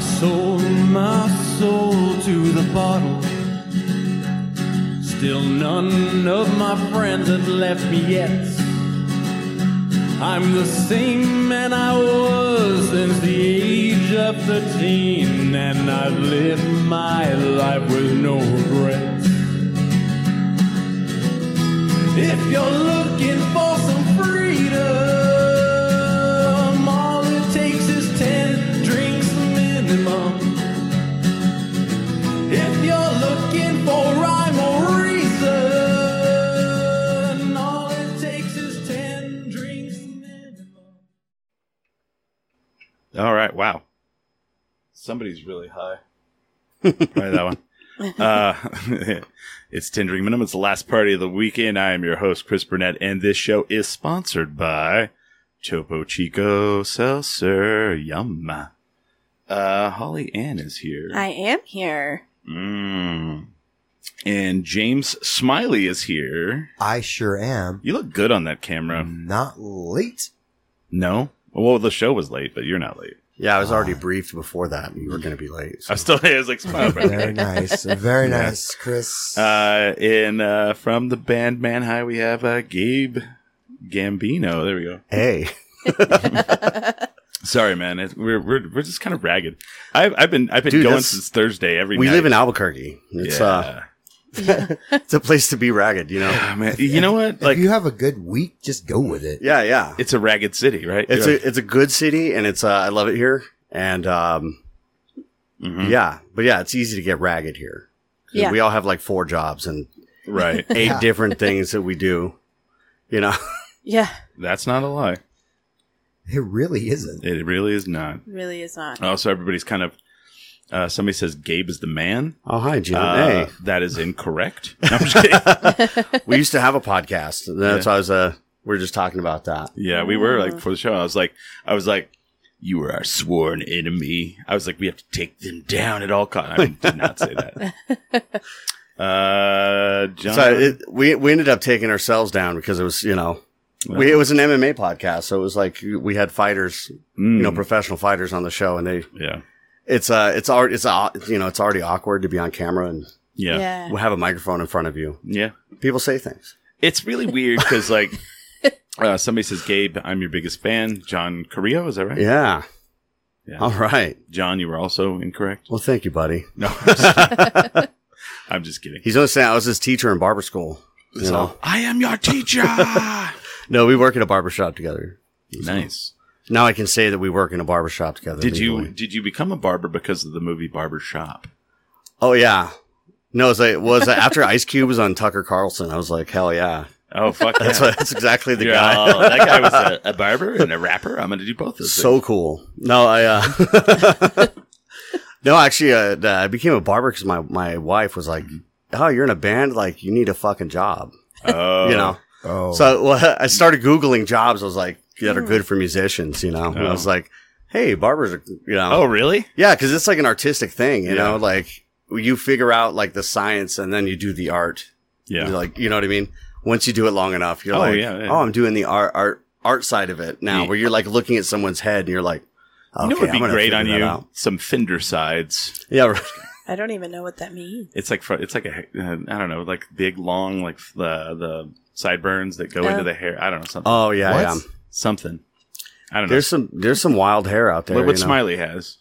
sold my soul to the bottle. Still, none of my friends have left me yet. I'm the same man I was since the age of 13, and I've lived my life with no regrets. If you're looking for some freedom, all it takes is 10 drinks minimum. If you're looking for rhyme or reason, all it takes is 10 drinks minimum. All right. Wow. Somebody's really high. Try that one. Uh, it's Tendering Minimum. It's the last party of the weekend. I am your host, Chris Burnett, and this show is sponsored by Topo Chico Seltzer. Yum. Uh, Holly Ann is here. I am here. Mm. And James Smiley is here. I sure am. You look good on that camera. Mm. Not late. No? Well, the show was late, but you're not late. Yeah, I was already briefed before that. You were going to be late. so- I'm still here. Ah. I was like, Oh, smile, brother. Very nice. Very Yeah. nice, Chris. Uh, in uh, from the band Man High, we have uh, Gabe Gambino. There we go. hey, Sorry, man. It, we're, we're we're just kind of ragged. I've I've been I've been Dude, going that's- since Thursday. Every we night. live in Albuquerque. It's uh, yeah. it's a place to be ragged, you know. Ah, man. You know what? if Like you have a good week, just go with it. Yeah, yeah. it's a ragged city, right? It's You're- a it's a good city, and it's uh, I love it here. And um, Mhm. yeah, but yeah, it's easy to get ragged here. 'Cause Yeah. we all have like four jobs and right. eight Yeah. different things that we do. You know, Yeah, That's not a lie. It really isn't. It really is not. really is Oh, not. Also, everybody's kind of. Uh, somebody says Gabe is the man. oh hi, Jim. Uh, That is incorrect. No, I'm just kidding. hey, we used to have a podcast. and That's why I was uh, we were just talking about that. Yeah, we were like Mm. for the show. I was like, I was like, you were our sworn enemy. I was like, we have to take them down at all costs. I did not say that. Uh, John, So it, we we ended up taking ourselves down because it was you know we, it was an MMA podcast, so it was like we had fighters, Mm, you know, professional fighters on the show, and they yeah, it's uh it's already it's uh, you know it's already awkward to be on camera and yeah, yeah, Yeah. we'll have a microphone in front of you. People say things. It's really weird because like. Uh, somebody says, Gabe, I'm your biggest fan. John Carrillo, is that right? Yeah. Yeah. All right. John, you were also incorrect. Well, thank you, buddy. No, I'm just, I'm just kidding. He's only saying I was his teacher in barber school. you So, know? I am your teacher. No, we work at a barber shop together. nice. Now I can say that we work in a barber shop together. Did you legally. did you become a barber because of the movie Barber Shop? Oh yeah. No, it was, like, it was after Ice Cube was on Tucker Carlson. I was like, hell yeah. Oh fuck! That's yeah. what, that's exactly the Yeah, guy. oh, that guy was a, a barber and a rapper. I'm going to do both of those. so cool. No, I. Uh, no, actually, uh, the- I became a barber because my my wife was like, Mm-hmm. "Oh, you're in a band. Like, you need a fucking job." things. Oh, You know. Oh, So well, I started googling jobs. I was like, that are good for musicians. You know. And I was like, hey, barbers. Are, you know. Oh, really? Yeah, because it's like an artistic thing. You Yeah. know, like you figure out like the science and then you do the art. Yeah. You're like you know what I mean. Once you do it long enough, you're Oh, like, yeah, yeah. oh, I'm doing the art art art side of it now, Yeah. where you're like looking at someone's head and you're like, okay, you know what I'm would be gonna great figure on that you? out." Some fender sides. Yeah, right. I don't even know what that means. It's like fr- it's like a uh, I don't know, like big long like the the sideburns that go Oh. into the hair. I don't know something. Oh yeah, yeah. What? something. I don't know. There's some there's some wild hair out there. what what you know? Smiley has.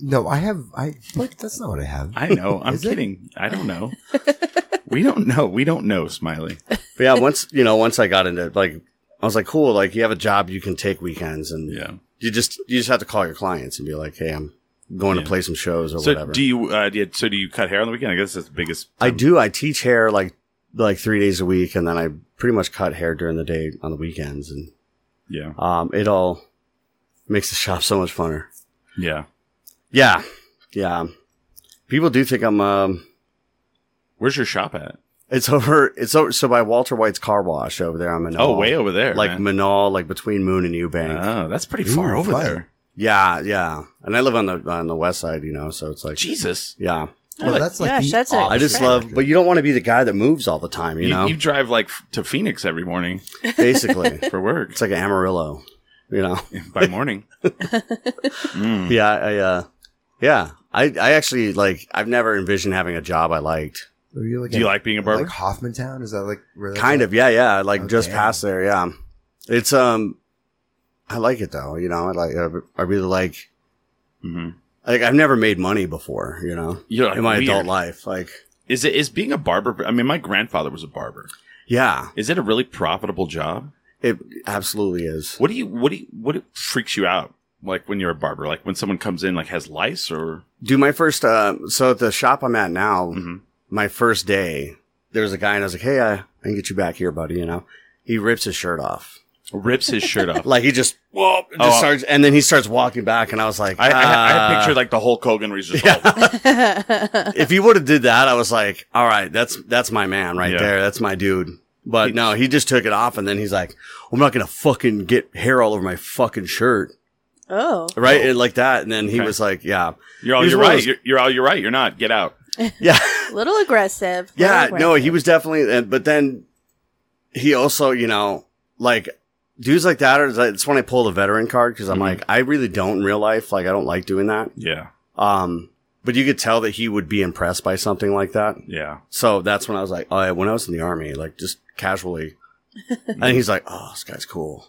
no, I have. I what? That's not what I have. I know. I'm Is it? kidding. I don't know. we don't know. We don't know, Smiley. But yeah, once you know, once I got into like, I was like, cool. Like you have a job, you can take weekends, and Yeah. you just you just have to call your clients and be like, hey, I'm going Yeah. to play some shows or So whatever. do you? Uh, do you- so do you cut hair on the weekend? I guess that's the biggest. I do. I teach hair like like three days a week, and then I pretty much cut hair during the day on the weekends, and Yeah. um, it all makes the shop so much funner. Yeah. Yeah, yeah. People do think I'm. Um, Where's your shop at? it's over. It's over. So by Walter White's car wash over there on Manal. Oh, way over there. like man. Manal, like between Moon and Eubank. Oh, that's pretty Ooh, far over fun. there. yeah, yeah. And I live on the on the west side, you know. So it's like, Jesus. yeah. Well, that's like Gosh, the that's a- I just love, but you don't want to be the guy that moves all the time, you You, know. you drive like f- to Phoenix every morning Basically, for work it's like an Amarillo, you know. by morning. Mm. Yeah, I uh, Yeah. I, I actually like, I've never envisioned having a job I liked. Are you like Do you like being a barber? Like Hoffmantown? Is that like where that's Kind at? of. Yeah. Yeah. Like just Okay. past there. Yeah. It's, um, I like it though. You know, I like, I really like, hmm like, I've never made money before, you know, You're like in my weird. adult life. Like, Is it is being a barber? I mean, my grandfather was a barber. yeah, Is it a really profitable job? it absolutely is. What do you what do you, what freaks you out? Like when you're a barber, like when someone comes in, like has lice or Do my first, uh, so at the shop I'm at now, Mhm. my first day, there was a guy and I was like, Hey, I, I can get you back here, buddy. You know, he rips his shirt off. rips his shirt off. Like he just, whoa, just Oh. starts, and then he starts walking back. And I was like, I, I, I "Ah." picture like the Hulk Hogan where he's just Yeah. all- if he would have did that, I was like, all right, that's that's my man right Yeah. there. That's my dude. But no, he just took it off and then he's like, I'm not gonna fucking get hair all over my fucking shirt. oh. Right? And like that. And then he Okay. was like, Yeah. you're all He's you're one of right, those- you're, you're all you're right, you're not. Get out. Yeah. Little aggressive. little yeah. No, he aggressive. was definitely and- but then he also, you know, like dudes like that are it's when I pull the veteran card because I'm Mhm. like, I really don't in real life. Like I don't like doing that. Yeah, Um but you could tell that he would be impressed by something like that. yeah. So that's when I was like, oh, yeah, when I was in the army, like just casually. and he's like, oh, this guy's cool.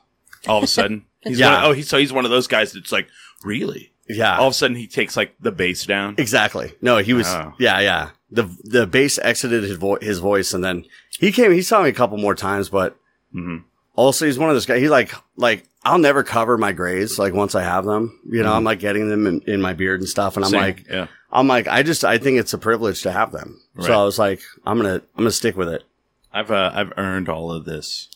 All of a sudden, he's Yeah. one of- oh, he's so he's one of those guys that's like really. Yeah. All of a sudden, he takes like the bass down. Exactly. No, he was. Oh. Yeah, yeah. The the bass exited his, vo- his voice, and then he came. He saw me a couple more times, but Mm-hmm. also he's one of those guys. He like like I'll never cover my grays. Like once I have them, you Mm-hmm. know, I'm like getting them in, in my beard and stuff, and I'm like, yeah, I'm like, I just I think it's a privilege to have them. Right. So I was like, I'm gonna I'm gonna stick with it. I've uh, I've earned all of this.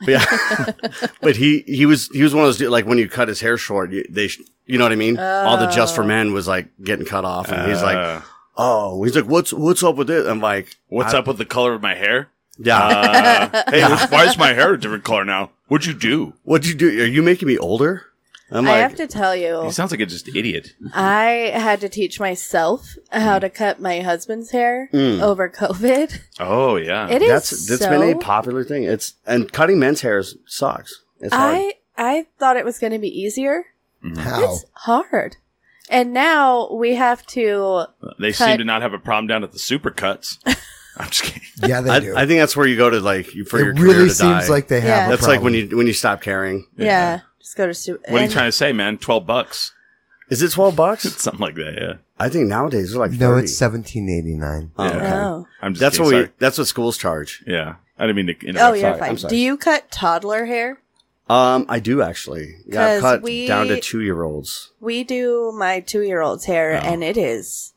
But yeah, but he he was he was one of those dude, like when you cut his hair short, you, they sh- you know what I mean. All the just for Oh. men was like getting cut off, and he's like, Uh, oh, he's like, what's what's up with it? I'm like, what's I- up with the color of my hair? yeah, Uh, hey, wh- why is my hair a different color now? What'd you do? what'd you do? Are you making me older? I'm I like, have to tell you, Oh. He sounds like a just idiot. I had to teach myself how to cut my husband's hair Mm. over COVID. Oh yeah, It is that's that's so. been a popular thing. It's and cutting men's hair is- sucks. It's hard. I I thought it was going to be easier. How? It's hard, and now we have to. they Cut. seem to not have a problem down at the supercuts. I'm just kidding. Yeah, they I, do. I think that's where you go to like you, for your it career really to seems die. like they have. Yeah. a that's like when problem. you when you stop caring. Yeah, just go to. Su- What are you and- trying to say, man? Twelve bucks, Is it twelve bucks? something like that. Yeah, I think nowadays they're like No, 30. it's seventeen eighty nine. Oh, Yeah. okay. Oh, I'm just. That's kidding, what we. sorry. That's what schools charge. Yeah, I didn't mean to interrupt. oh, you're sorry, I'm fine. sorry. Do you cut toddler hair? Um, I do actually. Yeah, I've 'Cause cut we- down to two year olds. We do my two year old's hair, Oh. and it is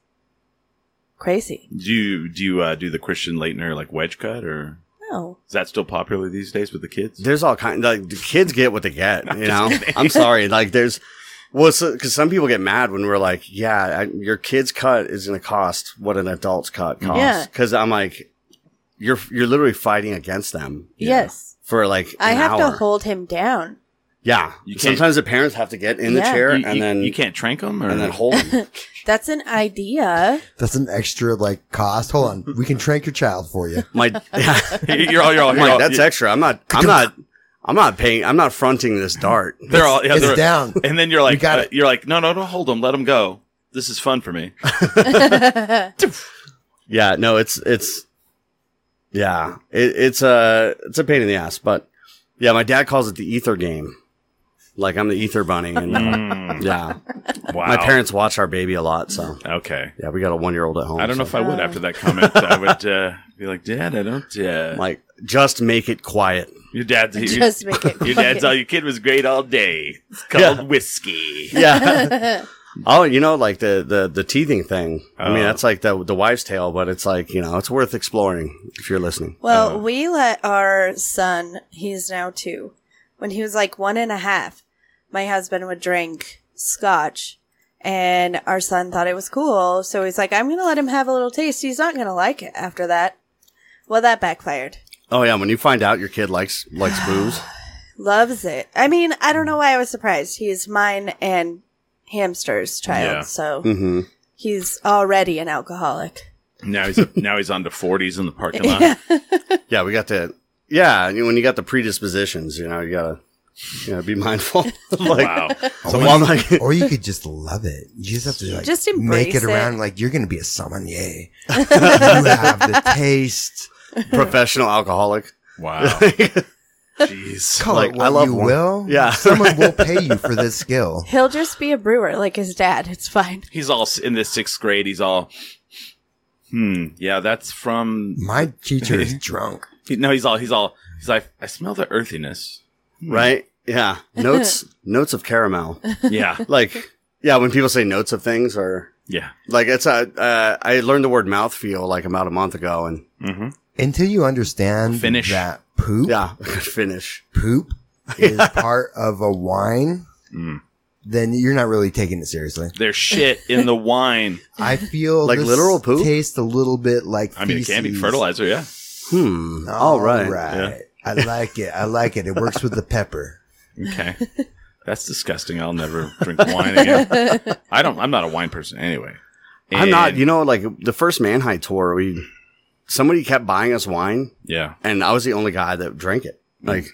crazy. Do you do you uh, do the Christian Leitner like wedge cut or No, is that still popular these days with the kids? There's all kind. Like the kids get what they get. You know. I'm sorry. Like there's. Well, because some people get mad when we're like, "Yeah, I, your kid's cut is going to cost what an adult's cut Yeah. costs." Because I'm like, "You're you're literally fighting against them." yes, For like, I an have hour. to hold him down. Yeah. You can't- Sometimes the parents have to get in the Yeah. chair You- and you- then you can't trank them, or and then hold. 'em. That's an idea. That's an extra like cost. Hold on, we can trank your child for you. My you're all you're all. I'm You're all like, that's you- extra. I'm not. I'm not. I'm not paying. I'm not fronting this dart. They're all yeah, it's they're, down. And then you're like, got uh, it. you're like, no, no, don't hold them. Let them go. This is fun for me. Yeah. No. It's it's. Yeah. It, it's a it's a pain in the ass, but yeah, my dad calls it the ether game. Like I'm the ether bunny, and yeah, Mm. wow. Mm. my parents watch our baby a lot, so Okay. yeah, we got a one year old at home. I don't know so- if I would after that comment. I would uh, be like, Dad, I don't. Uh, like just make it quiet. your dad's your, Just make it. your dad's all your kid was great all day. It's called whiskey. Yeah. quiet. Oh, you know, like the the the teething thing. I mean, Oh. that's like the the wife's tale, but it's like you know, it's worth exploring if you're listening. Well, Uh, we let our son, he's now two, when he was like one and a half, my husband would drink scotch and our son thought it was cool. So he's like, I'm going to let him have a little taste. He's not going to like it after that. Well, that backfired. Oh yeah, when you find out your kid likes likes booze, Loves it. I mean, I don't know why I was surprised. He's mine and hamster's child. Yeah. So hmm he's already an alcoholic. Now he's now he's on to forties in the parking lot. Yeah. yeah, we got the yeah. you- When you got the predispositions, you know, you gotta you know, be mindful. of, like, wow. Or Well, I'm you, like- or you could just love it. You just have to like Just make embrace it. it around like you're going to be a sommelier. you have the taste. professional alcoholic. Wow. Jeez, Call like it what I love you wine. will. Yeah. someone will pay you for this skill. He'll just be a brewer like his dad. It's fine. He's all s- in the sixth grade. He's all, hmm, yeah, that's from. My teacher is drunk. He, no, he's all, he's all, he's like, I smell the earthiness. right? Yeah, notes notes of caramel. Yeah. Like yeah, when people say notes of things or Yeah. like it's a uh, I learned the word mouthfeel like about a month ago, and Mm-hmm. Until you understand Finish. that poop, yeah, finish. poop is part of a wine, Mm. then you're not really taking it seriously. There's shit in the wine. I feel Like this literal poop? tastes a little bit like. I mean, it can be feces. fertilizer. Yeah. Hmm. All right. I like it. I like it. It works with the pepper. Okay. That's disgusting. I'll never drink wine again. I don't, I'm not a wine person anyway. I'm not. And- You know, like the first Manhai tour, we somebody kept buying us wine, yeah. and I was the only guy that drank it. Mm. Like,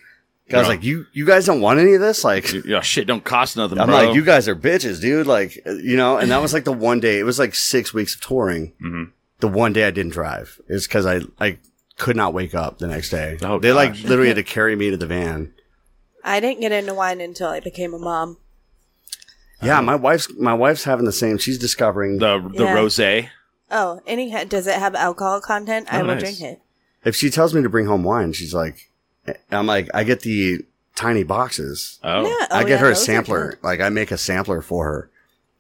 I was Yeah. like, you you guys don't want any of this, like. Yeah. oh, Shit don't cost nothing, I'm bro. like, you guys are bitches, dude. Like, uh, you know, and that was like the one day. It was like six weeks of touring. Mhm. The one day I didn't drive is because I I could not wake up the next day. Oh, they like gosh. literally had to carry me to the van. I didn't get into wine until I became a mom. Yeah, my wife's my wife's having the same. She's discovering Oh. the, the Yeah. rosé. Oh, any does it have alcohol content? I Oh, will nice. drink it. if she tells me to bring home wine, she's like, I'm like, I get the tiny boxes. Oh. Yeah, I oh, get yeah, her a those are sampler. good. Like I make a sampler for her.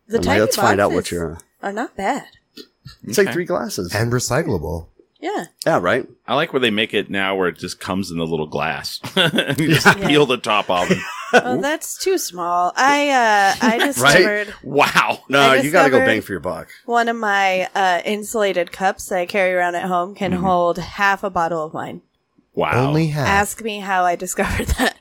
The I'm tiny like, let's find out what boxes you're. are not bad. It's like Okay. three glasses. And recyclable. Yeah, yeah, right. I like where they make it now where it just comes in the little glass. you just Yeah. peel the top off. and- oh, that's too small. I uh, I discovered Wow. No, I you got to go discovered- bang for your buck. one of my uh, insulated cups that I carry around at home can Mm-hmm. hold half a bottle of wine. Wow. Only half. Ask me how I discovered that.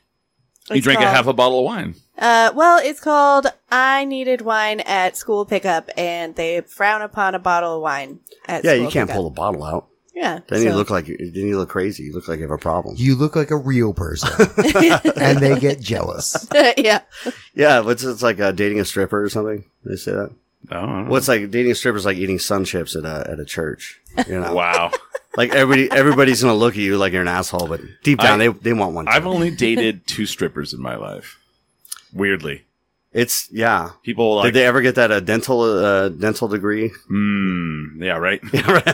you drink a called- half a bottle of wine. Uh, well, it's called I Needed Wine at School Pickup, and they frown upon a bottle of wine at Yeah, school you can't pickup. pull the bottle out. Yeah. Then you so- look like then you look crazy. You look like you have a problem. You look like a real person. and they get jealous. yeah. Yeah, what's it's like uh, dating a stripper or something? They say that. Oh. What's like dating a stripper is like eating sun chips at a at a church. You know, Wow. like everybody everybody's gonna look at you like you're an asshole, but deep down I- they they want one. I've only dated two strippers in my life. Weirdly. it's yeah. People like, Did they ever get that a dental uh, dental degree? mm, yeah, right. like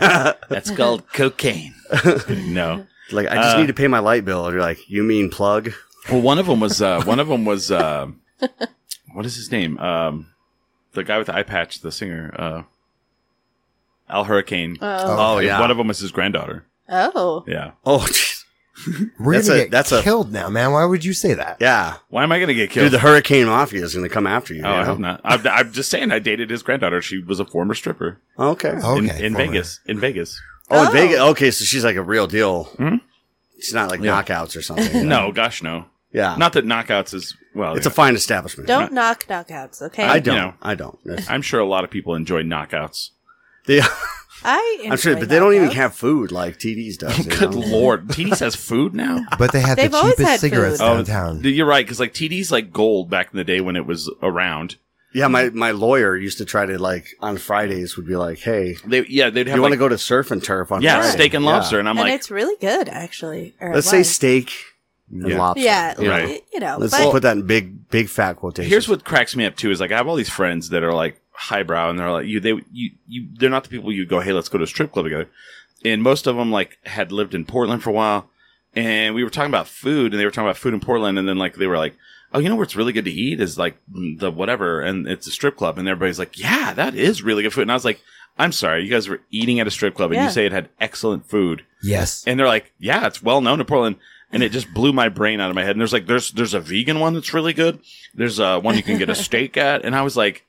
That's called cocaine. no. I just Uh, need to pay my light bill. And you're like, you mean plug? Well, one of them was, uh, one of them was, uh, what is his name? Um, the guy with the eye patch, the singer, uh, Al Hurricane. Oh. Oh, yeah. One of them was his granddaughter. Oh. Yeah. oh, jeez. We're That's gonna a- get that's a- killed now, man. Why would you say that? yeah, Why am I going to get killed? dude, the hurricane mafia is gonna come after you. Oh, you I know? hope not. I'm, I'm just saying, I dated his granddaughter. She was a former stripper Okay. Oh, in, Okay, in former. Vegas. In Vegas. in Oh. Vegas. Okay, so she's like a real deal. She's not like Hmm? Yeah. knockouts or something. you know? No, gosh, no. Yeah. Not that knockouts is well. Ah. It's a fine establishment. Don't knock knockouts, okay? I you don't. know. I don't. It's- I'm sure a lot of people enjoy knockouts. They, I I'm sure, enjoy but they don't even knockouts. have food like TD's does. you Good know? lord, TD's has food now. But they have the They've always cheapest had cigarettes food. downtown. You're right, because like TD's like gold back in the day when it was around. Yeah, my, my lawyer used to try to like on Fridays would be like, "Hey, They yeah they'd you have want like, to go to surf and turf on yeah Friday? steak and Yeah. lobster, and I'm And like it's really good, actually. Or it Let's say was. steak and Yeah. lobster. Yeah, you know? Right. you know. Let's but put that in big big fat quotations. Here's what cracks me up too is like I have all these friends that are like highbrow and they're like you they you, you they're not the people you go hey let's go to a strip club together, and most of them like had lived in Portland for a while, and we were talking about food and they were talking about food in Portland and then like they were like oh you know what's really good to eat is like mm, the whatever and it's a strip club and everybody's like yeah that is really good food and I was like I'm sorry you guys were eating at a strip club and Yeah. you say it had excellent food Yes. and they're like, "Yeah, it's well known in Portland." And it just blew my brain out of my head. And there's like, there's there's a vegan one that's really good. There's uh, one you can get a steak at. And I was like,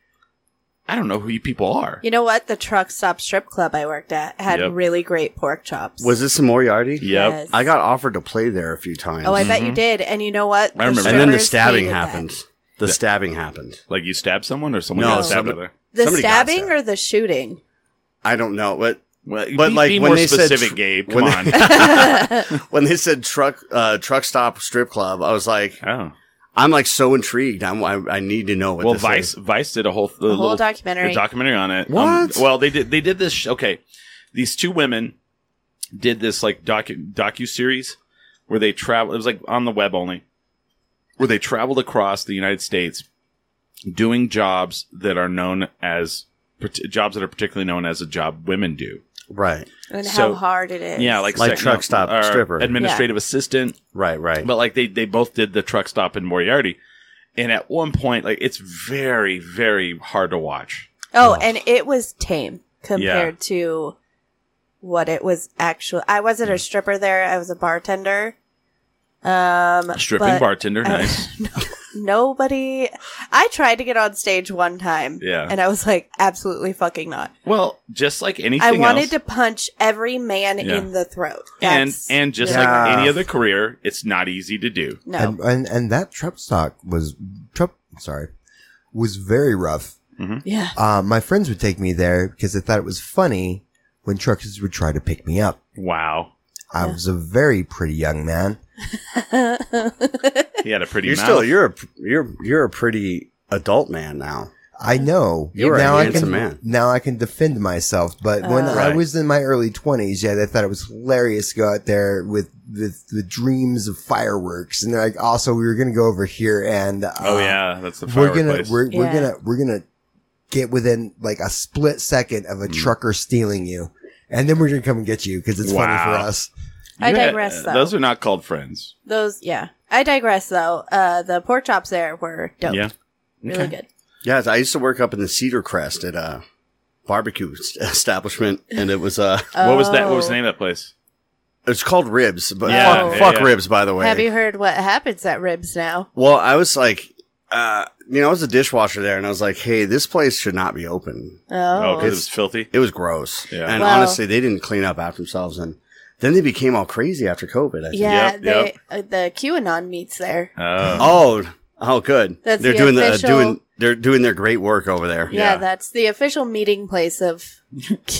I don't know who you people are. you know what? The truck stop strip club I worked at had Yep. really great pork chops. was this in Moriarty? Yep. Yes. I got offered to play there a few times. Oh, I bet you did. And you know what? Mm-hmm. I remember and then the strippers stabbing hated that. happened. The stabbing happened. Like you stabbed someone or someone No, got stabbed somebody- other. The Somebody got stabbing stabbed. or the shooting? I don't know, but Well, But, be, like, be when more they said specific, tr- Gabe. Come when on. when they said truck uh, truck stop strip club, I was like, oh, I'm like so intrigued. I'm, I I need to know what. well, this Vice Is. Vice did a whole, A a whole little documentary. a documentary on it. Um, What? well, they did. They did this. Sh- okay, these two women did this like docu docu series where they travel. It was like on the web only, where they traveled across the United States, doing jobs that are known as part- jobs that are particularly known as a job women do. Right, and so- how hard it is. Yeah, like Like sec- truck stop or stripper. administrative assistant. right, right. But like they they both did the truck stop in Moriarty. And at one point, like it's very, very hard to watch. Oh, and it was tame compared to what it was actual. I wasn't Mm. a stripper there. I was a bartender. Um, Stripping but bartender, I- nice. Nobody. I tried to get on stage one time. Yeah. And I was like, absolutely fucking not. Well, just like anything I wanted else, to punch every man Yeah. in the throat. and That's- and just like Yeah. any other career, it's not easy to do. no. And, and and that truck stock was truck sorry was very rough. yeah. Uh, my friends would take me there because they thought it was funny when truckers would try to pick me up. Wow, I was a very pretty young man. he had a pretty. you're mouth. still you're a pr- you're you're a pretty adult man now. I know You're a I handsome can, man. Now I can defend myself. But when Right. I was in my early twenties, yeah, they thought it was hilarious to go out there with with the dreams of fireworks, and they're like, also we were going to go over here and uh, oh yeah, that's the we're firework gonna place. we're, we're Yeah. gonna we're gonna get within like a split second of a Mm. trucker stealing you, and then we're gonna come and get you because it's funny for Wow. us. I You had- digress, though. those are not called friends. Those, yeah. I digress though. Uh, the pork chops there were dope. Yeah. Really good. Yes, I used to work up in the Cedar Crest at a barbecue s- establishment, and it was uh, What was that? What was Oh. the name of that place? it's called Ribs, but Yeah, fuck, yeah, fuck yeah. Ribs, by the way. Have you heard what happens at ribs now? well, I was like, uh, you know, I was a dishwasher there, and I was like, hey, this place should not be open. Oh, Oh, 'cause it was filthy. It was gross, Yeah. and Wow. honestly, they didn't clean up after themselves, and then they became all crazy after COVID. I think. yeah. Yep, they, yep. Uh, the QAnon meets there. Oh, Oh, oh, good. That's they're the doing the uh, official- doing they're doing their great work over there. Yeah. Yeah. that's the official meeting place of.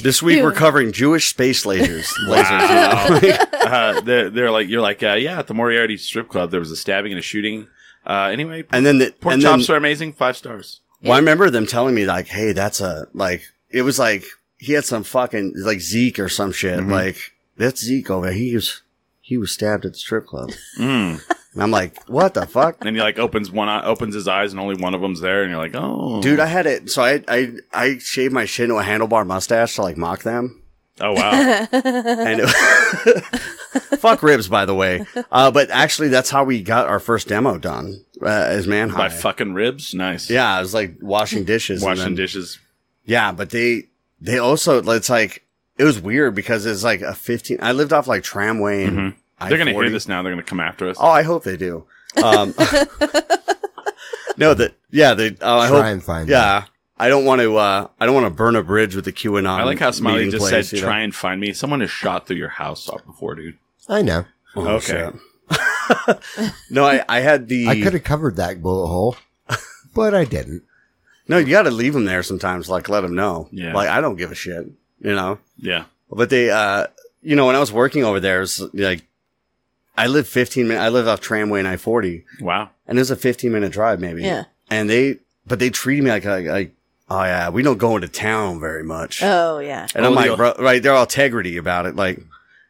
This week we're QAnon. covering Jewish space lasers. lasers. Wow. uh, they're, they're like you're like uh, yeah. At the Moriarty strip club, there was a stabbing and a shooting. Uh, anyway, And then the pork and then, chops are amazing. Five stars. Well, I remember them telling me like, "Hey, that's a like." It was like he had some fucking like Zeke or some shit. Mhm. Like that's Zeke over. there. He was he was stabbed at the strip club, Mm. and I'm like, "What the fuck, And he like opens one eye, opens his eyes, and only one of them's there. And you're like, oh, dude?" I had it. So I I I shaved my shit into a handlebar mustache to like mock them, oh wow, and it, fuck ribs, by the way. Uh, but actually, that's how we got our first demo done uh, as man by high. fucking ribs, nice. yeah, I was like washing dishes, and washing then- dishes. Yeah, but they they also it's like it was weird because it's like a fifteen. I lived off like tramway. And Mhm. They're gonna hear I-40. this now. They're gonna come after us. Oh, I hope they do. Um, no, that yeah, they. Oh, Try I hope. and find out. Yeah, I don't want to. Uh, I don't want to burn a bridge with the QAnon. I like how Smiley meeting just place, said, you know? "Try and find me." Someone has shot through your house up before, dude. I know. Oh, Okay. shit. no, I, I had the. I could have covered that bullet hole, but I didn't. no, you got to leave them there sometimes. Like, let them know. Yeah. Like, I don't give a shit. You know. Yeah, But they, uh, you know, when I was working over there, it was like, I lived 15 minutes, I lived off tramway and I 40, wow. and it was a 15 minute drive maybe. Yeah. And they, but they treated me like, like, like oh yeah, we don't go into town very much. oh yeah. and Oh, I'm yeah. like, bro, right, they're all integrity about it. Like,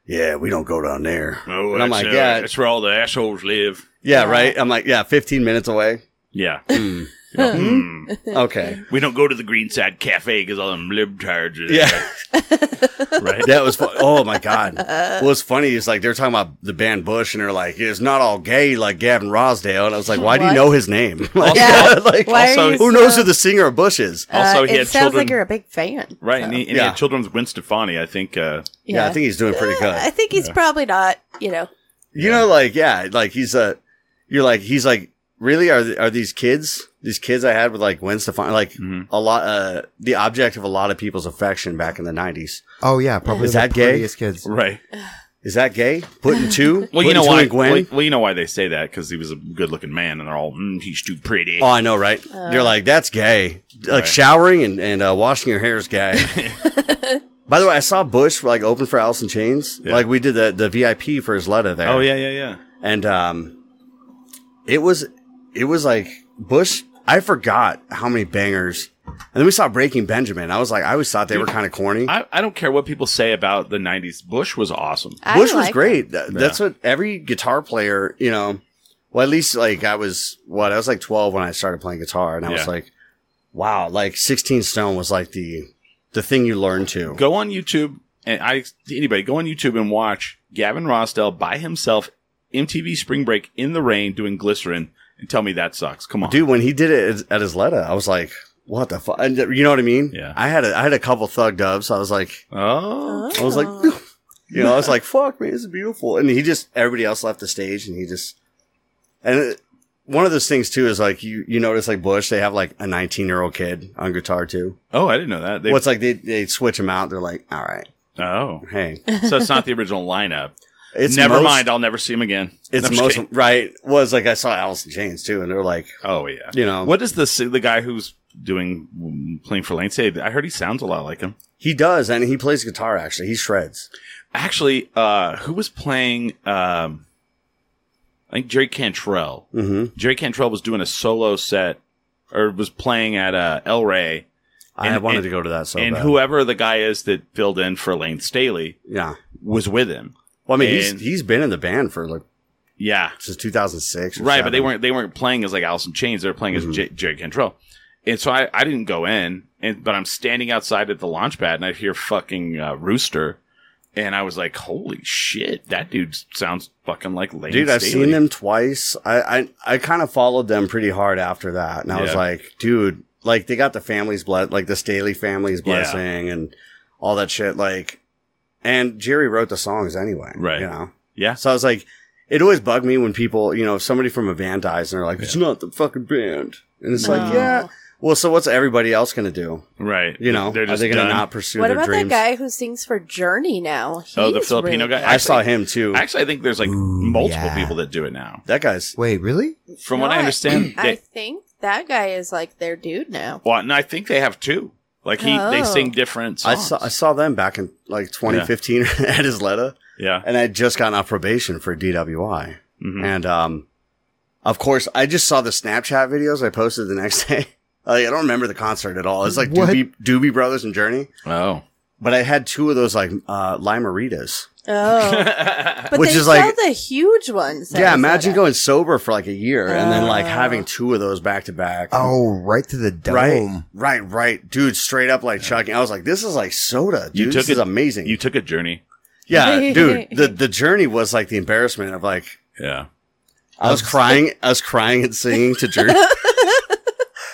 yeah, we don't go down there. Oh, and I'm that's, like, uh, yeah, that's where all the assholes live. yeah, right. I'm like, yeah, 15 minutes away. Yeah. Hmm. Hmm. okay. We don't go to the Greenside Cafe because all them libtards are Yeah. there, right? That was fu- oh my god. Uh, Well, it's funny. It's like they're talking about the band Bush, and they're like, "It's not all gay like Gavin Rosdale." And I was like, "Why do you What? know his name? Like, Yeah. like, Why also, are you who knows so- who the singer of Bush is?" Uh, Also, he it had sounds children- like you're a big fan. Right, so- and he, and he Yeah. had children's Gwen Stefani, I think. Uh, Yeah. I think he's doing pretty I good. think he's probably not. You know. You know, like yeah, like he's a. You're like he's like really are th- are these kids? These kids I had with like Gwen Stefani, like Mhm. a lot, uh, the object of a lot of people's affection back in the '90s. Oh yeah, probably Is the that gay? prettiest kids. right. Is that gay? Putting two? Well, you Putting know two why? and Gwen? Well, well, you know why they say that because he was a good-looking man, and they're all, mm, he's too pretty. Oh, I know, right? Uh. You're like, that's gay. Like Right. showering and, and uh, washing your hair is gay. By the way, I saw Bush like open for Alice in Chains. Yeah. Like we did the, the VIP for his letter there. oh yeah, yeah, yeah. And um, it was it was like Bush. I forgot how many bangers. And then we saw Breaking Benjamin. I was like, I always thought they were kind of corny. I, I don't care what people say about the 90s. Bush was awesome. I Bush was like great. Th- That's what every guitar player, you know, well, at least like I was, what, I was like 12 when I started playing guitar. And I Yeah. was like, wow, like 16 Stone was like the, the thing you learned to. Go on YouTube and I anybody go on YouTube and watch Gavin Rossdale by himself MTV Spring Break in the rain doing glycerin and tell me that sucks. Come on. Dude, when he did it at Isleta, I was like, what the fuck? You know what I mean? Yeah. I had a, I had a couple thug dubs. I was like, Oh. I was like, Oh. you know, I was like, fuck, man, this is beautiful. And he just, everybody else left the stage and he just, and it, one of those things too is like, you, you notice like Bush, they have like a 19 year old kid on guitar too. Oh, I didn't know that. They, What's like, they, they switch him out. They're like, all right, oh. hey, So it's not the original lineup. it's never most- mind. I'll never see him again. It's No, I'm just most, kidding. right. Was like, I saw Alice in Chains too. And they're like, Oh yeah. you know, What does the the guy who's doing playing for Lane say? I heard he sounds a lot like him. he does. And he plays guitar actually. He shreds. Actually, uh, who was playing? Um, I think Jerry Cantrell. Mm-hmm. Jerry Cantrell was doing a solo set or was playing at uh, El Rey, I And- wanted and- to go to that. So and bad. whoever the guy is that filled in for Lane Staley Yeah. was with him. Well, I mean, he's, And- he's been in the band for like Yeah, since 2006. or right. But they seven. weren't they weren't playing as like Allison Chains. They were playing as Mhm. J- Jerry Cantrell. And so I, I didn't go in, and but I'm standing outside at the launch pad, and I hear fucking uh, Rooster, and I was like, holy shit, that dude sounds fucking like Lane. Dude, I've Staley. seen them twice. I I, I kind of followed them pretty hard after that, and I was Yeah. like, dude, like they got the family's bless, like the Staley family's blessing, and all that shit. Like, and Jerry wrote the songs anyway, Right. You know, Yeah. so I was like, it always bugged me when people, you know, if somebody from a band dies and they're like, it's not the fucking band, and it's like, No. yeah. Well, so what's everybody else gonna do? Right. You know, they're are just they gonna done. not pursue What their about dreams? that guy who sings for Journey now? Oh, the He's Filipino really- guy. I saw him too. Actually, I think there's like Ooh, multiple yeah. people that do it now. that guy's Wait, really? From No, what I understand, I they, think that guy is like their dude now. well, and I think they have two. Like he, they Oh. sing different I songs. saw I saw them back in like 2015 at Isleta, yeah. and I would just gotten off probation for DWI, Mhm. and um, of course I just saw the Snapchat videos I posted the next day. like, I don't remember the concert at all. It's like What? Doobie, Doobie Brothers and Journey, Oh. but I had two of those like uh, Limeritas. Oh, but Which they is sell like- the huge ones. that yeah, I imagine said. going sober for like a year and then like Oh. having two of those back to back. Oh, right to the Right, dome. right, right, dude. Straight up, like chugging. I was like, "This is like soda, dude. You took this is it- amazing." you took a journey. yeah, dude. The the journey was like the embarrassment of like Yeah. I was crying. I was crying and singing to Drew.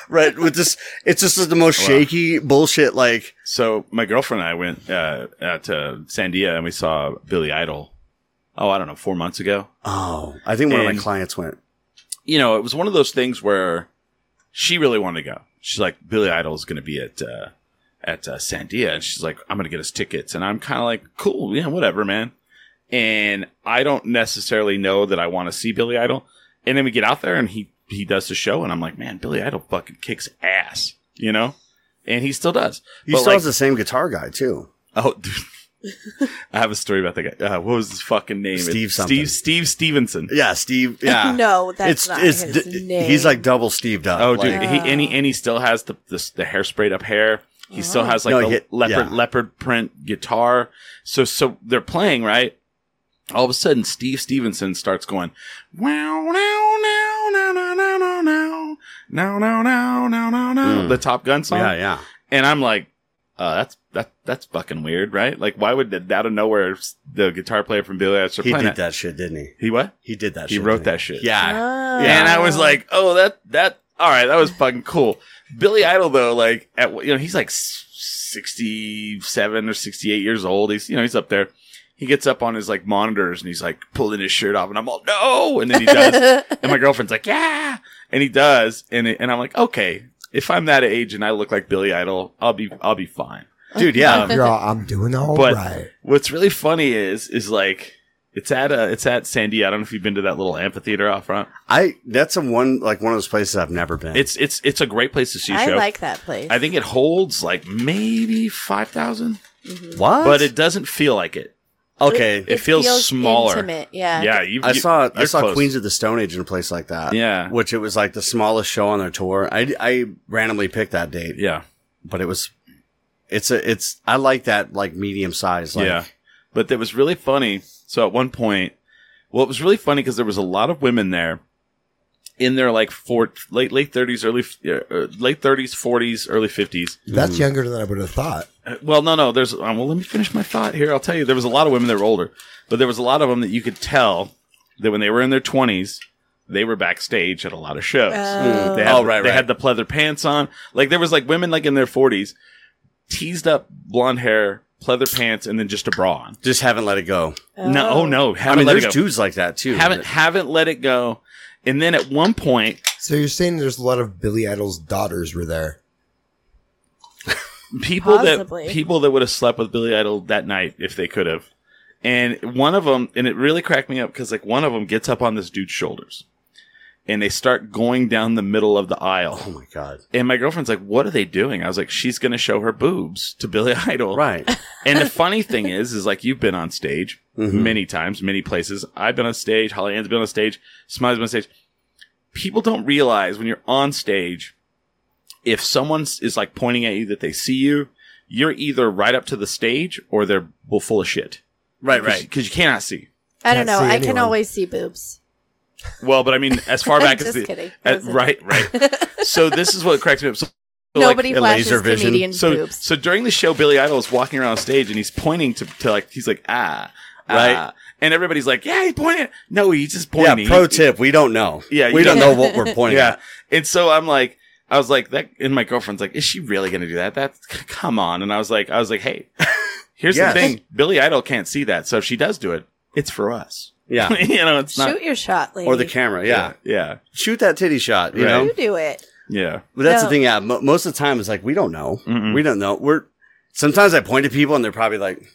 right with this, it's just the most Wow. shaky bullshit. Like, So my girlfriend and I went uh, out to Sandia and we saw Billy Idol. Oh, I don't know, four months ago. oh, I think one of And- my clients went. you know, it was one of those things where she really wanted to go. She's like, Billy Idol's going to be at uh, at uh, Sandia, and she's like, I'm going to get us tickets, and I'm kind of like, cool, yeah, whatever, man. And I don't necessarily know that I want to see Billy Idol, and then we get out there, and he he does the show, and I'm like, man, Billy Idol fucking kicks ass, you know, and he still does. He But, still like- has the same guitar guy too. Oh, dude. I have a story about that guy. Uh, what was his fucking name? Steve It's something. Steve Steve Stevenson. Yeah, Steve. Yeah, No, that's not his d- name. He's like double Steve up. Oh, like, dude, he and he and he still has the the, the hair sprayed up hair. He Oh. still has like No, the he- leopard yeah. leopard print guitar. So so they're playing right. All of a sudden, Steve Stevenson starts going, wow, now, now, now, now, now, now, now, now, now, now, now, now, now, Mm. the Top Gun song, yeah, yeah. and I'm like, uh, that's that that's fucking weird, right? Like, why would that out of nowhere s- the guitar player from Billy Eilish He playing did that shit, didn't he? He what? He did that. He shit, wrote didn't that shit. Yeah, And I was like, oh, that that all right, that was fucking cool. Billy Idol though, like at you know, he's like s- 67 or 68 years old. He's you know, he's up there. He gets up on his like monitors and he's like pulling his shirt off and I'm all, "No!" And then he does. and my girlfriend's like, "Yeah!" And he does. And it, and I'm like, "Okay, if I'm that age and I look like Billy Idol, I'll be I'll be fine." dude. Yeah, You're all, I'm doing all But- right. What's really funny is is like it's at a it's at Sandy. I don't know if you've been to that little amphitheater out front. I. That's a one like one of those places I've never been. It's it's it's a great place to see a I show. like that place. I think it holds like maybe 5,000, what? Mm-hmm. but it doesn't feel like it. Okay. It feels smaller. Intimate. Yeah. yeah, you, I you- saw I you're saw close. Queens of the Stone Age in a place like that. Yeah. Which it was like the smallest show on their tour. I, I randomly picked that date, Yeah, but it was it's a it's I like that like medium size like yeah. But that was really funny. So at one point, well, it was really funny because there was a lot of women there in their like four, late late thirties, early f- uh, late thirties, forties, early fifties. That's Mm. younger than I would have thought. Uh, Well, no, no. There's um, well, let me finish my thought here. I'll tell you, there was a lot of women that were older, but there was a lot of them that you could tell that when they were in their twenties, they were backstage at a lot of shows. Oh. They had, Oh, right, They right. had the pleather pants on. Like there was like women like in their forties, teased up blonde hair, pleather pants, and then just a bra on. just haven't let it go. No, oh no, I haven't mean, let it there's go. dudes like that too. haven't that- haven't let it go. And then at one point, So you're saying there's a lot of Billy Idol's daughters were there. people Possibly. that people that would have slept with Billy Idol that night if they could have. And one of them, and it really cracked me up because like one of them gets up on this dude's shoulders, and they start going down the middle of the Oh aisle. my god! And my girlfriend's like, "What are they doing?" I was like, "She's going to show her boobs to Billy Idol." Right. And the funny thing is, is like you've been on stage Mhm. many times, many places. I've been on stage. Holly Ann's been on stage. Smiley's been on stage. People don't realize when you're on stage, if someone s- is like pointing at you that they see you, you're either right up to the stage or they're well, full of shit. Right. Because Right. you cannot see. I don't Can't know. see I can anyone. always see boobs. Well, but I mean, as far I'm back as just the kidding. at- Listen. right, right. so this is what cracks me up. So, so, like, Nobody a flashes laser vision. comedians' So, boobs. so during the show, Billy Idol is walking around on stage and he's pointing to, to like, he's like, ah, ah. Right. And everybody's like, yeah, he's pointing. No, he's just Yeah. pointing. Pro tip: We don't know. Yeah, you We don't know don't- what we're pointing. Yeah. at. And so I'm like, I was like, that, and my girlfriend's like, is she really going to do that? That's, c- come on. And I was like, I was like, hey, here's Yes. the thing. Billy Idol can't see that. So if she does do it, it's for us. Yeah. you know, it's not. Shoot your shot, lady. Or the camera. Yeah. Yeah. Shoot that titty shot. You Right. know. You do it. Yeah. But that's No. the thing. Yeah. Mo most of the time, it's like we don't know. Mm-mm. We don't know. We're sometimes I point to people and they're probably like.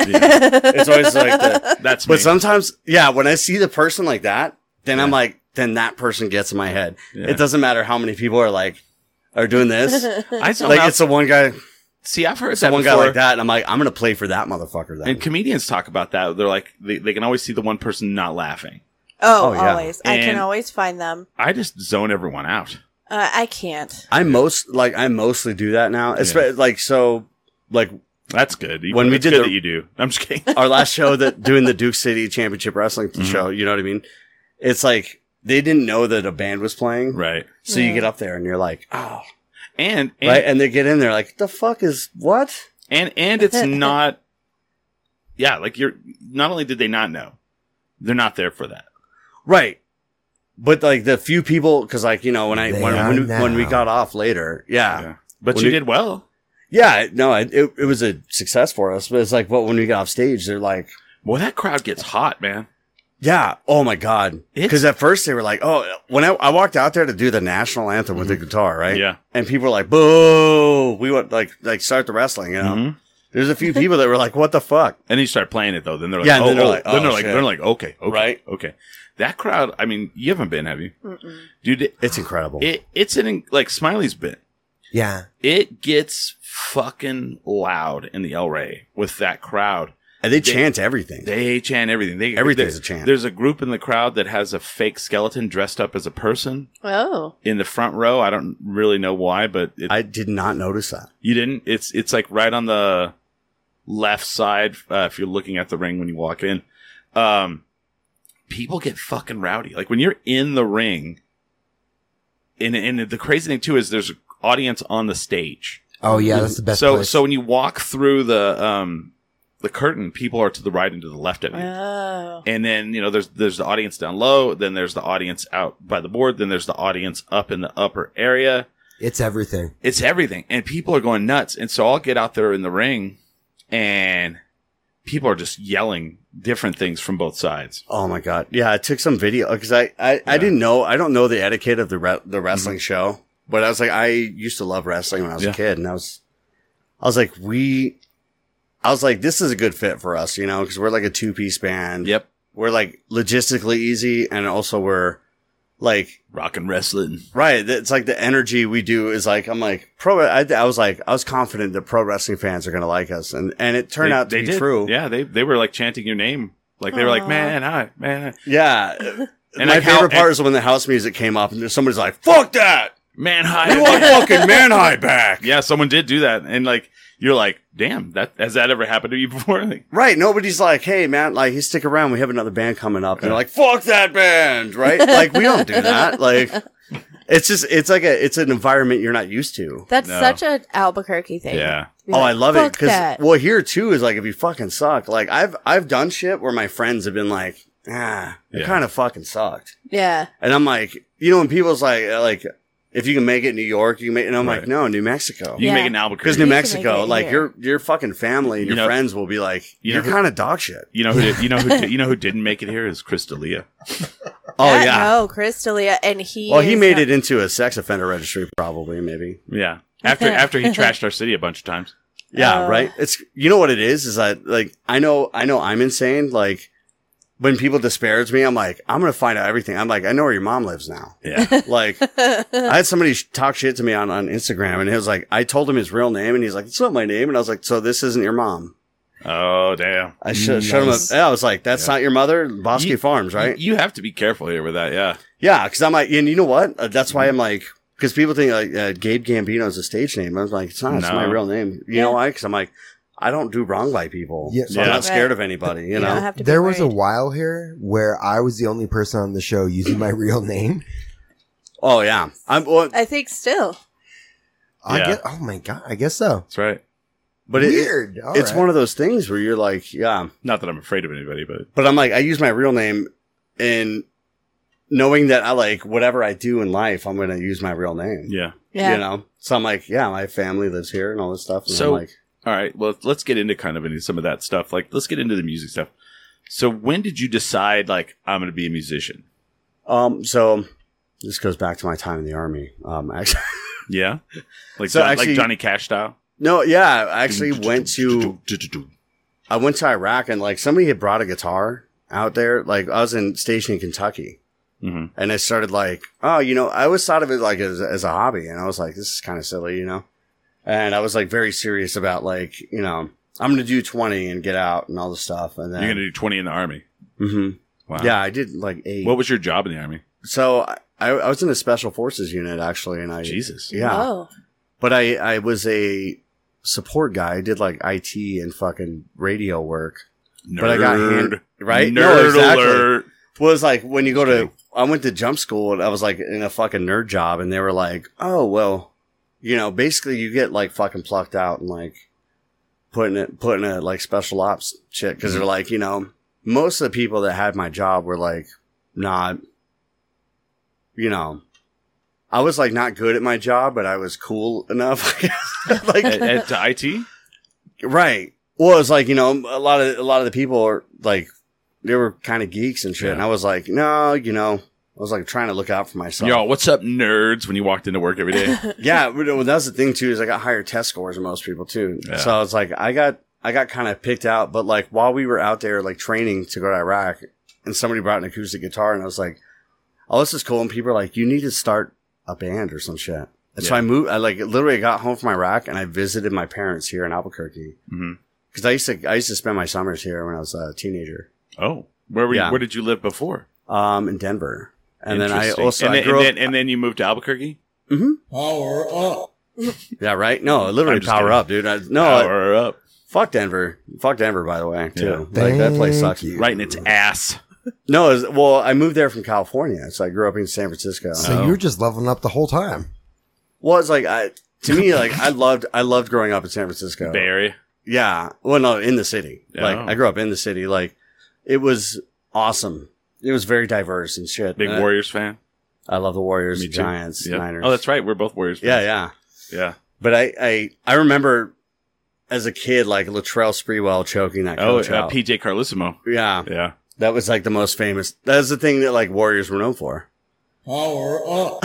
Yeah. It's always like the. That's me. But sometimes, yeah, when I see the person like that, then I'm like, then that person gets in my head. Yeah. It doesn't matter how many people are like are doing this. I somehow, like it's the one guy, see, I've heard the that one guy before. like that, and I'm like, I'm gonna play for that motherfucker. Then And comedians talk about that. They're like, they, they can always see the one person not laughing. Oh, Oh, yeah. always. I can And- always find them. I just zone everyone out. Uh, I can't. I most like I mostly do that now. Espe- like so, like That's good. You- When we it's did good the- that you do. I'm just kidding. our last show that doing the Duke City Championship Wrestling Mm-hmm. show. You know what I mean? It's like they didn't know that a band was playing, right. so you get up there and you're like, oh, And and right, and they get in there like, the fuck is what? and, and it's not. Yeah, like you're. Not only did they not know, they're not there for that. Right. But like the few people, because like you know when I They when are when, we- when we now. got off later, yeah, Yeah. But When you we- did well. yeah, no, it, it it was a success for us. But it's like, but when we got off stage, they're like, Boy, that crowd gets hot, man. yeah, oh my god, It's- because at first they were like, oh, when I, I walked out there to do the national anthem with the guitar, right, Mm-hmm. Yeah. and people were like, boo, we want like like start the wrestling, you know. Mhm. There's a few people that were like, what the fuck, And then you start playing it though. Then they're like, Yeah, and oh, then they're oh. like, then oh, they're like, shit. they're like, okay, okay, Right. okay. That crowd. I mean, you haven't been, have you, Mm-mm. dude? It, it's incredible. it it's an in- like Smiley's been. Yeah. it gets fucking loud in the El Rey with that crowd. and they, chant everything. They chant everything. They, Everything's there- a chant. There's a group in the crowd that has a fake skeleton dressed up as a person Oh. in the front row. I don't really know why, but it, I did not notice that. you didn't. It's it's like right on the left side uh, if you're looking at the ring when you walk in. Um, people get fucking rowdy. Like when you're in the ring, and and the crazy thing too is there's an audience on the stage. Oh yeah, that's the best. So place. so when you walk through the um the curtain, people are to the right and to the left of you. Oh. And then, you know, there's there's the audience down low, then there's the audience out by the board, then there's the audience up in the upper area. it's everything. It's everything. And people are going nuts. And so I'll get out there in the ring and people are just yelling different things from both sides. Oh my god! Yeah, I took some video because I I, I didn't know I don't know the etiquette of the re- the Mm-hmm. wrestling show, but I was like I used to love wrestling when I was Yeah. a kid, and I was I was like we I was like this is a good fit for us, you know, because we're like a two piece band. Yep. we're like logistically easy, and also we're Like, Rock and wrestling. right. It's like the energy we do is like, I'm like, pro, I, I was like, I was confident that pro wrestling fans are going to like us. And, and it turned They- out to they be did. true. Yeah, they they were like chanting your name. Like they were like, Aw. man, hi, man, Yeah. And my like how- favorite part is when the house music came up and there's somebody's like, fuck that. man, We hi. want fucking Manhai back. yeah, someone did do that, and like you're like, damn, that has that ever happened to you before? Like, Right. Nobody's like, hey, man, like, you stick around. We have another band coming up. And they're like, fuck that band. Right. Like, we don't do that. Like, it's just, it's like a, it's an environment you're not used to. That's No. such an Albuquerque thing. yeah, Oh, I love it. Cause, because well, here too is like, if you fucking suck, like, I've, I've done shit where my friends have been like, ah, it Yeah. kind of fucking sucked. yeah, And I'm like, you know, when people's like, like, if you can make it in New York, you can make, and I'm Right. like, no, New Mexico. you Yeah. can make an Albuquerque. Because New You can Mexico, make it like here. your your fucking family and You your know- friends will be like, you you are know- kind of dog shit. you know who did, you know who did, you know who didn't make it here is Chris D'Elia. Oh yeah. No, Chris D'Elia, and he. Well, he is made not- it into a sex offender registry, probably, maybe. Yeah, after after he trashed our city a bunch of times. Yeah, Oh. right. It's you know what it is is that like I know I know I'm insane. Like when people disparage me, I'm like I'm gonna find out everything. I'm like I know where your mom lives now. Yeah, Like I had somebody sh- talk shit to me on on Instagram, and it was like I told him his real name, and he's like it's not my name, and I was like so this isn't your mom. oh damn. I should shut him up. Nice. Yeah, I was like that's not your mother, Bosky You- Farms, right? You have to be careful here with that. Yeah, Yeah, because I'm like, and you know what? Uh, that's why I'm like, because people think like uh, Gabe Gambino is a stage name. I was like, it's not. It's No. my real name. You Yeah. know why? Because I'm like, I don't do wrong by people. Yeah. So I'm Yeah. not scared of anybody. You You don't know. have to be There was a worried. while here where I was the only person on the show using my real name. Oh yeah. I'm. Well, I think still. I Yeah. guess, oh my god, I guess so. that's right. but it, it, Weird. All it's right. one of those things where you're like, yeah. Not that I'm afraid of anybody, but But I'm like, I use my real name, and knowing that I like whatever I do in life, I'm gonna use my real name. yeah. Yeah. You know. So I'm like, yeah, my family lives here and all this stuff. And So- I'm like, All right. Well, let's get into kind of into some of that stuff. Like, let's get into the music stuff. So, when did you decide like I'm going to be a musician? um, so this goes back to my time in the army. Um, actually. Yeah, like So John- actually- like Johnny Cash style. No, yeah, Mm, I actually went to I went to Iraq and like somebody had brought a guitar out there. Like I was in station in Kentucky hmm and I started like, oh, you know, I always thought of it like as, as a hobby and I was like, this is kind of silly, you know? And I was like very serious about like, you know, I'm going to do 20 and get out and all this stuff. And then, You're going to do 20 in the army. Mhm. Wow. yeah, I did like eight. What was your job in the army? so I, I was in a special forces unit actually. And I, Jesus. yeah. Oh. But I, I was a support guy. I did like IT and fucking radio work. Nerd. But I got hand- Nerd right? No, exactly. alert. Well, it's like when you go to, I went to jump school and I was like in a fucking nerd job and they were like, oh, well, you know, basically you get like fucking plucked out and like putting it, putting a like special ops shit. because they're like, you know, most of the people that had my job were like not, you know, I was like not good at my job, but I was cool enough. like, at, at- to IT. Right. Well, it's like you know, a lot of a lot of the people are like they were kind of geeks and shit, Yeah. and I was like, no, you know, I was like trying to look out for myself. Yo, what's up, nerds? When you walked into work every day. Yeah, but well, that's the thing too is I got higher test scores than most people too. Yeah. So I was like, I got I got kind of picked out, but like while we were out there like training to go to Iraq, and somebody brought an acoustic guitar, and I was like, oh, this is cool, and people are like, you need to start a band or some shit. And so Yeah. I moved. I like literally got home from Iraq, and I visited my parents here in Albuquerque. Mhm. Because I used to, I used to spend my summers here when I was a teenager, Oh, where were you, Yeah. where did you live before? um, in Denver, and then I Interesting. also and, I then, grew and, up- then, and then you moved to Albuquerque. Power up. yeah, right? No, literally I'm just power kidding. up, dude. I, no, I- Power up, fuck Denver, fuck Denver. By the way, too, Yeah. like that place Thank sucks. you. right in its ass. No, it was- well, I moved there from California, so I grew up in San Francisco. So you were just leveling up the whole time. Well, it's like I, to me, like I loved, I loved growing up in San Francisco. Bay Area. Yeah. Well, no, in the city. Like Oh. I grew up in the city. Like it was awesome. It was very diverse and shit. Big And I- Warriors fan. I love the Warriors, Me too. Giants, Yeah. Uh, Niners. Oh, that's right. We're both Warriors. Yeah, Fans. yeah. yeah. But I, I, I remember as a kid, like Latrell Sprewell choking that Oh, coach uh, out. PJ Carlissimo. yeah, Yeah. that was like the most famous. That was the thing that like Warriors were known for. Power up.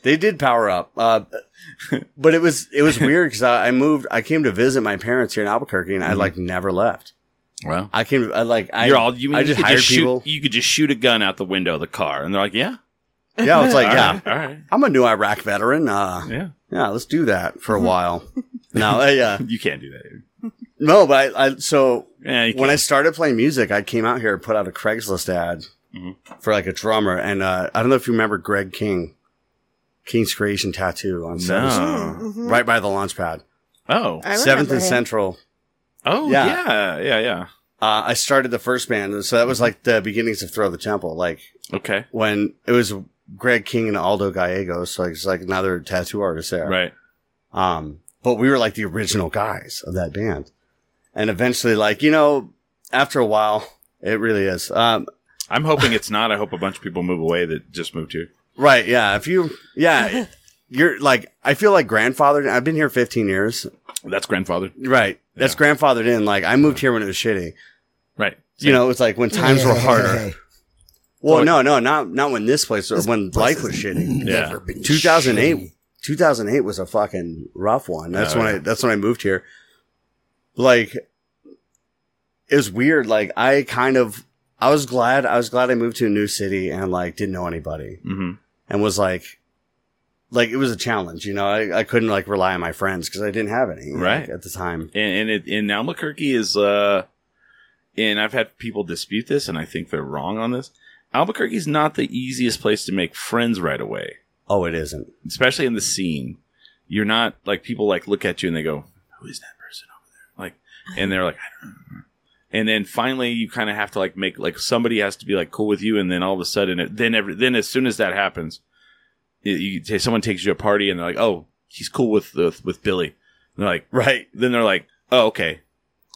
They did power up, uh, but it was it was weird because I, I moved. I came to visit my parents here in Albuquerque, and I like never left. Well, I can I like I Mm-hmm. you're all you mean I you just could hire shoot- people. you could just shoot a gun out the window of the car, and they're like, "Yeah, yeah, it's like all yeah, right, all right, I'm a new Iraq veteran. Uh, yeah." yeah, let's do that for a while. no, I, uh, You can't do that. Here. no, but I, I so Yeah, you when I can't. started playing music, I came out here and put out a Craigslist ad Mhm. for like a drummer, and uh, I don't know if you remember Greg King, King's Creation Tattoo no. on Seventh, Mhm. Uh, right by the launch pad, Oh, I remember Seventh and him. Central. oh, Yeah. yeah, yeah, yeah. Uh, I started the first band, so that was like the beginnings of Throw the Temple, like Okay, when it was Greg King and Aldo Gallegos, so it's like another tattoo artist there, right. Um, but we were like the original guys of that band. And eventually, like, you know, after a while, it really is. Um, I'm hoping it's not. I hope a bunch of people move away that just moved here. right. Yeah. If you, yeah, you're like, I feel like grandfathered. I've been here 15 years. That's grandfather, Right. That's grandfathered in. Like, I moved here when it was shitty. right? You know, it's like when times were harder. Well, no, no, not, not when this place, or when life was shitty. Yeah. 2008 2008 was a fucking rough one that's Oh, when yeah. i that's when i moved here like it was weird like i kind of i was glad i was glad i moved to a new city and like didn't know anybody hmm and was like like it was a challenge you know i, I couldn't like rely on my friends because i didn't have any like, Right. at the time and and, it, and Albuquerque is uh, and I've had people dispute this, and I think they're wrong on this. Albuquerque's not the easiest place to make friends right away, oh it isn't especially in the scene. You're not like people like look at you and they go, "Who is that person over there?" Like, and they're like, "I don't know." And then finally, you kind of have to like make like somebody has to be like cool with you, and then all of a sudden, it, then every then as soon as that happens, you, you, someone takes you to a party and they're like, "Oh, he's cool with with, with Billy." And they're like, right then they're like, "Oh, okay,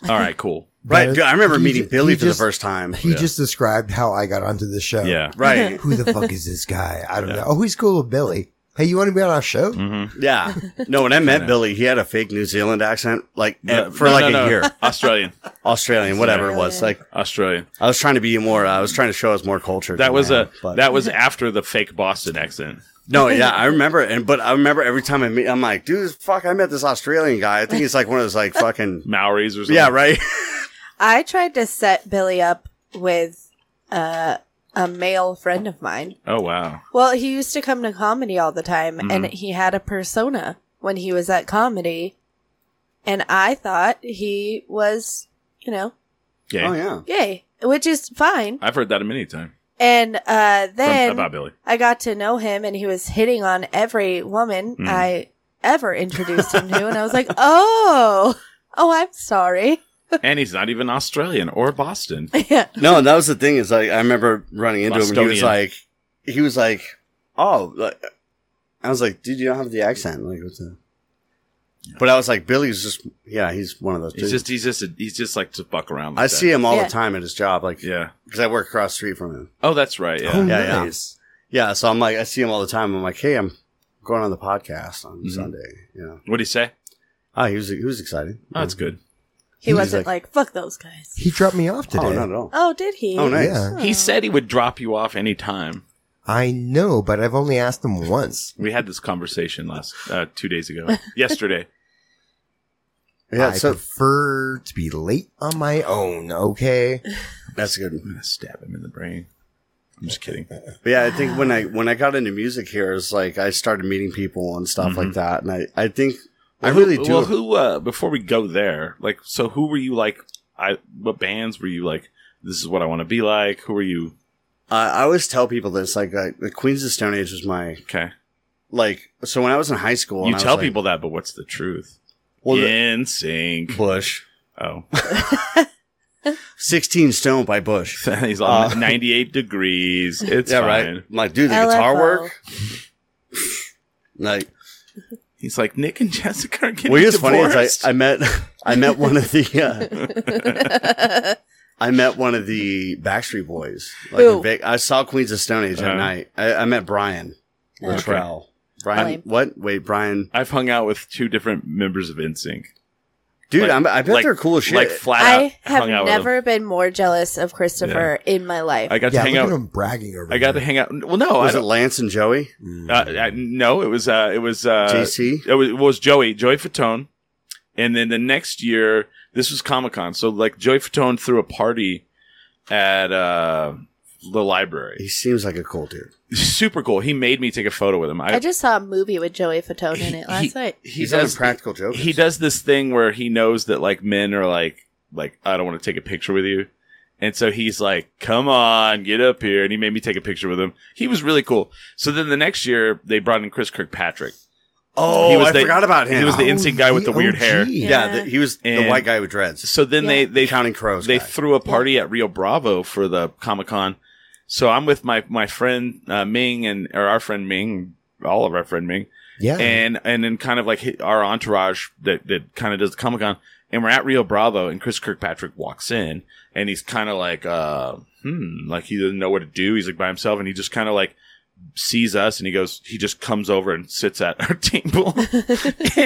all right, cool, right dude, i remember He meeting ju- billy he for the just- first time He just described how I got onto the show. yeah, right Who the fuck is this guy? I don't know. Oh, he's cool with Billy. Hey, you want to be on our show? mm-hmm. yeah no when i met billy he had a fake new zealand accent like for like a year Australian, Australian, whatever it was. Like Australian. Australian. I was trying to be more. I was trying to show us more culture. That was a but, that was after the fake Boston accent. no, yeah, I remember. it. And but I remember every time I meet, I'm like, dude, fuck, I met this Australian guy. I think he's like one of those like fucking Maoris or something. yeah, right. I tried to set Billy up with uh, a male friend of mine. Oh wow. Well, he used to come to comedy all the time, and he had a persona when he was at comedy. And I thought he was, you know, Okay. Oh yeah, gay, which is fine. I've heard that a many times And uh, then about Billy. I got to know him, and he was hitting on every woman Mm. I ever introduced him to. And I was like, oh, oh, I'm sorry. and he's not even Australian or Boston. yeah. no, and that was the thing is like I remember running into him. And he was Bostonian. like, he was like, oh, like, I was like, dude, you don't have the accent. Like, what's that? But I was like, Billy's just yeah, he's one of those. He's dudes. just he's just a, he's just like to fuck around. Like I that. see him all Yeah. the time at his job, like because Yeah. I work across the street from him. Oh, that's right. Yeah. Oh, Yeah, yeah. nice. Yeah, so I'm like, I see him all the time. I'm like, hey, I'm going on the podcast on Mhm. Sunday. You know, What do you say? oh, he was he was excited. Oh, that's good. He He's wasn't like, fuck those guys. He dropped me off today. Oh, not at all. Oh, did he? Oh, nice. Yeah. He said he would drop you off any time. I know, but I've only asked him once. We had this conversation last uh, two days ago, yesterday. Yeah, I so prefer to be late on my own, okay? that's good. I'm gonna stab him in the brain. I'm just kidding. But yeah, I think when I when I got into music here, it's like I started meeting people and stuff like that, and I I think I really who, do. Mm-hmm. Well, who? Uh, before we go there, like, so who were you like? I what bands were you like? This is what I want to be like. Who were you? I, I always tell people this, like I, the Queens of the Stone Age was my Okay, like. So when I was in high school, and you I was tell like- people that, but what's the truth? well, the- In sync. Bush, Oh, sixteen Stone by Bush. he's on Uh, 98 degrees. It's yeah, fine. right. Like, dude, the LFO. guitar work, like He's like Nick and Jessica are getting well, here's funny. divorced. Is I, I met I met one of the uh, I met one of the Backstreet Boys. Like Who? in Ve- I saw Queens of Stone Age Uh-huh. at night. I, I met Brian Luttrell. Brian, Lame. what? Wait, Brian, have hung out with two different members of InSync. dude. Like- I'm, I bet like- they're cool as Oh, shit. Like flat out. I have hung out With them. never been more jealous of Christopher in my life. I got yeah, to hang look at out. him bragging over Mm. I got to there. hang out. Well, no, oh, I was it don't- Lance and Joey? uh, I, no. It was uh, it was uh, JC? It was, it was Joey, Joey Fatone, And then the next year, this was Comic Con. So like Joey Fatone threw a party at uh, the library. He seems like a cool dude. Super cool. He made me take a photo with him. I, just saw a movie with Joey Fatone in it last night. He He's on does Practical Jokers. he does this thing where he knows that like men are like like I don't want to take a picture with you. And so he's like, "Come on, get up here." And he made me take a picture with him. He was really cool. So then the next year they brought in Chris Kirkpatrick. Oh, He was I the- forgot about him. he was Oh, the NSYNC guy with the weird hair. yeah, Yeah. the, he was And- the white guy with dreads. So then they they Counting Crows. they guy. threw a party at Rio Bravo for the Comic Con. So I'm with my my friend uh, Ming and or our friend Ming, all of our friend Ming, Yeah. and and then kind of like hit our entourage that that kind of does the Comic Con, and we're at Rio Bravo, and Chris Kirkpatrick walks in, and he's kind of like, uh, hmm, like he doesn't know what to do. He's like by himself, and he just kind of like sees us, and he goes, he just comes over and sits at our table.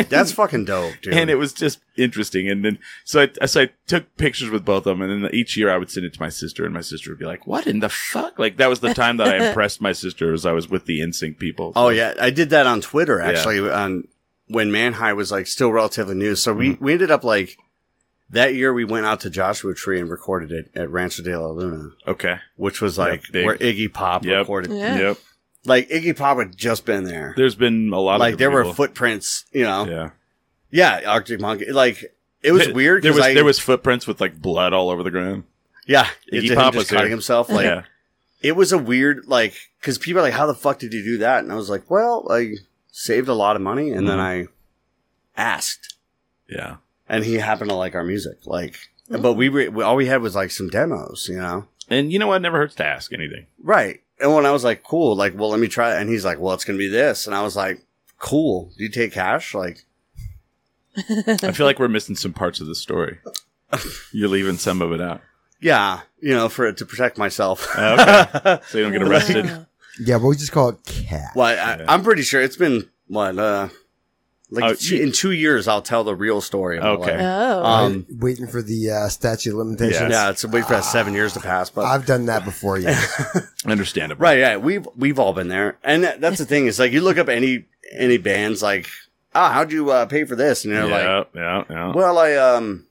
That's fucking dope, dude. And it was just interesting. And then, so I, so I took pictures with both of them. And then each year I would send it to my sister, and my sister would be like, What in the fuck? Like, that was the time that I impressed my sister as I was with the NSYNC people. oh yeah, I did that on Twitter Yeah. actually on when Manhai was like still relatively new. So we Mm-hmm. we ended up like that year we went out to Joshua Tree and recorded it at Rancho de la Luna, Okay. which was like big. where Iggy Pop Yep. recorded. Yeah. Yep. Like Iggy Pop had just been there. There's been a lot like of there different were footprints, you know. people. Yeah. Yeah, Arctic Monkey. Like it was There- weird There because was, I there was footprints with like blood all over the ground. yeah, Iggy Iggy Pop Pop just was cutting there. himself. Like yeah. it was a weird like because people are like, how the fuck did you do that? And I was like, well, I saved a lot of money and then Mm-hmm. I asked, Yeah. and he happened to like our music. Like, but we were we, all we had was like some demos, you know. And you know what? It never hurts to ask anything. Right. And when I was like, cool, like, well, let me try it. And he's like, well, it's going to be this. And I was like, cool. Do you take cash? Like, I feel like we're missing some parts of the story. You're leaving some of it out. yeah, you know, for to protect myself. Ah, Okay. So you don't get arrested. yeah, but we just call it cat. well, I, I'm pretty sure it's been, what, uh, like Oh, two- you- in two years, I'll tell the real story. Of my Okay. life. Oh. Uh, I'm Um, waiting for the uh, statute of limitations. yeah, it's a wait for that seven years to pass, but I've done that before. Yeah. Understandable. Right, yeah, we've we've all been there, and that, that's the thing is like you look up any any bands like ah how'd you uh, pay for this, and Yeah. they're yeah. Yeah. like, well, I um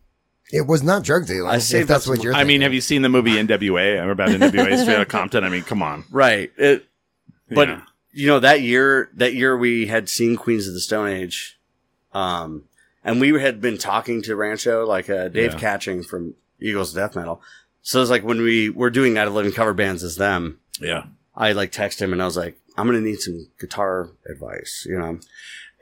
it was not drug dealing. I if saved that's up what some- you're. I mean, thinking. have you seen the movie NWA? I'm about NWA's fan of Compton. I mean, come on. right, it, but Yeah. you know that year that year we had seen Queens of the Stone Age, um, and we had been talking to Rancho like uh, Dave Yeah. Catching from Eagles of Death Metal, so it's like when we were doing Night of Living cover bands as them, Yeah. I like text him and I was like, I'm gonna need some guitar advice, you know, and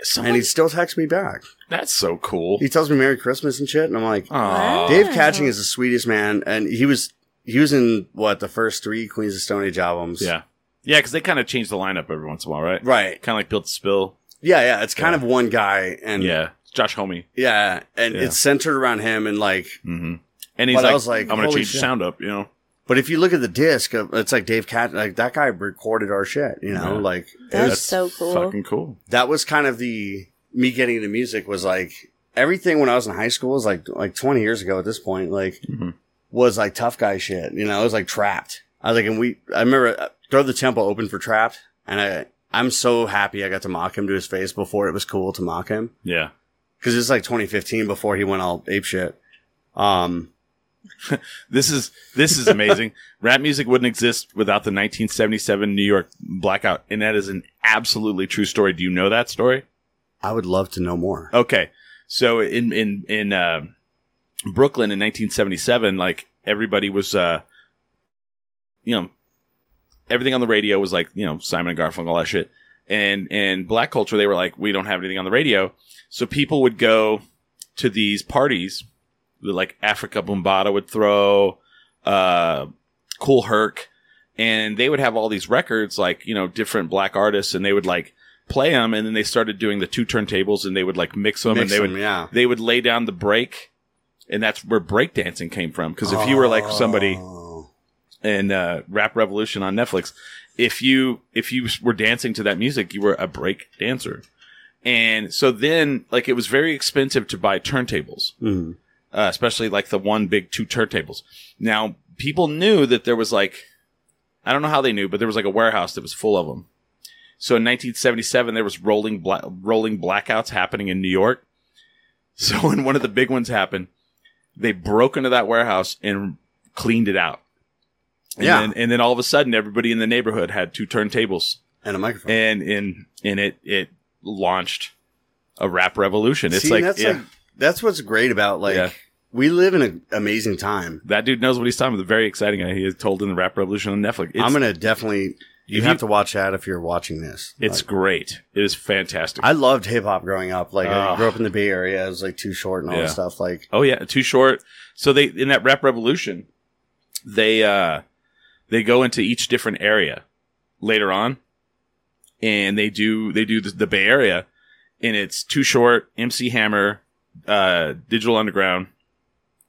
Someone, he still texts me back. that's so cool. He tells me Merry Christmas and shit, and I'm like. Aw. Dave Catching is the sweetest man, and he was he was in what the first three Queens of Stone Age albums. Yeah. Yeah, because they kind of change the lineup every once in a while, right? right. Kind of like Built to Spill. Yeah, yeah. It's kind Yeah. of one guy, and yeah, yeah. It's Josh Homey. and Yeah. it's centered around him. And like, Mm-hmm. And he's But I like, was like, I'm going to holy change the shit. sound up, you know? but if you look at the disc, uh, it's like Dave Cat, like that guy recorded our shit. You know, Yeah. like That was That's so cool. Fucking cool. that was kind of the me getting into music was like everything when I was in high school was like like 20 years ago at this point like Mhm. was like tough guy shit you know I was like trapped I was like and we I remember uh, throw the temple open for trapped and I I'm so happy I got to mock him to his face before it was cool to mock him Yeah. because it's like 2015 before he went all ape shit um This is this is amazing. Rap music wouldn't exist without the 1977 New York blackout, and that is an absolutely true story. Do you know that story? I would love to know more Okay, so in in in uh, Brooklyn in 1977, like everybody was, uh, you know, everything on the radio was like you know Simon and Garfunkel, all that shit, and and black culture they were like we don't have anything on the radio, so people would go to these parties that like Africa Bombata would throw, uh, Cool Herc, and they would have all these records like you know different black artists, and they would like play them, and then they started doing the two turntables, and they would like mix them, and Mix they them, would yeah they would lay down the break, and that's where breakdancing came from. Because if you were like somebody Oh. and uh, Rap Revolution on Netflix, if you if you were dancing to that music, you were a break dancer. And so then, like, it was very expensive to buy turntables, Mhm. uh, especially like the one big two turntables. Now, people knew that there was like, I don't know how they knew, but there was like a warehouse that was full of them. So in 1977, there was rolling bla- rolling blackouts happening in New York, So when one of the big ones happened, they broke into that warehouse and cleaned it out. And Yeah. Then, and then all of a sudden, everybody in the neighborhood had two turntables, and a microphone. and in and it it launched a rap revolution. It's See, like, that's yeah, like that's what's great about like Yeah. we live in an amazing time. that dude knows what he's talking about. Very exciting. He is told in the rap revolution on Netflix. It's, I'm gonna definitely. You If have you- to watch that if you're watching this. it's Like, great. It is fantastic. I loved hip hop growing up. Like I Ah. grew up in the Bay Area. I was like too short and all Yeah. that stuff. Like Oh yeah, too short. So they in that rap revolution, they uh they go into each different area later on, and they do they do the, the Bay Area, and it's too short, MC Hammer, uh, Digital Underground,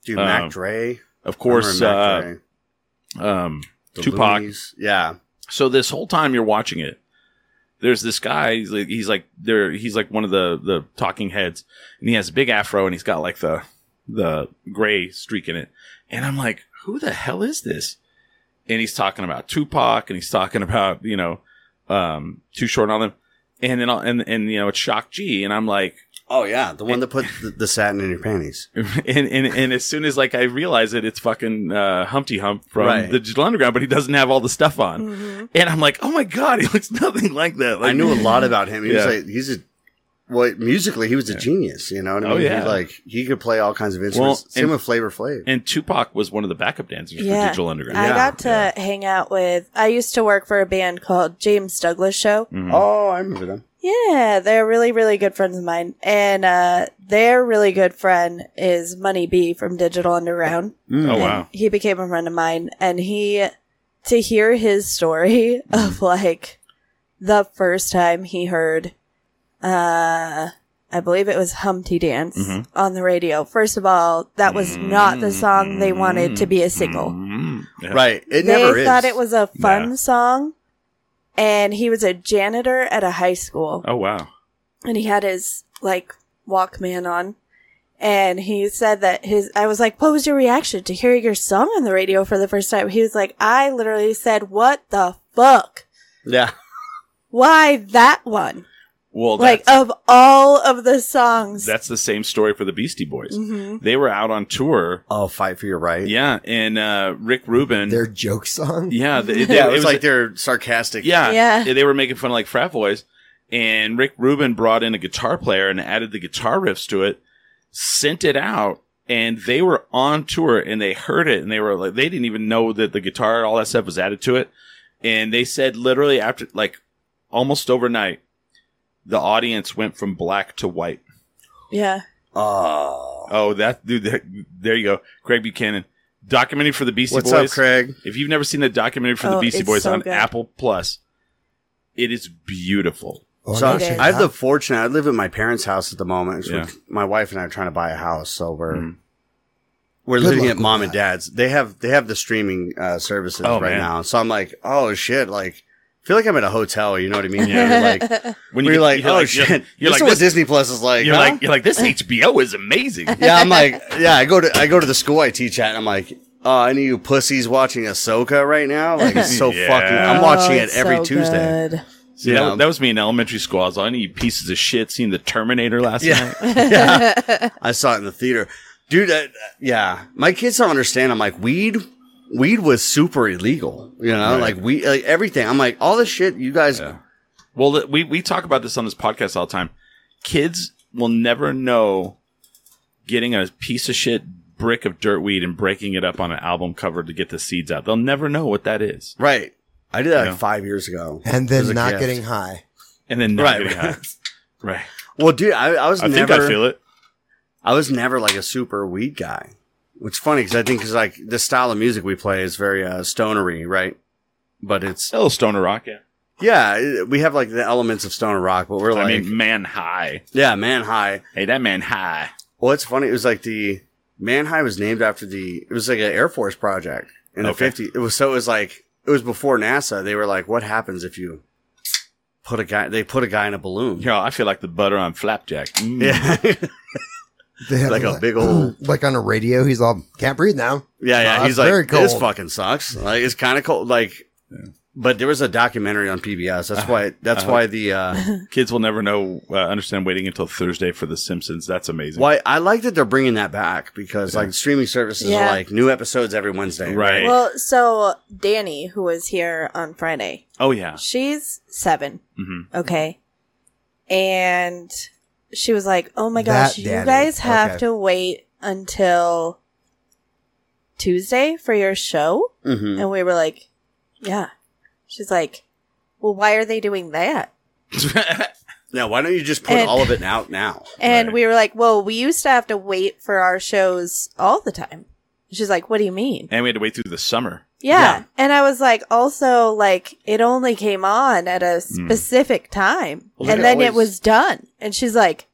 dude, Um, Mac Dre. of course, I uh, remember um, Dre, the Tupac. Loonies. Yeah, So this whole time you're watching it, there's this guy. He's like he's like there. He's like one of the the talking heads, and he has a big afro, and he's got like the the gray streak in it. And I'm like, who the hell is this? And he's talking about Tupac, and he's talking about you know, um, Too Short and all them. And then I'll- and and you know it's Shock G, and I'm like, oh yeah, the one that put the, the satin in your panties. and, and and as soon as like I realize it, it's fucking uh, Humpty Hump from Right. the Digital Underground, but he doesn't have all the stuff on. Mm-hmm. And I'm like, oh my god, he looks nothing like that. Like, I knew a lot about him. He Yeah. was like he's a well musically he was a genius. You know what I Oh, mean? yeah. He, like he could play all kinds of instruments. Same and- with Flavor Flav. And Tupac was one of the backup dancers for Yeah. Digital Underground. I Yeah. got to hang out with. I used to work for a band called James Douglas Show. Mhm. oh, I remember them. Yeah, they're really, really good friends of mine. And uh, their really good friend is Money B from Digital Underground. Oh, And wow. He became a friend of mine. And he, to hear his story of like the first time he heard, uh, I believe it was Humpty Dance Mhm. Mm-hmm. on the radio. First of all, that was not the song they wanted to be a single Mm. Yeah. Right. Mm-hmm. It they never is. thought it was a fun Nah. song and he was a janitor at a high school Oh wow. and he had his like walkman on and he said that his i was like what was your reaction to hearing your song on the radio for the first time he was like i literally said what the fuck Yeah. why that one Well, like oh, that's, of all of the songs that's the same story for the Beastie Boys. Mhm. They were out on tour. Oh, fight for your right. Yeah, and uh, Rick Rubin. Their joke song. yeah, they, they- Yeah, it, was like they're sarcastic. Yeah. Yeah. They were making fun of like frat boys. And Rick Rubin brought in a guitar player and added the guitar riffs to it, sent it out, and they were on tour and they heard it and they were like, they didn't even know that the guitar and all that stuff was added to it. And they said literally after, like almost overnight, the audience went from black to white. yeah Oh. Oh, that dude, that, there you go. Craig Buchanan. Documentary for the Beastie What's Boys. up, Craig? If you've never seen the documentary for the Oh, Beastie it's Boys so on good. Apple Plus, it is beautiful. Oh, So no, Okay. check I have it the out. fortune. I live at my parents' house at the moment. So Yeah. My wife and I are trying to buy a house, so we're Mhm. we're Good living luck at with mom and that. dad's. They have they have the streaming uh, services Oh, right man. now. So I'm like, oh shit, like I feel like I'm at a hotel. You know what I mean? Yeah. like When we're get- like, oh you're- shit. you're this like is what this, Disney Plus is like. you're huh? like, you're like this HBO is amazing. yeah, I'm like, yeah, I go to I go to the school I teach at, and I'm like, oh, any of you pussies watching Ahsoka right now? Like, it's so Yeah. fucking. I'm Oh, watching it it's every so Tuesday. good. See, Yeah. that, was- that was me in elementary school. I was like, you pieces of shit seen the Terminator last Yeah. night. Yeah. I saw it in the theater, dude. I, yeah, my kids don't understand. I'm like, weed, weed was super illegal. You know, Right. like we, like everything. I'm like, all this shit, you guys. Yeah. Well, th- we we talk about this on this podcast all the time. Kids will never know getting a piece of shit brick of dirt weed and breaking it up on an album cover to get the seeds out. They'll never know what that is, Right. I did that Yeah. like five years ago. And As a then not gift. getting high. and then not Right. getting high. right. Well, dude, I, I was I never. think I feel it. I was never like a super weed guy, which is funny because I think because like the style of music we play is very uh, stonery, right? But it's A little stoner rock. Yeah. yeah, it- we have like the elements of stoner rock, but we're like I mean, man high. yeah, man high. Hey, that man high. Well, it's funny. It was like the man high was named after the it was like an Air Force project in the Okay. fifty. It was so it was like it was before NASA. They were like, what happens if you put a guy? They put a guy in a balloon. Yo, I feel like the butter on flapjack. Mm. Yeah, yeah, They have Like a big old- like on a radio. He's all can't breathe now. yeah. Oh, He's that's very like, this cold. fucking sucks. Like it's kind of cold. Like But there was a documentary on PBS. That's why. That's Uh-huh. why the. Uh, Kids will never know, uh, understand waiting until Thursday for The Simpsons. That's amazing. why I like that they're bringing that back because like streaming services Yeah. are like new episodes every Wednesday. Right. Well, so Danny, who was here on Friday, Oh, yeah. she's seven. Mhm. Okay. And she was like, Oh my gosh, That you Danny. guys have Okay. to wait until Tuesday for your show? hmm And we were like, Yeah. She's like, Well, why are they doing that? Now, why don't you just put And- all of it out now? And Right. we were like, Well, we used to have to wait for our shows all the time. She's like, What do you mean? and we had to wait through the summer. Yeah. Yeah. And I was like, also, like, it only came on at a specific time. Well, and they then it always- was done. And she's like,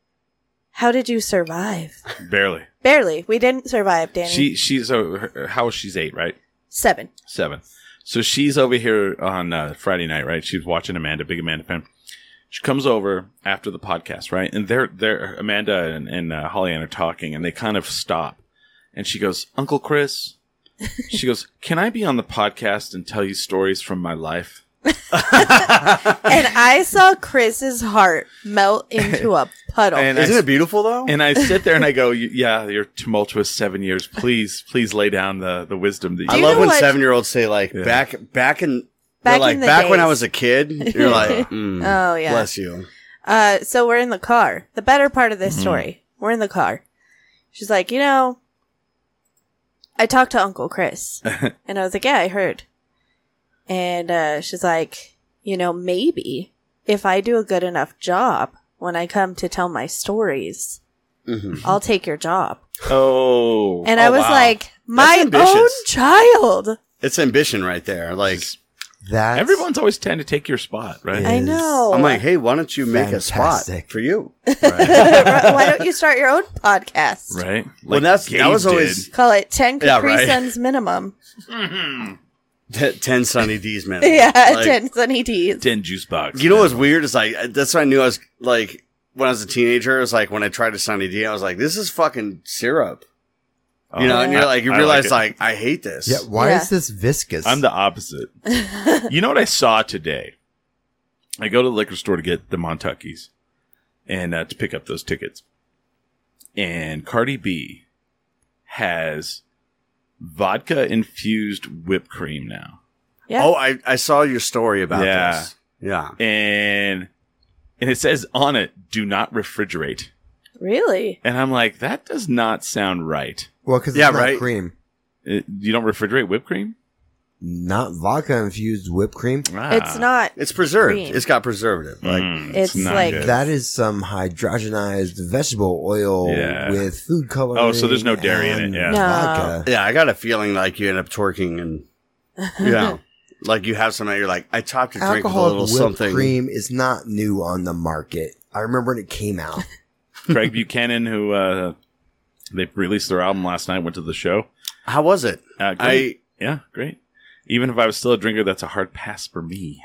how did you survive? Barely. Barely. We didn't survive, Danny. She she's uh, her- how she's eight, right? Seven. Seven. So she's over here on uh, Friday night, right? She's watching Amanda, big Amanda fan. She comes over after the podcast, right? And they're they're Amanda and, and uh, Holly Ann are talking, and they kind of stop. And she goes, "Uncle Chris," she goes, "Can I be on the podcast and tell you stories from my life?" and I saw Chris's heart melt into a puddle. And Isn't I, it beautiful though? and I sit there and I go, "Yeah, your tumultuous seven years. Please, please lay down the the wisdom that you I you love know when what- seven year olds say like back back in Back in back like the back when I days." was a kid. You're like, mm, Oh, yeah. bless you. Uh, so we're in the car. The better part of this Mm-hmm. story. We're in the car. She's like, you know, I talked to Uncle Chris, and I was like, yeah, I heard. And uh, she's like, you know, maybe if I do a good enough job when I come to tell my stories, Mhm. I'll take your job. Oh, And I was wow. like, my own ambitious. child. It's ambition right there. Like That everyone's always trying to take your spot, right? Yeah. I Is- know. I'm like, hey, why don't you make a Fantastic. spot for you? why don't you start your own podcast? Right? well, that's that Gabe was always did. Call it 10 Yeah, Capri right. Suns minimum. t- ten Sunny D's man. Yeah, Like, 10 Sunny D's. ten juice box. You know what's weird is like that's what I knew I was like when I was a teenager. It was like when I tried a Sunny D, I was like, this is fucking syrup. You know, Oh, and you're like you I like realize it. like, I hate this. Yeah, why Yeah. is this viscous? I'm the opposite. you know what I saw today? I go to the liquor store to get the Montuckies and uh, to pick up those tickets. And Cardi B has vodka infused whipped cream now. Yeah. Oh, I, I saw your story about Yeah. this. Yeah. And and it says on it, do not refrigerate. Really? And I'm like, that does not sound right. well, because Yeah, it's not right. cream, Uh, You don't refrigerate whipped cream? not vodka infused whipped cream. Ah. It's not. It's preserved. Cream. It's got preservative. Like Mm, it's like- good. That is some hydrogenized vegetable oil Yeah. with food coloring. Oh, so there's no dairy in it, and yeah. No. Vodka. Yeah, I got a feeling like you end up twerking and you know, like you have something. You're like, I topped your drink with a Alcohol little whipped something. cream is not new on the market. I remember when it came out. Craig Buchanan, who uh, they released their album last night, went to the show. How was it? Uh, great. I yeah, great. Even if I was still a drinker, that's a hard pass for me.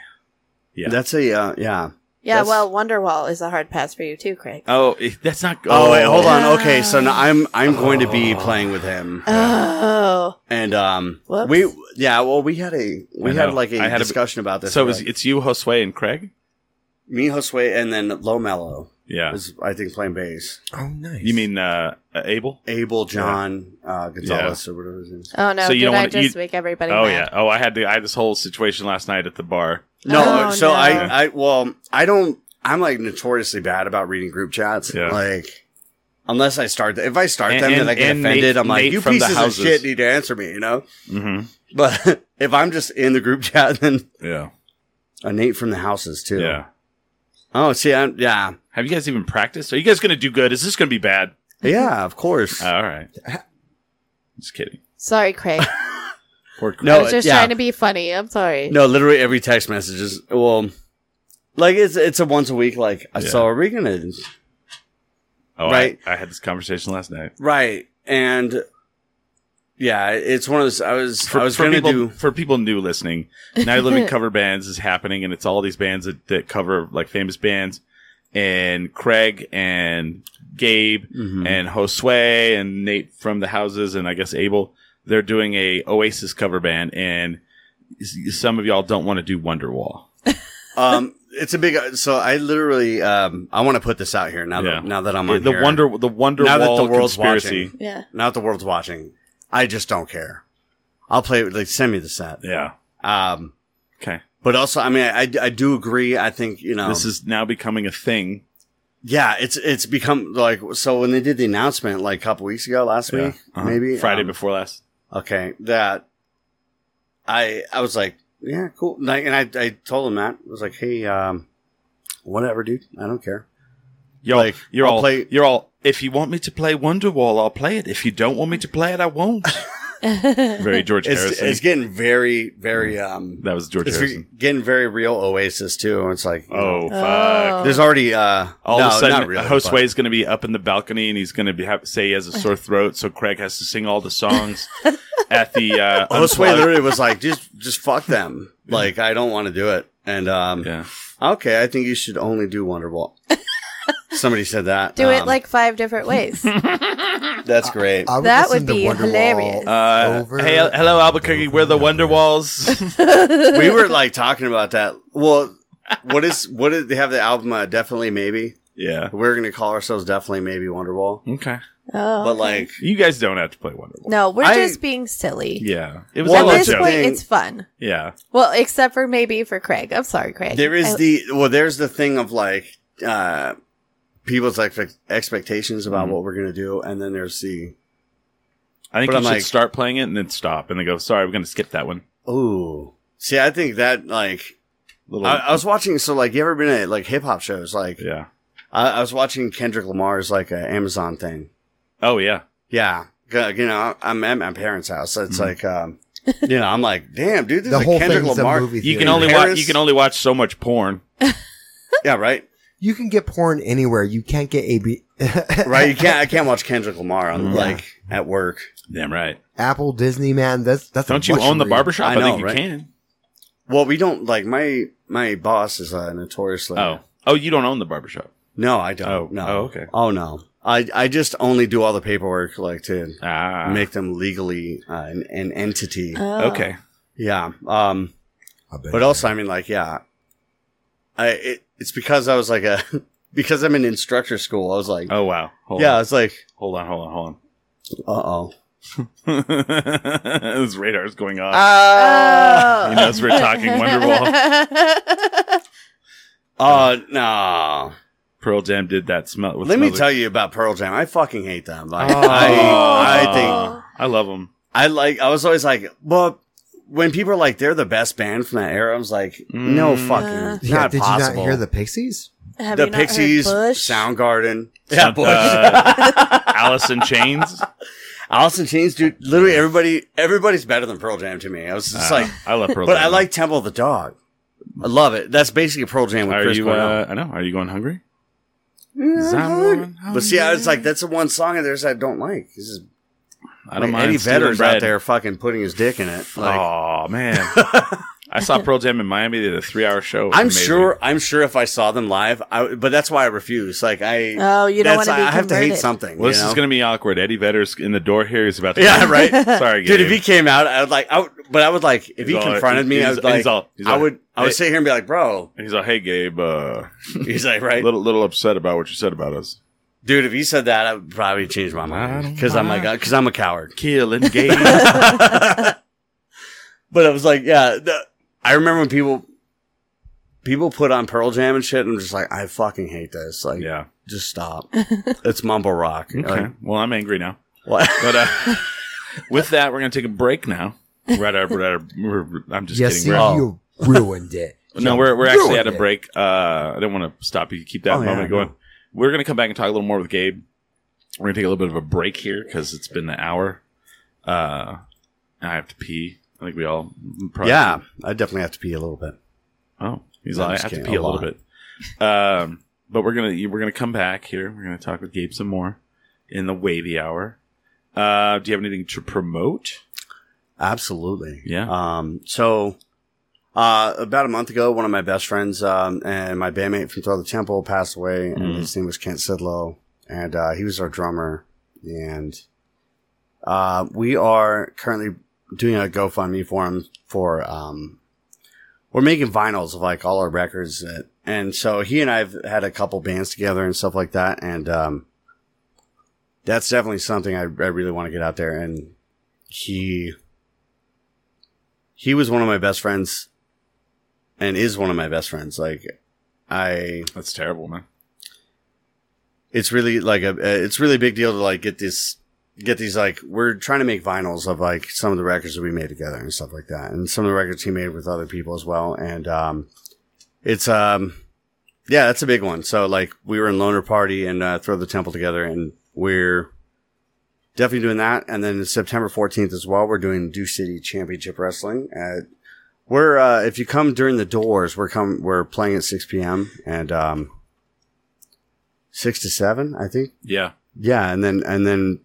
Yeah. that's a uh, yeah. Yeah, That's- well, Wonderwall is a hard pass for you too, Craig. oh, eh, that's not. Oh, wait, hold on. Ah. Okay, so now I'm I'm going to be playing with him, Oh, and um, Whoops. we yeah. Well, we had a we I know. had like I a had a- discussion about this. So we're is, like, it's you, Josue, and Craig. me, Josue, and then Low Mellow Yeah. was I think playing bass. Oh, nice. You mean uh, uh, Abel? Abel John uh, Gonzalez or whatever his name. is. oh no! So you Did don't I wanna- just you- make everybody? Oh mad? yeah. Oh, I had the I had this whole situation last night at the bar. No, Oh, so no. I, I, well, I don't. I'm like notoriously bad about reading group chats. Yeah. Like, unless I start, if I start And- them, and- then I get and offended. Nate- I'm like, Nate you from the pieces of houses." shit need to answer me, you know. Mm-hmm. But if I'm just in the group chat, then Yeah. a Nate from the houses too. Yeah. Oh, see, I'm yeah, Have you guys even practiced? Are you guys gonna do good? Is this gonna be bad? Uh, yeah, of course. all right. Just kidding. Sorry, Craig. Poor Craig. I no, was just yeah, trying to be funny. I'm sorry. no. Literally every text message is well, like it's it's a once a week. Like, Yeah. so are we gonna Oh, Right. I, I had this conversation last night. right and. Yeah, it's one of those. I was for, I was for gonna people, do for people new listening. Now you live in cover bands is happening, and it's all these bands that, that cover like famous bands, and Craig and Gabe Mhm. and Josue and Nate from the Houses, and I guess Abel. They're doing a Oasis cover band, and s- some of y'all don't want to do Wonderwall. Um, it's a big. So I literally, um, I want to put this out here now. Yeah. That, now that I'm The on here. Wonder the Wonderwall Now that the world's conspiracy. watching. Yeah. Now that the world's watching, I just don't care. I'll play. it Like, send me the set. Yeah. Um, Okay. but also, I mean, I, I do agree. I think you know this is now becoming a thing. Yeah, it's it's become like so when they did the announcement like a couple weeks ago last Yeah. week, Uh-huh. maybe Friday um, before last. Okay, that I I was like, yeah, cool, and I and I, I told him that I was like, hey, um, whatever, dude, I don't care. Y'all, Like, you're I'll all, play- you're all. If you want me to play Wonderwall, I'll play it. If you don't want me to play it, I won't. Very George It's Harrison. it's getting very very um that was George it's Harrison. getting very real Oasis too. and It's like you know, oh fuck! Oh. there's already uh All no, of a not sudden, really, but- Hostway's going to be up in the balcony, and he's going to be have, say he has a sore throat, so Craig has to sing all the songs at the. Uh, Oh, Josue unplugged. literally was like, just just fuck them. Like I don't want to do it. And um Yeah. okay, I think you should only do Wonderwall. Somebody said that. Do it Um, like five different ways. that's great. I That would listen to be Wonderwall hilarious. Uh, over- hey, hello Albuquerque. We're the Wonderwalls. we were like talking about that. Well, what is what did they have the album uh, definitely maybe? yeah. We're gonna call ourselves definitely maybe Wonderwall. Okay. Oh, But like You guys don't have to play Wonderwall. no, we're I- just being silly. Yeah. It was Well, At all a this joke. point, thing- it's fun. yeah. Well, except for maybe for Craig. I'm sorry, Craig. there is I- the well there's the thing of like uh people's like expectations about Mhm. Mm-hmm. what we're gonna do and then there's the I think But you I'm should like- start playing it and then stop, and then go. Sorry, we're going to skip that one. oh see I think that like Little, I, I was watching. So, like, you ever been at like hip hop shows? Like, yeah. I, I was watching Kendrick Lamar's like uh, Amazon thing. Oh yeah. Yeah, G- you know, I'm at my parents' house. so It's Mhm. like, um, you know, I'm like, damn, dude, Mm-hmm. this The is whole a Kendrick thing's a Lamar. movie. You theater. can only Paris- watch. You can only watch so much porn. Yeah, right, You can get porn anywhere. You can't get AB. right. You can't. I can't watch Kendrick Lamar on Mm-hmm. Yeah. like at work. Damn right. Apple, Disney, man. That's that's. a Don't you own the luxury. barbershop? I I, know, think you right? can. Well, we don't like my my boss is uh, notoriously. Oh. Oh, you don't own the barbershop. no, I don't. Oh. no. Oh, okay. Oh no. I, I just only do all the paperwork like to Ah. make them legally uh, an, an entity. Oh. okay. yeah. Um. I bet. But also, I mean, like, yeah, I it, it's because I was like a because I'm in instructor school. I was like, Oh wow. Hold yeah, On. it's like, Hold on. Hold on. Hold on. uh oh, this radar's going off. Ah. Oh. He knows we're talking Wonderwall. oh no. Pearl Jam did that smell. Let me tell you about Pearl Jam. I fucking hate them. Like, Oh. I, I think I love them. I like. I was always like, well, when people are like they're the best band from that era, I was like, no Mm. fucking, Uh. yeah, not did possible. you not hear the Pixies? Have the you not heard Pixies, Bush? Soundgarden, Yeah, yeah, Bush. uh, Alice in Chains. Alice in Chains, dude. Literally, everybody, everybody's better than Pearl Jam to me. I was just Uh, like, I love Pearl But Jam. I like Temple of the Dog. I love it. That's basically Pearl Jam with Are Chris you? Cornell. Uh, I know. Are you going hungry? Mm-hmm. uh, but see, I Oh, was like, that's the one song of theirs I don't like. This is I don't like, mind Eddie stealing Vedder's bread. out there fucking putting his dick in it. Like, oh man, I saw Pearl Jam in Miami. They did a three-hour show. It was I'm amazing. sure. I'm sure if I saw them live, I, but that's why I refuse. Like I, Oh, you don't that's- wanna be I have to hate converted. something. Well, this you know? is going to be awkward. Eddie Vedder's in the door here. He's about to. Yeah, right. Sorry, Dude, Gabe. if he came out, I would like, I would, but I would like, if he He's all- confronted me, I he's- would he's like, all- he's I all- would, I would hey. sit here and be like, bro, And he's like, "Hey, Gabe, uh, he's like, right, little little upset about what you said about us." dude, if he said that, I would probably change my mind because I'm like, because I'm a coward. Killing Gabe. But I was like, yeah. The, I remember when people people put on Pearl Jam and shit, and I'm just like, I fucking hate this. Like, yeah. just stop. it's mumble rock. Okay. Like, well, I'm angry now. what? But uh, with that, we're going to take a break now. We're at our, we're at our, we're, I'm just yes, kidding. you, We're- you ruined it. No, we're, we're Ruined actually at a it. break. Uh, I don't want to stop you. Keep that Oh, yeah, moment I going. know. We're going to come back and talk a little more with Gabe. We're going to take a little bit of a break here because it's been an hour. Uh, I have to pee. I think we all probably. yeah, I definitely have to pee a little bit. Oh, he's No, I'm like, I just have to kidding. pee A a little lot. bit. Um, but we're gonna we're gonna come back here. We're gonna talk with Gabe some more in the wavy hour. Uh, do you have anything to promote? Absolutely. Yeah. Um. So, uh, about a month ago, one of my best friends um, and my bandmate from Throw the Temple passed away, and Mm. his name was Kent Sidlow, and uh, he was our drummer, and uh, we are currently doing a GoFundMe for him for um, we're making vinyls of like all our records, that, and so he and I've had a couple bands together and stuff like that, and um, that's definitely something I, I really want to get out there. And he he was one of my best friends, and is one of my best friends. Like I That's terrible, man. it's really like a uh, it's really a big deal to like get this get these like we're trying to make vinyls of like some of the records that we made together and stuff like that and some of the records he made with other people as well and um it's um yeah that's a big one so like we were in loner party and uh, throw the temple together and we're definitely doing that and then september 14th as well we're doing Dew city championship wrestling at we're uh if you come during the doors we're come we're playing at 6 p.m and um six to seven i think Yeah. yeah, and then and then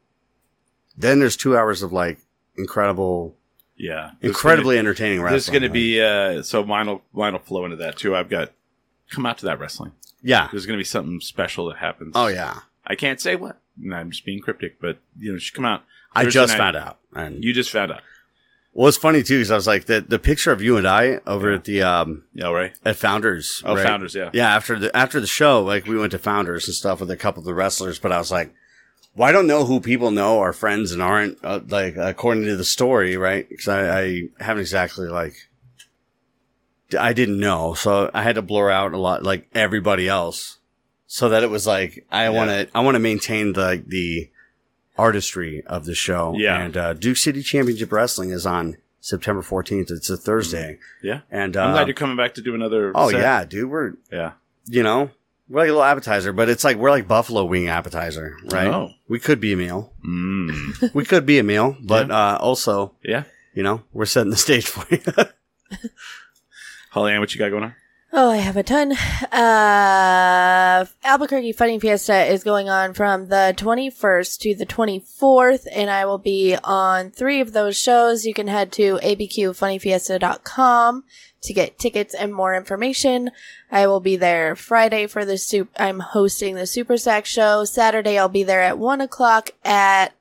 then there's two hours of like incredible, Yeah. incredibly entertaining wrestling. There's going to be uh, so mine will mine will flow into that too. I've got come out to that wrestling. yeah, There's going to be something special that happens. oh yeah. I can't say what. No, I'm just being cryptic, but you know, just come out. I Thursday just night. found out, and You just found out. well, it's funny too because I was like the the picture of you and I over Yeah. at the um Yeah, right. at Founders. Oh, right? Founders, yeah. yeah. After the after the show, like we went to Founders and stuff with a couple of the wrestlers, but I was like. Well, I don't know who people know are friends and aren't uh, like according to the story, right? Because I, I haven't exactly like I didn't know, so I had to blur out a lot, like everybody else, so that it was like I want to I want to maintain the like, the artistry of the show. Yeah. and uh, Duke City Championship Wrestling is on September fourteenth. It's a Thursday, Mm-hmm. Yeah. and uh, I'm glad you're coming back to do another. oh set. yeah, dude, we're Yeah. you know, we're like a little appetizer, but it's like we're like buffalo wing appetizer, right? Oh. We could be a meal. Mm. we could be a meal, but uh, also, Yeah. you know, we're setting the stage for you. Holly Ann, what you got going on? Oh, I have a ton. Uh, Albuquerque Funny Fiesta is going on from the 21st to the 24th, and I will be on three of those shows. You can head to abqfunnyfiesta.com to get tickets and more information. I will be there Friday for the soup. I'm hosting the Super Sack show. Saturday, I'll be there at 1 o'clock at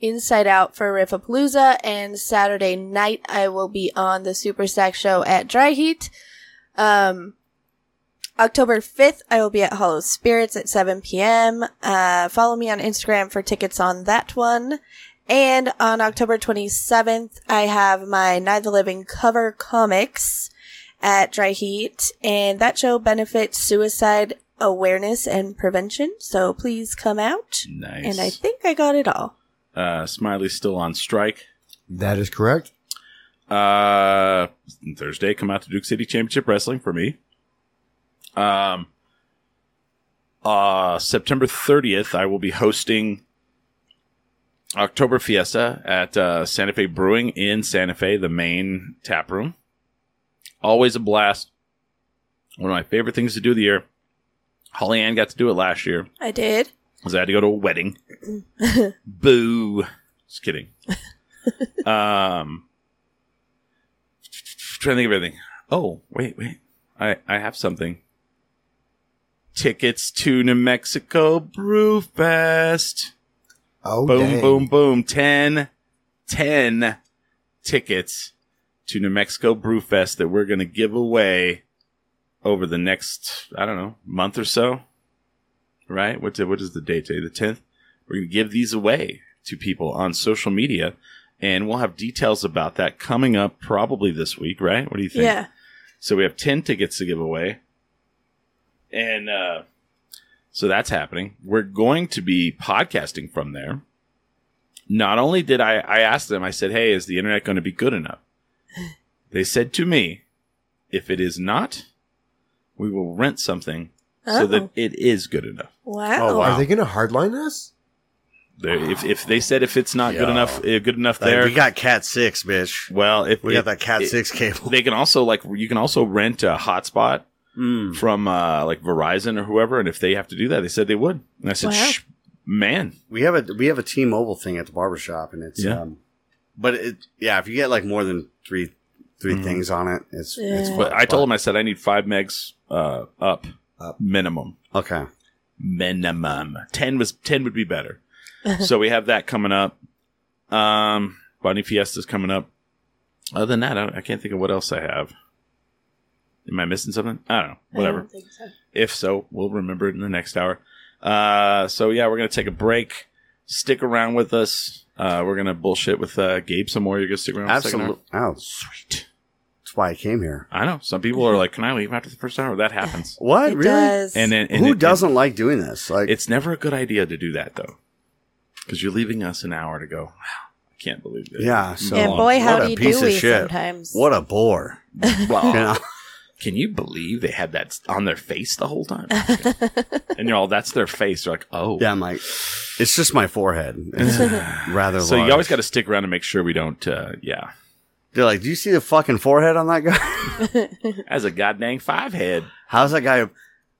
Inside Out for Riffapalooza, and Saturday night, I will be on the Super Sack show at Dry Heat. Um, October 5th, I will be at Hollow Spirits at 7 p.m. Uh, follow me on Instagram for tickets on that one. And on October 27th, I have my Night of the Living cover comics at Dry Heat, and that show benefits suicide awareness and prevention. So please come out. Nice. And I think I got it all. uh, Smiley's still on strike. That is correct. Uh, Thursday, come out to Duke City Championship Wrestling for me. Um, uh, September 30th, I will be hosting October Fiesta at uh, Santa Fe Brewing in Santa Fe, the main tap room. Always a blast. One of my favorite things to do of the year. Holly Ann got to do it last year I did. because I had to go to a wedding. Boo. Just kidding. um, trying to think of everything. Oh, wait, wait. I, I have something. Tickets to New Mexico Brewfest. Oh, boom, dang. boom, boom. 10, 10 tickets to New Mexico Brewfest that we're going to give away over the next, I don't know, month or so right? What what is the date today? The tenth. We're gonna give these away to people on social media, and we'll have details about that coming up probably this week, right? What do you think? Yeah. So we have ten tickets to give away, and uh, so that's happening. We're going to be podcasting from there. Not only did I I asked them, I said, "Hey, is the internet going to be good enough?" They said to me, "If it is not, we will rent something so Oh, that Oh. it is good enough." Wow. wow. Are they going to hardline us? They- if, if they said if it's not good Yeah. enough, uh, good enough Like, there. we got Cat Six, bitch. well, if We if- got that Cat it- Six cable. they can also like you can also rent a hotspot Mm. from uh, like Verizon or whoever, and if they have to do that, they said they would. And I said, Wow. Shh, man, We have a we have a T-Mobile thing at the barbershop, and it's Yeah. um, but it yeah, if you get like more than three three Mhm. things on it, it's it's Yeah. but I told them I said I need five megs uh, up, Up. minimum, okay, minimum. Ten was ten would be better. so we have that coming up. Um, Bunny Fiesta's coming up. Other than that, I, don't- I can't think of what else I have. Am I missing something? I don't know. Whatever. I don't think so. If so, we'll remember it in the next hour. Uh, so yeah, we're gonna take a break. Stick around with us. Uh, we're gonna bullshit with uh, Gabe some more. You're gonna stick around. with the second Absolutely. Oh, hour? Sweet. that's why I came here. I know. Some people are like, "Can I leave after the first hour?" That happens. What It really? does. And then and Who it- doesn't like doing this? Like, It's never a good idea to do that though, because you're leaving us an hour to go. Wow, I can't believe this. Yeah, so- Move and on. boy, how What a do you piece do of we shit. sometimes? what a bore. You know? can you believe they had that on their face the whole time? and you're all, that's their face. You're like, oh, Yeah, I'm like, it's just my forehead. It's rather. So large. you always got to stick around and make sure we don't. Uh, yeah, They're like, do you see the fucking forehead on that guy? as a goddamn five head. How's that guy?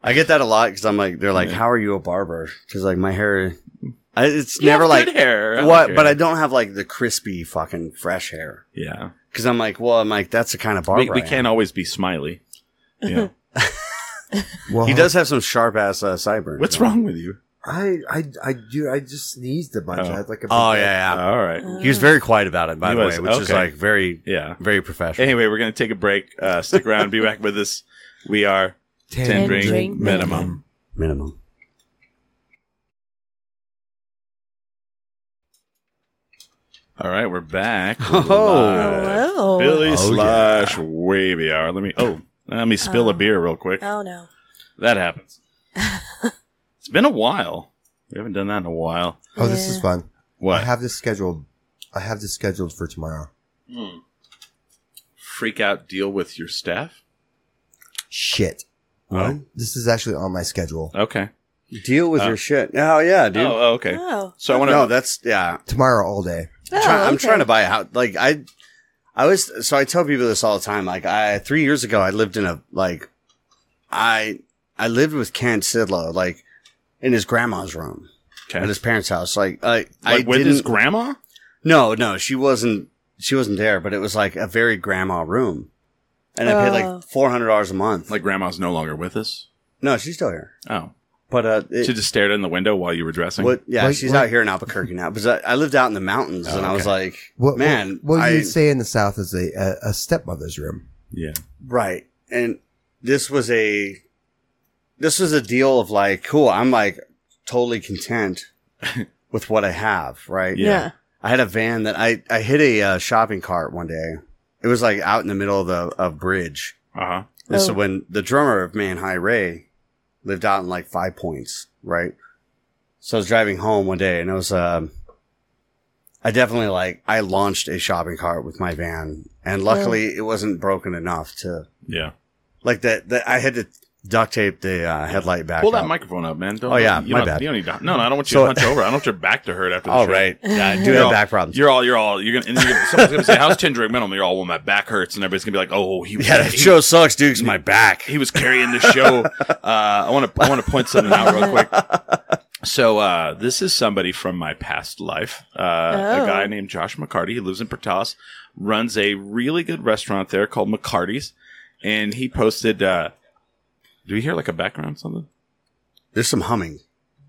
I get that a lot because I'm like, they're like, how are you a barber? Because like my hair, I, it's You never have like good hair. what, don't but I care. don't have like the crispy fucking fresh hair. yeah, Because I'm like, well, I'm like, that's the kind of barber. we, we I am. can't always be smiley. Yeah, Well, He does have some sharp ass uh, sideburns. what's though. wrong with you? I, I, I do. I just sneezed a bunch. Oh. I had like a. uh, Oh yeah, yeah. All right, Oh, he was very quiet about it, by He the was, way, which is okay. like very, yeah. very professional. Anyway, we're gonna take a break. Uh, stick around. be back with us. We are Ten, ten drink drink, minimum. minimum. Minimum. All right, we're back. Oh. Hello. Billy Oh, slash wavy hour. Let me. Oh, let me spill a Oh. beer real quick. Oh no. That happens. it's been a while. We haven't done that in a while. Oh, this is Yeah. fun. I What? have this scheduled. I have this scheduled for tomorrow. Hmm. Freak out. Deal with your staff. Shit. Oh. What? This is actually on my schedule Okay. Deal with Uh, your shit. Oh yeah, dude. Oh, oh, okay. Oh. So I want to. no, that's yeah. tomorrow all day. Oh, try- I'm okay. trying to buy a house. Like I, I was so I tell people this all the time. Like I three years ago, I lived in a like, I I lived with Ken Sidlow like in his grandma's room okay. at his parents' house. Like I I like with didn't. his grandma. no, no, she wasn't. She wasn't there, but it was like a very grandma room, and I paid Oh. like four hundred dollars a month. Like Like grandma's no longer with us. no, she's still here, Oh, but uh, it- she just stared in the window while you were dressing. what? Yeah, Like- she's like- out here in Albuquerque now because I, I lived out in the mountains, Oh, and I was like, What man, What, what I, you would say in the South is a, a, a stepmother's room. Yeah. Right. And this was a this was a deal of like, cool, I'm like totally content with what I have, right? Yeah. Yeah. I had a van that I I hit a uh, shopping cart one day. It was like out in the middle of the of bridge. Uh huh. This is Oh. when the drummer of Man High Ray lived out in like Five Points, right? So I was driving home one day and it was, um, I definitely like, I launched a shopping cart with my van and luckily it wasn't broken enough to, Yeah. like that, that I had to duct tape the uh, headlight back. Pull that up. microphone up, man. Don't, Oh, yeah, you my don't- bad. You don't need to. No, no, I don't want you So- to hunch over. I don't want your back to hurt after. the All show. right. Yeah, I do do have have back problems. You're all. You're all. You're gonna. And you're gonna someone's gonna say, "How's Kendrick Middleman?" You're all. Well, my back hurts, and everybody's gonna be like, "Oh, he was. yeah, that he, show sucks, dude. 'cause my back. he was carrying the show." uh, I want to. I want to point something out real quick. So uh, this is somebody from my past life. Uh, A Oh. guy named Josh McCarty. He lives in Portas. Runs a really good restaurant there called McCarty's, and he posted. Uh, do we hear like a background something? There's some humming.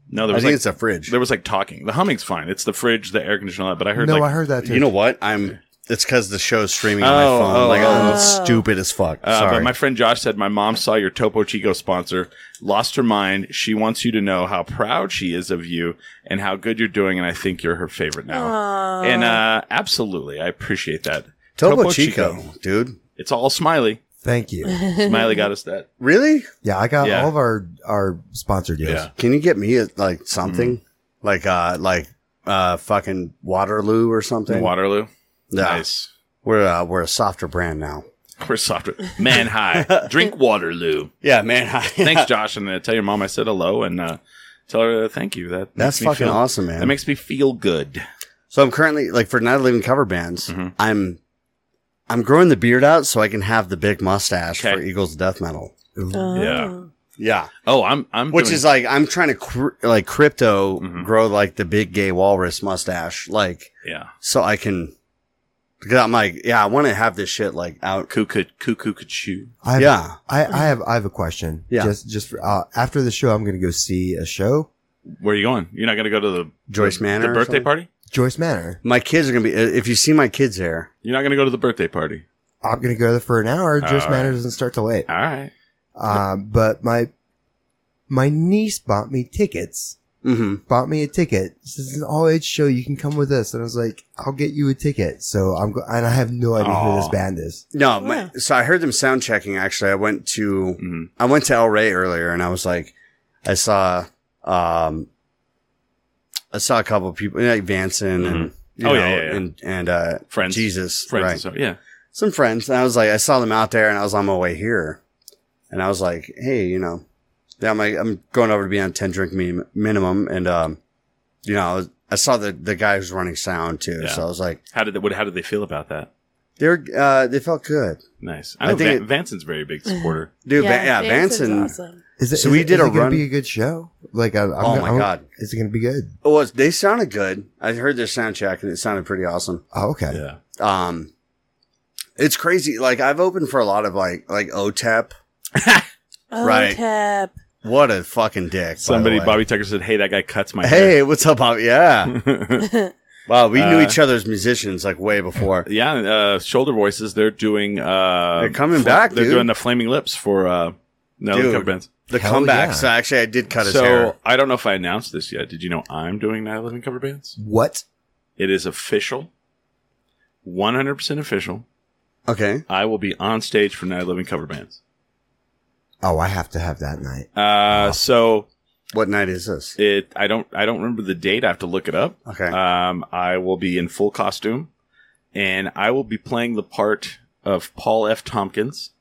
No, I there was think like it's a fridge. there was like talking. The humming's fine. It's the fridge, the air conditioner, all that, but I heard no, like I heard that too. You know what? I'm. It's because the show's streaming on my Oh, phone. oh, like, oh. I'm stupid as fuck. Uh, Sorry. but my friend Josh said, My mom saw your Topo Chico sponsor, lost her mind. She wants you to know how proud she is of you and how good you're doing. And I think you're her favorite now. Aw. And uh, absolutely, I appreciate that. Topo, Topo Chico, Chico. dude. It's all Smiley. Thank you. Smiley got us that. Really? Yeah, I got Yeah. all of our our sponsor deals. Yeah. Can you get me a, like something like uh like uh fucking Waterloo or something? Waterloo. Yeah. Nice. We're uh, we're a softer brand now. We're softer. Man high. Drink Waterloo. Yeah, man. Thanks, Josh. And uh, tell your mom I said hello and uh, tell her uh, thank you. That makes That's me fucking feel- awesome, man. That makes me feel good. so I'm currently like for not living cover bands. Mhm. I'm I'm growing the beard out so I can have the big mustache for Okay. Eagles death metal. Ooh. Oh. Yeah. Yeah, Oh, I'm. I'm which doing- is like I'm trying to cr- like crypto Mhm. grow like the big gay walrus mustache, like Yeah. so I can. Because I'm like, yeah, I want to have this shit like out. Cuckoo, cuckoo, cuckoo. I have, Yeah. I, I have I have a question. Yeah. Just just for, uh, after the show, I'm going to go see a show. Where are you going? You're not going to go to the Joyce the- Manor the or birthday something? party? Joyce Manor. My kids are gonna be. If you see my kids there, You're not going to go to the birthday party. I'm gonna go there for an hour. Joyce All Manor right. doesn't start till eight. All right. Um, but my my niece bought me tickets. mm-hmm. Bought me a ticket. This is an all age show. You can come with us. And I was like, I'll get you a ticket. So I'm go- and I have no idea who this Aw. band is. no. my- Yeah. so I heard them sound checking. Actually, I went to hmm I went to El Rey earlier, and I was like, I saw um, I saw a couple of people like Vanson and you Oh, know, yeah, yeah, yeah. and and uh, Friends. Jesus, Friends. right? and stuff. Yeah. some friends, and I was like, I saw them out there, and I was on my way here, and I was like, hey, you know, yeah, I'm like, I'm going over to be on ten drink min- minimum, and um, you know, I, was, I saw the the guy who's running sound too, Yeah. so I was like, How did they, what, how did they feel about that? they were, uh, they felt good, Nice. I I know think Van- Vanson's a very big supporter. dude. Yeah, yeah Vanson. Awesome. Is it, So is we it- is did a it gonna run- Be a good show. Like, I, I'm Oh gonna- my I'm- God. is it gonna be good? It was. They sounded good. I heard their sound check, and it sounded pretty awesome. Oh, okay. yeah. Um, it's crazy. Like I've opened for a lot of like like E OTEP. Oh, Right. Tap. What a fucking dick! by the Somebody, way. Bobby Tucker said, hey, that guy cuts my hair. Hey, what's up, Bobby? Yeah. Wow, we knew Uh, each other's musicians like way before. Yeah, uh, Shoulder Voices. They're doing. Uh, They're coming back, They're dude. doing the Flaming Lips for uh, no the Dude. cover bands. The Hell comeback. yeah. So actually, I did cut his so hair. I don't know if I announced this yet. Did you know I'm doing Night Living cover bands? What? It is official, 100 percent official. Okay. I will be on stage for Night Living cover bands. Oh, I have to have that night. Uh, so What night is this? it I don't I don't remember the date. I have to look it up. Okay. Um, I will be in full costume, and I will be playing the part of Paul F. Tompkins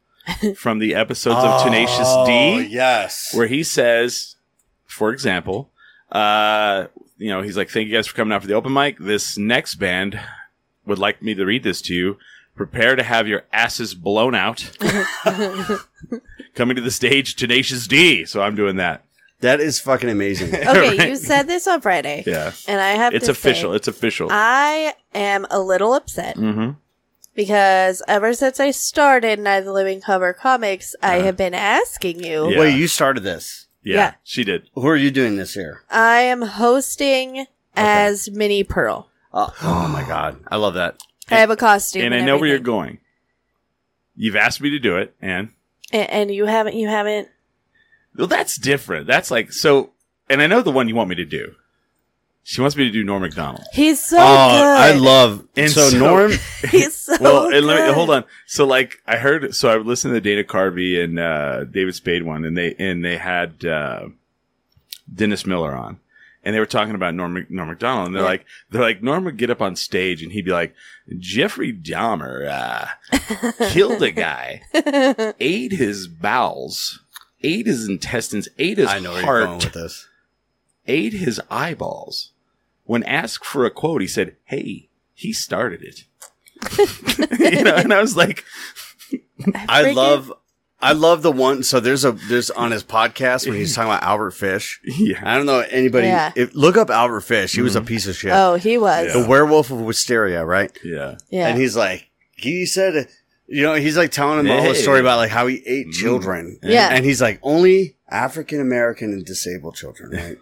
from the episodes of Tenacious D. Oh, Yes. where he says, for example, uh, you know, he's like, "Thank you guys for coming out for the open mic. This next band would like me to read this to you. Prepare to have your asses blown out. coming to the stage, Tenacious D. So I'm doing that. that is fucking amazing. Okay, Right. you said this on Friday, Yeah, and I have it's to official. say, uh, it's official. I am a little upset mm-hmm. because ever since I started Night of the Living Cover Comics, I Uh-huh. have been asking you. Yeah. Wait, you started this. Yeah, yeah. she did. Who are you doing this here? I am hosting as Minnie Pearl. Oh, oh my god, I love that. I have a costume, and I know where you're going. You've asked me to do it, and going. And, you haven't. You haven't. Well, that's different. That's like so. And I know the one you want me to do. She wants me to do Norm Macdonald. He's so oh, good. I love. And And so, so- Norm, He's so Oh, well, and let me good. hold on. So like I heard, so I listened to the Dana Carvey and uh, David Spade one, and they and they had uh, Dennis Miller on, and they were talking about Norm Mac- Norm Macdonald, and they're Yeah. like they're like Norm would get up on stage and he'd be like Jeffrey Dahmer uh, killed a guy, ate his bowels, ate his intestines, ate his I know where you're going heart, with this. ate his eyeballs. When asked for a quote, he said, "Hey, he started it." you know, and I was like, I freaking- love. I love the one. So there's a there's on his podcast when he's talking about Albert Fish. "Yeah, I don't know anybody. Yeah. If, look up Albert Fish. He was a piece of shit. Oh, he was. The Yeah. Yeah. werewolf of Wisteria, right? yeah, And he's like, he said, you know, he's like telling him all Hey. the story about like how he ate Mm. children. Yeah. And he's like, only African American and disabled children, right?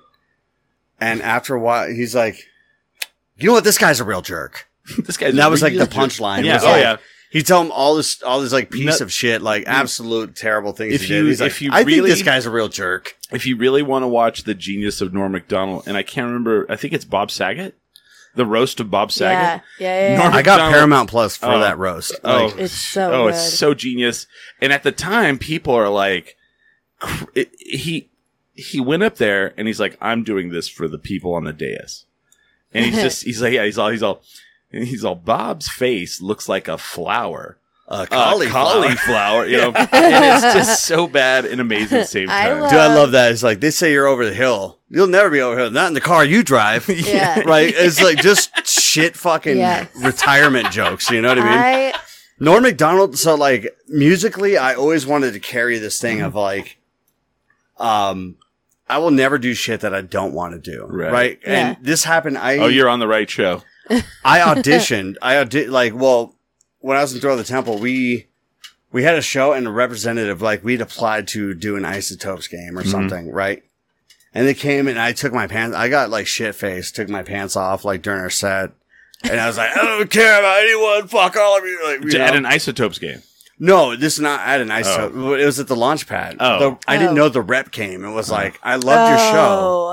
and after a while, he's like, you know what? This guy's a real jerk. this guy." And that was like the punchline. Yeah, was, oh like, yeah. He tell him all this, all this like piece No- of shit, like absolute terrible things. If he did. you- He's like, if you I think really- this guy's a real jerk. If you really want to watch the genius of Norm Macdonald, and I can't remember, I think it's Bob Saget, the roast of Bob yeah, Saget. yeah, yeah. Norm- I got McDonald- Paramount Plus for Oh. that roast. Oh, Like, uh, It's so oh, good. it's so genius. And at the time, people are like, cr- it, he he went up there and he's like, "I'm doing this for the people on the dais," and he's just he's like, yeah, he's all he's all and he's all Bob's face looks like a flower, uh, A cauliflower, you know, and it's just so bad and amazing at the same I time. love- Dude, I love that. It's like they say you're over the hill. You'll never be over the hill. Not in the car you drive. Yeah. right? It's like just shit fucking Yes. retirement jokes. You know what I mean? I Norm McDonald. So like musically, I always wanted to carry this thing of like, um, I will never do shit that I don't want to do. Right. Right. Yeah. And this happened. I, oh, you're on the right show. I auditioned. I audi- like, well, when I was in Throw the Temple, we, we had a Mm-hmm. show and a representative, like we'd applied to do an isotopes game or something. Right. And they came and I took my pants. I got like shit faced, took my pants off like during our set. And I was like, I don't care about anyone. Fuck all of you. Like, you At know? an isotopes game. no, this is not at an ice. It was at the launch pad. Oh. The- I didn't Oh. know the rep came. It was like, I loved your Oh.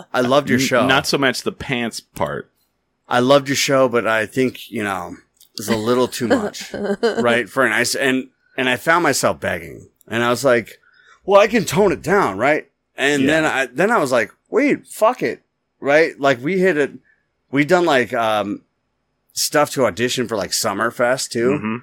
show. I loved your N- show. Not so much the pants part. I loved your show, but I think you know it's a little too much, right? For an ice and and I found myself begging, and I was like, "Well, I can tone it down, right?" And Yeah. then I then I was like, "Wait, fuck it, right?" Like we hit it, we done like um stuff to audition for like Summerfest too, Mhm.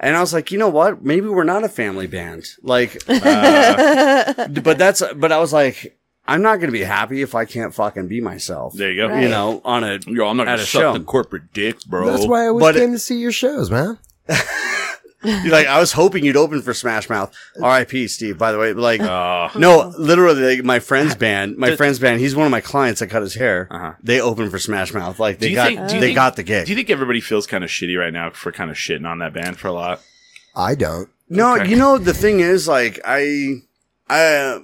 and I was like, you know what? Maybe we're not a family band, like, Oh. Uh, but that's but I was like, I'm not gonna be happy if I can't fucking be myself. there you go. Right. You know, on a Yo, I'm not At gonna a suck show. the corporate dick, bro. That's why I always But- came to see your shows, man. You're like, I was hoping you'd open for Smash Mouth. R.I.P. Steve, by the way. Like, Uh, no, literally, like, my friend's band, my Th- friend's band. He's one of my clients. I cut his hair. Uh-huh. They opened for Smash Mouth. Like, Do they you got, think- do you they think- got the do you gig. think everybody feels kind of shitty right now for kind of shitting on that band for a lot? I don't. No, Okay. you know the thing is, like, I, I,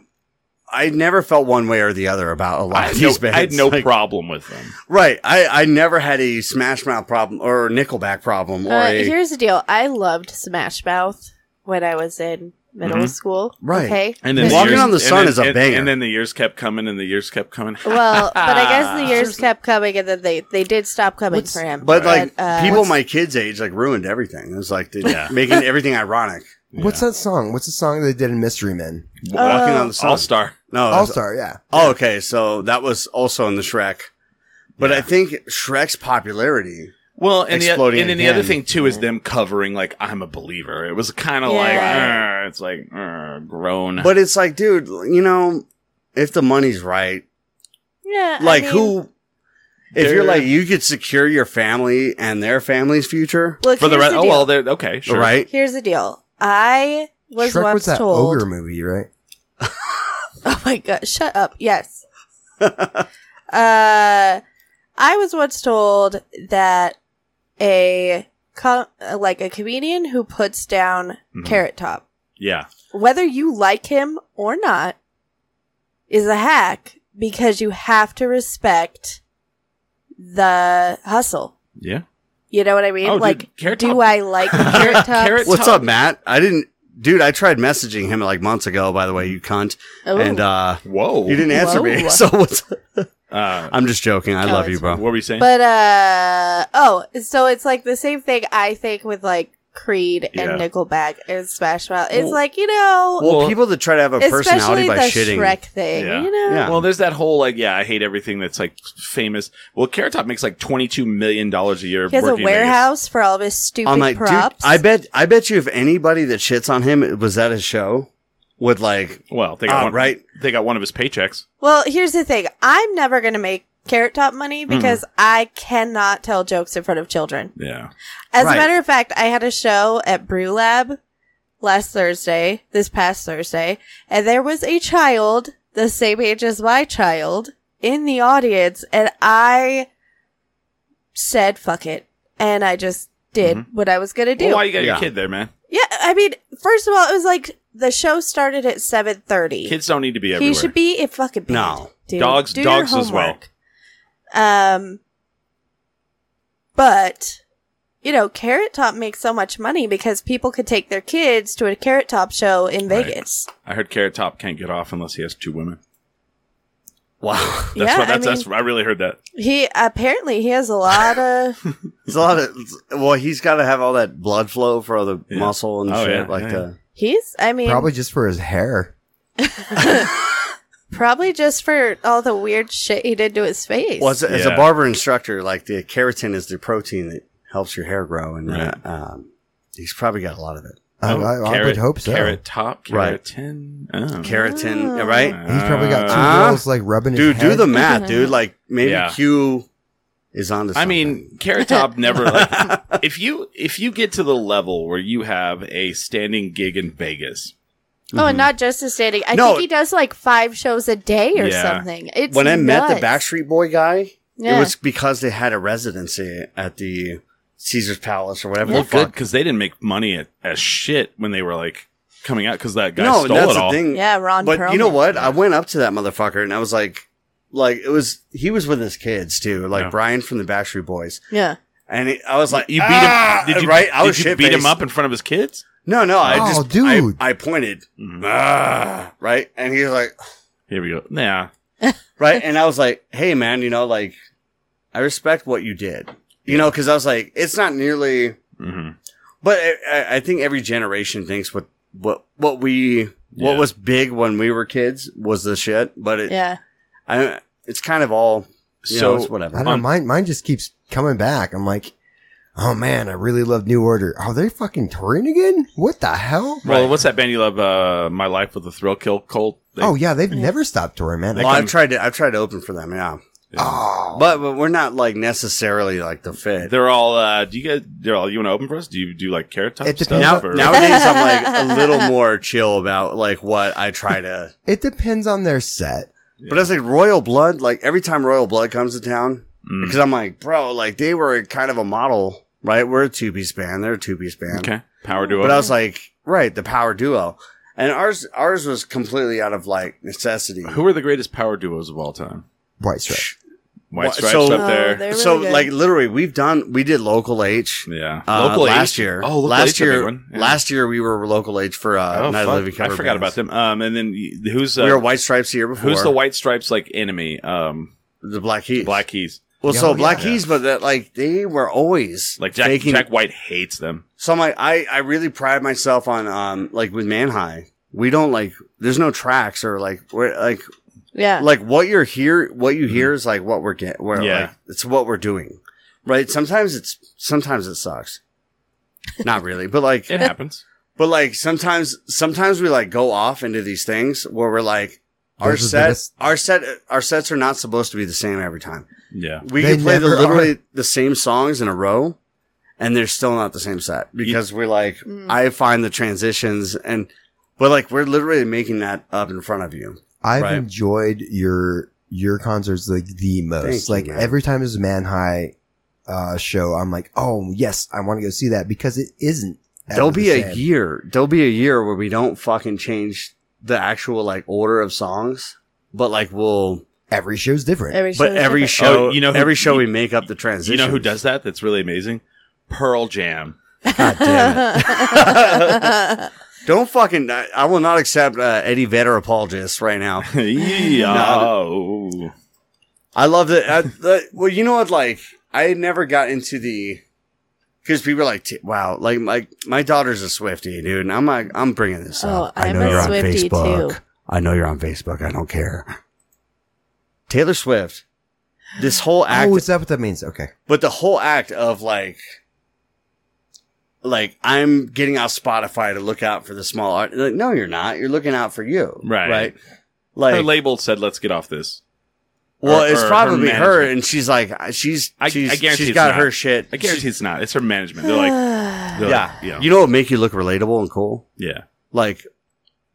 I never felt one way or the other about a lot I of had no, these bands. I had no Like, problem with them. right. I, I never had a Smash Mouth problem or a Nickelback problem or Uh, a here's the deal. I loved Smash Mouth when I was in middle Mhm. school. Right. Okay. And then Walking years- on the and Sun then- is a and- banger. And then the years kept coming, and the years kept coming. Well, but I guess the years kept coming, and then they they did stop coming for him. But like uh, people my kids' age like ruined everything. It was like they- Yeah. making everything ironic. What's that song? What's the song they did in Mystery Men? Walking on the sun. All star. No, it All was- Star, yeah. Oh, okay. So that was also in the Shrek. But I think Shrek's popularity. Well, and the, Exploding and then the other again. thing too is them covering like I'm a believer. It was kind of Yeah. like "Arr," it's like "Arr," groan. But it's like, dude, you know, if the money's right, yeah, I like mean, who if They're- you're like you could secure your family and their family's future, Look, for the here's rest, the oh deal. well, they're okay, sure. right? Here's the deal. I was Shrek once was that told. ogre movie, right? Oh my god! Shut up. Yes. uh, I was once told that a co- like a comedian who puts down Mhm. Carrot Top Yeah, whether you like him or not is a hack because you have to respect the hustle. yeah. You know what I mean? Oh, dude, like, Carrot do Top- I like carrot tops? Carrot What's Top- up, Matt? I didn't dude, I tried messaging him like months ago, by the way, you cunt. Ooh. And uh Whoa, you didn't answer me. Oh. Whoa. So what's Uh, I'm just joking. I Oh, love it's you, bro. what were you saying? but uh oh, so it's like the same thing I think with like Creed and Yeah. Nickelback and Smash Mouth. It's Well- like you know, Well, Well, people that try to have a especially personality the by shitting. Shrek thing. Yeah. You know, Yeah. Well, there's that whole like, yeah, I hate everything that's like famous. Well, Carrot Top makes like 22 million dollars a year. he has a working in Vegas. warehouse for all of his stupid I'm like, props. dude, I bet, I bet you, if anybody that shits on him was at his show, would like, Well, they got Ah, one, right. They got one of his paychecks. Well, here's the thing. I'm never going to make carrot top money because I cannot tell jokes in front of children. Yeah. As Right. a matter of fact, I had a show at Brew Lab last Thursday, this past Thursday, and there was a child the same age as my child in the audience, and I said, fuck it. And I just did what I was going to do. Well, why you got your Yeah. kid there, man? yeah. I mean, first of all, it was like the show started at 7.30. Kids don't need to be everywhere. He should be a fucking band. No. dude. Dogs- Do dogs your as well. homework. Um, but you know, Carrot Top makes so much money because people could take their kids to a Carrot Top show in Right. Vegas. I heard Carrot Top can't get off unless he has two women. wow, That's yeah, what that's, I that's mean, I really heard that. he apparently he has a lot of it's a lot of. Well, he's got to have all that blood flow for all the Yeah. muscle and Oh, shit, yeah, like yeah, the. he's. I mean, Probably probably. just for his hair. just for all the weird shit he did to his face. Well, as, as a Yeah. barber instructor, like the keratin is the protein that helps your hair grow, and Right. uh, um, he's probably got a lot of it. I, I, I would hope so. Oh, Carrot Top, Right. keratin. Oh. Keratin, Oh. right? He's probably got two Uh, girls like rubbing his Dude, do head. the math, dude. Like maybe Yeah. Q is on I mean, Carrot Top never like if you if you get to the level where you have a standing gig in Vegas. oh, Mm-hmm. and not just his standing. I No. think he does like five shows a day or Yeah. something. It's when I met the nuts. Backstreet Boy guy, Yeah. it was because they had a residency at the Caesar's Palace or whatever Well, the fuck. good because they didn't make money at, as shit when they were like coming out because that guy no, stole that's it the all. thing. yeah, Ron. but you know Perlman. what? I went up to that motherfucker and I was like, like it was he was with his kids too, like Yeah. Brian from the Backstreet Boys, Yeah. and it, I was like, You beat "Ah!" him? Did you, right? I was did you beat him shit-faced. up in front of his kids? No, no, I Oh, just dude. I, I pointed Mhm. "Ah," right, and he was like, Here we go. Nah. right, and I was like, hey man, you know, like I respect what you did, you know, because I was like, it's not nearly. hmm But I- I, I think every generation thinks what what what we what Yeah. was big when we were kids was the shit. But it, Yeah. I, it's kind of all you So know, it's I whatever. don't know. Um, Mine, mine just keeps coming back. I'm like, oh man, I really love New Order. Oh, they're fucking touring again? What the hell? Well, what's that band you love? Uh, My Life with the Thrill Kill Cult. They- oh yeah, they've never stopped touring, man. They Well, Like, come- I've tried to I've tried to open for them, yeah. oh, But but we're not like necessarily like the fit. They're all. Uh, do you guys? They're all. You want to open for us? Do you do like carrot top It stuff? depends Now, or- nowadays, I'm like a little more chill about like what I try to. it depends on their set. But I was like Royal Blood, like every time Royal Blood comes to town, Mm, because I'm like, bro, like they were kind of a model, right? We're a two piece band, they're a two piece band. okay. Power duo. But I was like, right, the power duo, and ours ours was completely out of like necessity. Who are the greatest power duos of all time? White Stripes. White Wha- Stripes so- up Oh, there. they're really so good. like literally, we've done we did local H, Yeah. Uh, last H? year. Oh, Local last H's a big year, one. Yeah. last year we were local age for uh, Oh, Night of the fuck. Living Cover I forgot bands. about them. Um, and then y- who's uh, we were White Stripes the year before. who's the White Stripes like enemy? Um, The Black Keys. Black Keys. Well, Yeah, so oh, Black yeah. Keys, but that like they were always Like Jack, faking- Jack White hates them. So I'm like, I I really pride myself on um like with Man High. We don't like. There's no tracks or like we're like yeah. like what you're here what you hear is like what we're getting where Yeah. like it's what we're doing right sometimes it's sometimes it sucks not really but like It happens. but like sometimes sometimes we like go off into these things where we're like our This is the set best- our set our sets are not supposed to be the same every time Yeah. we They can play the, never literally the same songs in a row and they're still not the same set because we're like Mm. i find the transitions and but like we're literally making that up in front of you I've Right. enjoyed your your concerts like the Thank most. you, like man. every time there's a Man High uh, show, I'm like, oh yes, I want to go see that because it isn't. ever there'll the be a same. year there'll be a year where we don't fucking change the actual like order of songs but like we'll Every show's different. Every show but is every different. show Oh, you you know know who- every show you- we make up the transition You know who does that? That's really amazing. Pearl Jam. god damn it don't fucking i, I will not accept uh, eddie vedder apologists right now yeah. i love that I, the, well you know what like i never got into the because people are like t- wow like my my daughter's a swifty dude and i'm like i'm bringing this oh, up I'm a Swifty too. I know you're on Facebook. I don't care. Taylor Swift, this whole act, oh, is that what that means? Okay. but the whole act of like, like I'm getting out Spotify to look out for the small art. Like, no, you're not. You're looking out for you, Right. Right. her Like, label said, "Let's get off this." well, or- it's or her probably her, management. and she's like, uh, she's, I- she's, I guarantee she's it's got not. her shit. I guarantee it's not. It's her management. They're like, they're yeah, like, yeah, You know what make you look relatable and cool? yeah. Like,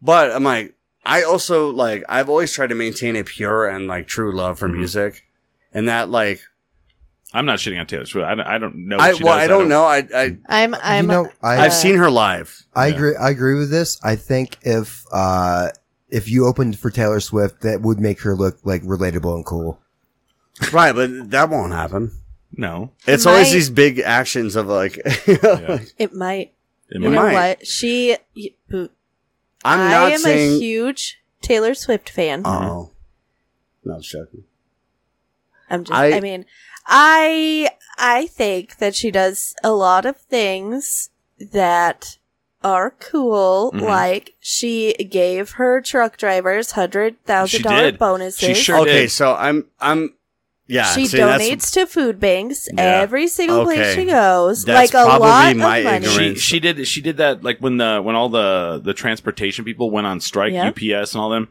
but I'm like, I also like, I've always tried to maintain a pure and like true love for Mhm. music, and that like, I'm not shitting on Taylor Swift. I don't, I don't know. What I she well, does. I don't know. I, I I'm I'm you know, I I've Uh, seen her live. I Yeah. agree. I agree with this. I think if uh, if you opened for Taylor Swift, that would make her look like relatable and cool. right, but that won't happen. No, It's It always might- these big actions of like, it might. It You might- know might. what? She y- boo- I'm I not am a saying. huge Taylor Swift fan. oh, Mm-hmm. no, I'm joking. I'm just I- I, mean, I I think that she does a lot of things that are cool. Mm-hmm. Mhm. Like she gave her truck drivers hundred thousand She dollar did. bonuses. She sure Okay, did. so I'm, I'm, yeah. she see, that's- donates to food banks Yeah. every single place Okay. she goes. That's like a probably lot my of money. ignorance. She she did she did that like when the when all the the transportation people went on strike, Yeah. UPS and all them.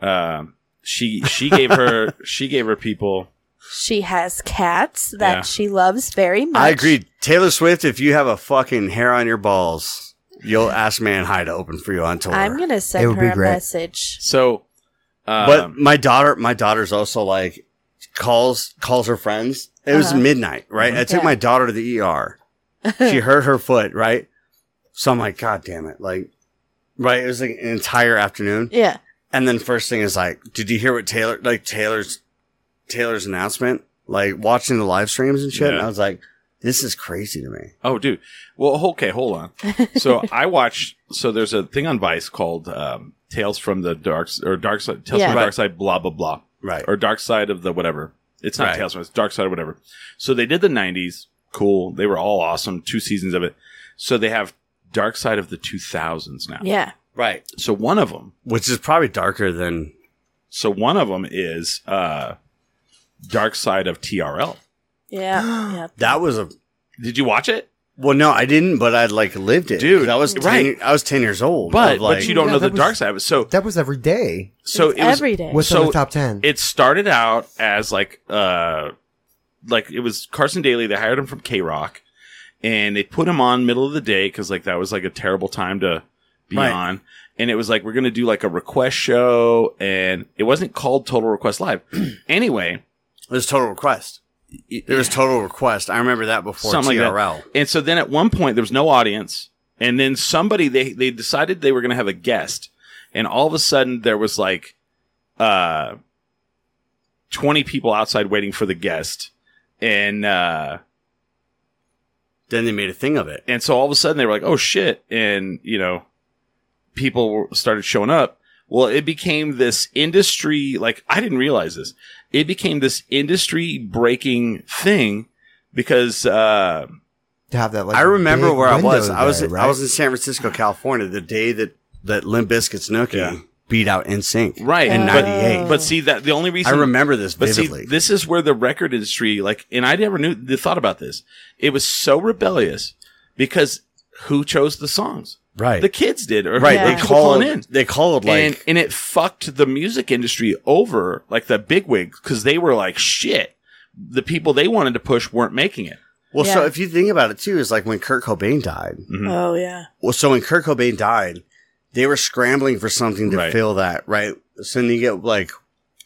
Uh, she she gave her she gave her people. She has cats that Yeah. she loves very much. I agree. Taylor Swift, if you have a fucking hair on your balls, you'll ask Man High to open for you on tour. I'm gonna It send would her be a great. message. So, um, but my daughter, my daughter's also like calls calls her friends. It was Uh-huh. midnight, right? I took Yeah. my daughter to the ER. she hurt her foot, right? So I'm like, God damn it, like, right? It was like an entire afternoon, Yeah. and then first thing is like, did you hear what Taylor? Like Taylor's Taylor's announcement, like watching the live streams and shit, and Yeah. I was like, this is crazy to me. Oh, dude. Well, okay, hold on. So I watched. So there's a thing on Vice called um, "Tales from the Dark" or "Dark Side." Tales Yeah. from the Dark Side. Blah blah blah. Right. Or "Dark Side of the whatever." It's not Right. Tales from. It's Dark Side or whatever. So they did the '90s. Cool. They were all awesome. Two seasons of it. So they have Dark Side of the 2000s now. Yeah. Right. So one of them. Which is probably darker than So one of them is uh, Dark Side of TRL. Yeah. yeah. that was a Did you watch it? well, no, I didn't, but I'd like lived it. Dude, I was 10, right. I was ten years old. But of, like, but you don't Yeah, know the that was- dark side. of it. So That was every day. so It's it was every day. What's So- on the top ten? it started out as like uh like it was Carson Daly. They hired him from K Rock, and they put him on middle of the day because like that was like a terrible time to be Right. on. And it was like we're gonna do like a request show, and it wasn't called Total Request Live. anyway, it was total request. There was total request. I remember that before Something like that. TRL. and so then at one point there was no audience, and then somebody they they decided they were gonna have a guest, and all of a sudden there was like uh 20 people outside waiting for the guest and uh Then they made a thing of it. and so all of a sudden they were like, "Oh shit!" And you know, people were- started showing up. Well, it became this industry. Like I didn't realize this. It became this industry breaking thing because uh, to have that like I remember big where I window was. I was there, I right? was in San Francisco, California, the day that that Limp Bizkit's Nookie Yeah. beat out NSYNC. right In but- 98. But, see that the only I reason remember this But see, vividly. this is where the record industry, like, and I never knew the thought about this. It was so rebellious because who chose the songs? right. The kids did, or right. Yeah. They people called calling in. they called like and and it fucked the music industry over, like the bigwigs, because they were like, shit, the people they wanted to push weren't making it. well Yeah. so if you think about it too, is like when Kurt Cobain died. Oh yeah. Well so when Kurt Cobain died, they were scrambling for something to Right. fill that, right? So then you get like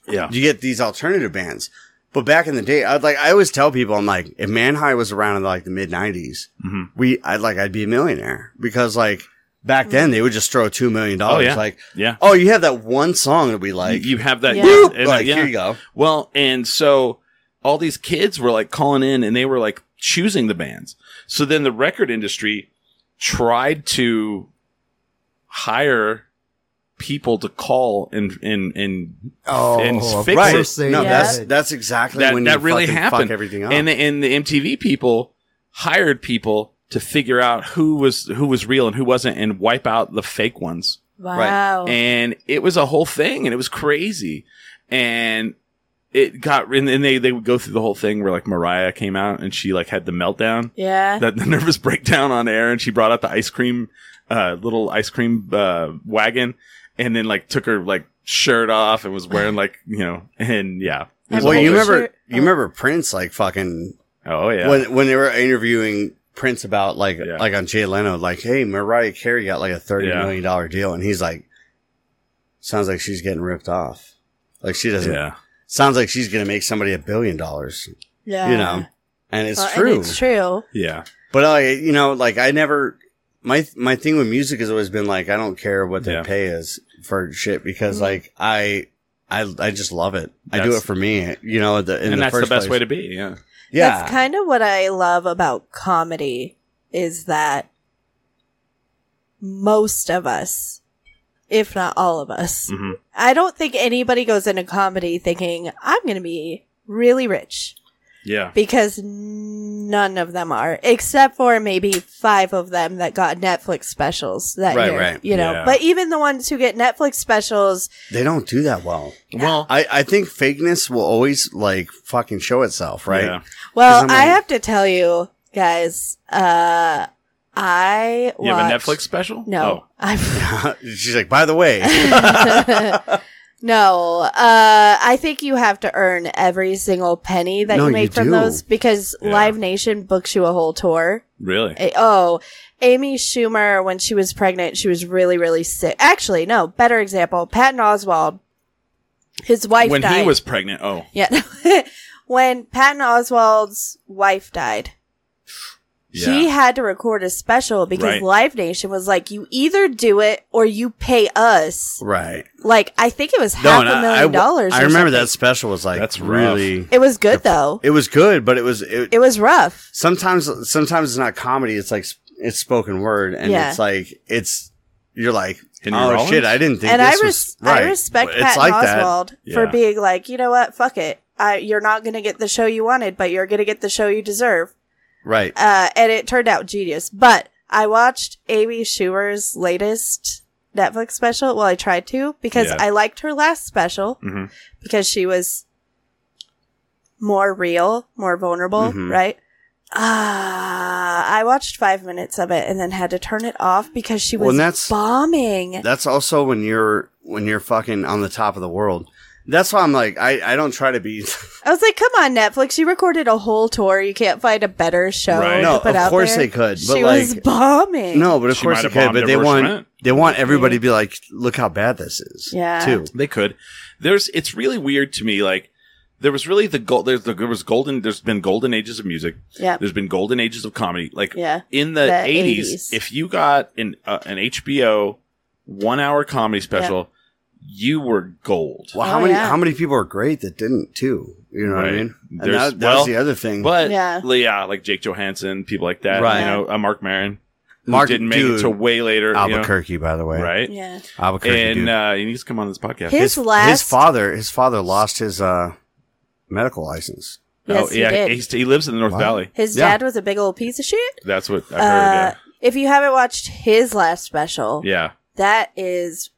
Yeah, you get these alternative bands. But back in the day, I'd like I always tell people, I'm like, if Manhai was around in like the mid '90s, Mhm. we I'd like I'd be a millionaire because like back then they would just throw two million dollars. yeah. Like, yeah. oh, you have that one song that we like. you have that. Yeah. Yeah. and, like yeah. here you go. Well, and so all these kids were like calling in, and they were like choosing the bands. So then the record industry tried to hire people to call and and and oh, and of fix course it. they No, did. that's that's exactly that when that you really fucking happened. Fuck everything up. And the, and the MTV people hired people to figure out who was who was real and who wasn't, and wipe out the fake ones. Wow. And it was a whole thing, and it was crazy. And it got and then they they would go through the whole thing where like Mariah came out and she like had the meltdown, yeah. that the nervous breakdown on air, and she brought out the ice cream, uh, little ice cream uh, wagon, and then like took her like shirt off and was wearing like you know and yeah. It was a well, whole you thing. remember Sure. you remember Prince like fucking Oh yeah. when when they were interviewing Prince about like Yeah. like on Jay Leno, like, hey, Mariah Carey got like a thirty Yeah. million dollar deal, and he's like, sounds like she's getting ripped off. Like she doesn't. yeah. Sounds like she's gonna make somebody a billion dollars, yeah. you know. And it's Well, and true. it's true. Yeah. But I, you know, like I never. My my thing with music has always been like I don't care what their Yeah. pay is for shit Mm-hmm. because like I. I, I just love it. I do That's- it for me, you know. The, and in the that's first the best place. way to be. Yeah. Yeah, That's kind of what I love about comedy is that most of us, if not all of us, Mhm. I don't think anybody goes into comedy thinking, I'm going to be really rich Yeah. because none of them are, except for maybe five of them that got Netflix specials that Right, year, right. you know, Yeah. but even the ones who get Netflix specials, they don't do that well. Well, I, I think fakeness will always like fucking show itself, right? Yeah. well, I'm I like- have to tell you guys, uh, I You have a watched- Netflix Oh. special? No, I've She's like, by the way, no, uh, I think you have to earn every single penny that No, you make you from do. those because Yeah. Live Nation books you a whole tour. really? A- oh, Amy Schumer, when she was pregnant, she was really, really sick. Actually, no, better example Patton Oswald, his wife when died. he was pregnant. Oh, Yeah. when Patton Oswald's wife died, He had to record a special because Right. Live Nation was like, you either do it or you pay us. Right. Like, I think it was half and a million dollars. I or remember something. that special was like That's that's rough. really. It was good though. It was good, but it was it, It was rough. sometimes sometimes it's not comedy. It's like s- it's spoken word, and Yeah. it's like it's you're like Henry oh Rollins? shit, I didn't think And I, this res- was right. I respect It's Patton like that. Oswald Yeah. for being like, you know what, fuck it. I, you're not going to get the show you wanted, but you're going to get the show you deserve. right? Uh, and it turned out genius. But I watched Amy Schumer's latest Netflix special. Well, I tried to because Yeah. I liked her last special Mhm. because she was more real, more vulnerable, Mhm. right? Ah, I watched five minutes of it and then had to turn it off because she Well, was and that's- bombing. That's also when you're when you're fucking on the top of the world. That's why I'm like I I don't try to be I was like, "Come on, Netflix! You recorded a whole tour. You can't find a better show." Right. to no. put Of out course there." they could, but she like was bombing. no, but of She might course they have could. bombed But they it versus want Schmidt. they want everybody to be like, look how bad this is. Yeah. too. They could. There's. It's really weird to me. Like there was really the gold. There's the, there was golden. There's been golden ages of music. yeah, There's been golden ages of comedy. Like yeah, in the, The 80s, 80s. if you got an uh, an HBO one hour comedy special, you were gold. Well, how Oh, many yeah. how many people are great that didn't too? You know what I Right. mean? And There's- that, that well, was the other thing. But Yeah. yeah. like Jake Johansson, people like that. Right. You know, uh, Mark Maron. Mark- Mark didn't make dude, it to way later. you know, Albuquerque, by the way, right? yeah. Albuquerque, dude. And uh, he needs to come on this podcast. His last- father his father lost his uh, medical license. Yes, he oh, yeah, did. he's- he lives in the North Wow. Valley. His Yeah. dad was a big old piece of shit. That's what I've Uh, heard. if you haven't watched his last special, Yeah. yeah, that is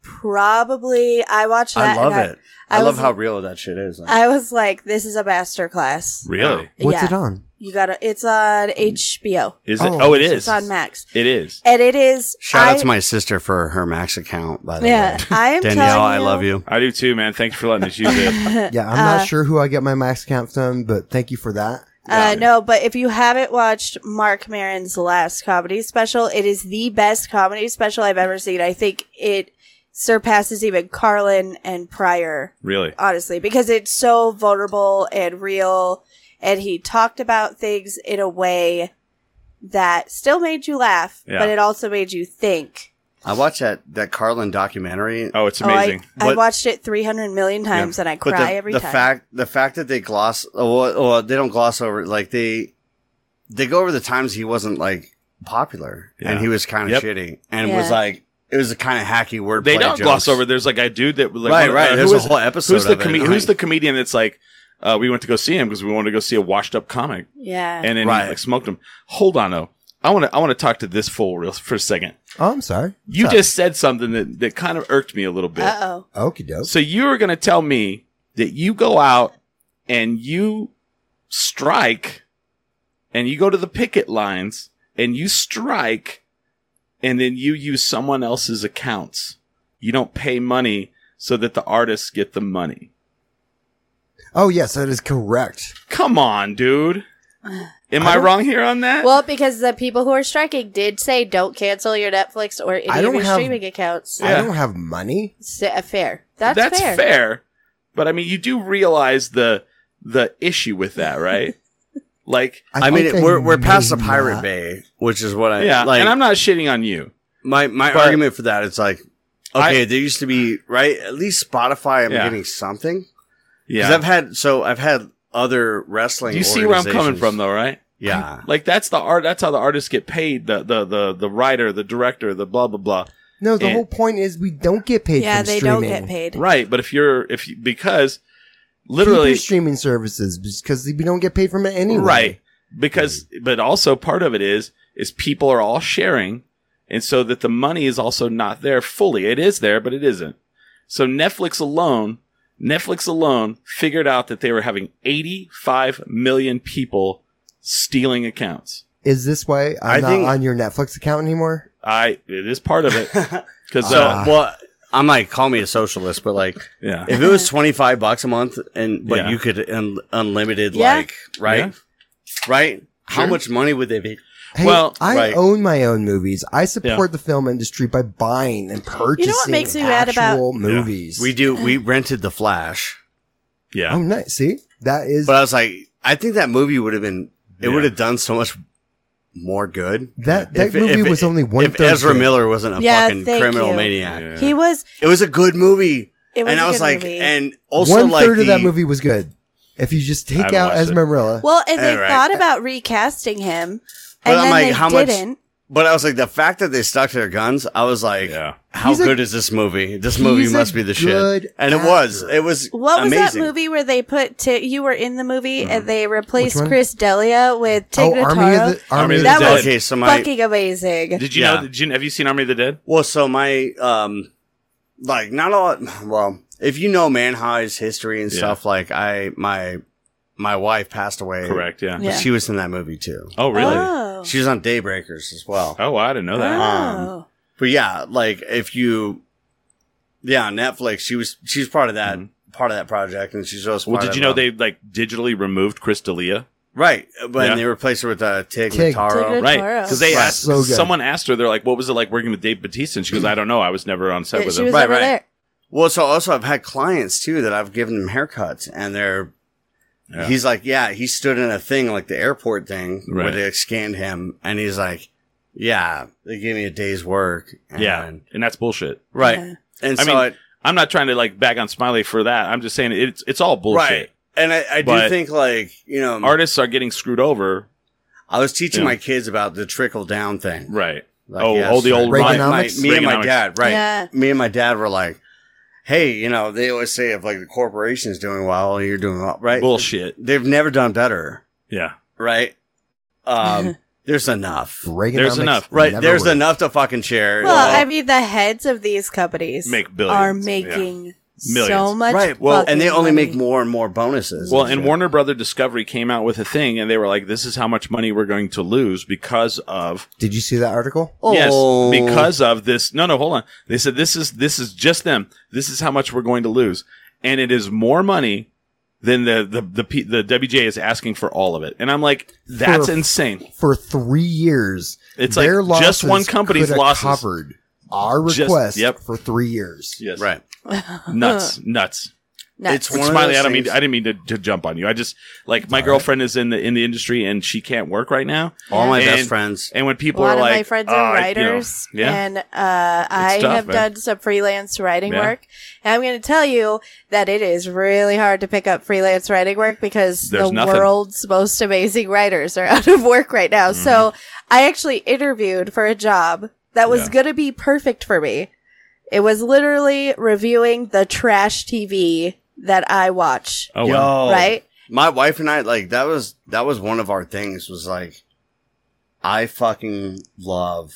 probably I watched that. I love and it. I, I love was- how real that shit is. Like, I, I was like, "This is a master class." really. What's yeah, it on? you gotta. It's on HBO. Is it? Oh, Oh, it is. It's on Max, It is. and it is. Shout I, out to my sister for her Max account, by the Yeah, way. I am Danielle, telling I you- love you. I do too, man. Thanks for letting us use it. Yeah, I'm not Uh, sure who I get my Max account from, but thank you for that. Uh, no, but if you haven't watched Mark Maron's last comedy special, it is the best comedy special I've ever seen. I think it surpasses even Carlin and Pryor, Really. honestly, because it's so vulnerable and real. And he talked about things in a way that still made you laugh, Yeah. but it also made you think. I watched that that Carlin documentary. Oh, it's Oh, I- amazing. I, What- watched it 300 million times and I But cry the, every the time. fact the fact that they gloss oh, well, well, they don't gloss over it, like they they go over the times he wasn't like popular and Yeah. he was kind Yep. of shitty and Yeah. was like it was a kind of hacky word. they don't gloss over. There's like a dude that like right, one- right. uh, There's who a is- whole episode. who's the of it, comed- right? who's the comedian that's like uh, we went to go see him because we wanted to go see a washed up comic yeah. and then Right. he like smoked him. Hold on though. I want to I want to talk to this fool real for a second. Oh, I'm sorry. You just said something that, that kind of irked me a little bit. Uh oh. Okie doke. So you were going to tell me that you go out and you strike and you go to the picket lines and you strike and then you use someone else's accounts. You don't pay money so that the artists get the money. Oh, yes, that is correct. Come on, dude. Am I I, don't- wrong here on that? Well, because the people who are striking did say don't cancel your Netflix or any I of don't your have- streaming accounts. I Yeah. don't have money. S- uh, fair. That's, fair. But I mean, you do realize the the issue with that, right? like, I mean, think it, we're, we're may past the Pirate not. Bay, which is what I yeah, like. and I'm not shitting on you. my my but- argument for that is like, I- okay, there used to be right at least Spotify. I'm Yeah. getting something because Yeah, I've had so I've had other wrestling. you see where I'm coming organizations- from, though, right? Yeah, Like that's the art. That's how the artists get paid. The the the the writer, the director, the blah blah blah. No, the And- whole point is we don't get paid. Yeah, from they streaming. don't get paid. Right, but if you're if you, because Keep your literally streaming services because we don't get paid from it anyway. right because but also part of it is is people are all sharing, and so that the money is also not there fully. It is there, but it isn't. So Netflix alone, Netflix alone figured out that they were having 85 million people stealing accounts. Is this why I'm I not think- on your Netflix account anymore? I it is part of it because So uh, well, I might call me a socialist, but like yeah. if it was twenty five bucks a month, and but Yeah. you could un- unlimited, Yeah. like right, Yeah. right. How Sure. much money would they be? Hey, Well, I right. own my own movies. I support the film industry by buying and purchasing. makes me mad actual about- movies? We do. We rented The Flash, Yeah. Oh, nice. See, that is but I was like, I think that movie would have been. It Yeah. would have done so much more good. That that If- movie if- was only one. If Ezra third. Miller wasn't a Yeah, fucking thank criminal you. maniac, He was. it was a good movie. It was and a I was good like, movie. and also One like third the, of that movie was good. If you just take haven't out watched it. Esmerilla, well, and they All right. thought about recasting him, But and I'm then like, they how much- didn't. But I was like, the fact that they stuck to their guns, I was like, Yeah. how He's a- good is this movie? This he's movie a must be the good shit. And it was. It was What was amazing. Hmm. that movie where they put t- you were in the movie and they replaced Which one? Chris Delia with Tig oh, Army Notaro? of the Army of the That Dead. was Okay, so my fucking amazing. Did you Yeah. know? Did you, have you seen Army of the Dead? well, so my um, like not all. Well, if you know Manhai's history and Yeah. stuff, like I my my wife passed away. Correct. Yeah. Yeah. She was in that movie too. Oh really? Oh. Oh. She was on Daybreakers as well. I didn't know that. Um, But yeah, like if you, yeah, on Netflix, she was she's part of that part of that project, and she's also. Mm-hmm. well, part did of you know um, they like digitally removed Chris D'Elia? right? But Yeah. they replaced her with uh, Tig, Tig. Notaro. Tig Right? Toro. Because they Right. asked So good. someone asked her. They're like, "What was it like working with Dave Batista?" And she goes, "I don't know. I was never on set with She was him." Right, over right. there. Well, so also I've had clients too that I've given them haircuts, and they're. Yeah. He's like, yeah, he stood in a thing like the airport thing where Right. they scanned him, and he's like, yeah, they gave me a day's work. And, Yeah, and that's bullshit. right. Yeah. And I so mean, it, I'm not trying to like bag on Smiley for that. I'm just saying it's it's all bullshit. right, and I, I do But- think like you know, Artists are getting screwed over. I was teaching Yeah. my kids about the trickle down thing. Right. Like, Oh, oh, the sir. old my, my, Reaganomics? me and my Reaganomics. dad, right? Yeah. Me and my dad were like, "Hey, you know, they always say if like the corporation's doing well, you're doing well, right? Bullshit. They've never done better, Yeah. right? Um, there's enough, Reaganomics There's enough. right? never There's worked. enough to fucking share. Well, Well, I mean, the heads of these companies Make billions, are yeah. making so Millions. much. right? Well, and they fucking only money. make more and more bonuses. Well, and shit. Warner Brother Discovery came out with a thing, and they were like, "This is how much money we're going to lose because of Did you see that article? Oh. yes, because of this." No, no, hold on. They said this is this is just them. This is how much we're going to lose, and it is more money than the the the, P, the WJ is asking for all of it. And I'm like, that's For- insane. For three years, It's like losses just one company's coulda losses. covered our Just- request yep. for three years. Yes, right? Uh-huh. Nuts, nuts. Nuts. It's one of Smiley, those I don't mean things- I didn't mean to, to jump on you. I just like my girlfriend is in the in the industry and she can't work right now. All my And- best friends. And when a people lot are of like, my friends "Ah, are you know," writers, yeah, and uh, I tough, have man. done some freelance writing Yeah. work. And I'm going to tell you that it is really hard to pick up freelance writing work because There's the nothing. world's most amazing writers are out of work right now. So I actually interviewed for a job that was Mm-hmm. Yeah. going to be perfect for me. It was literally reviewing the trash TV that I watch, oh well, Yo. right? my wife and I like that was that was one of our things was like I fucking love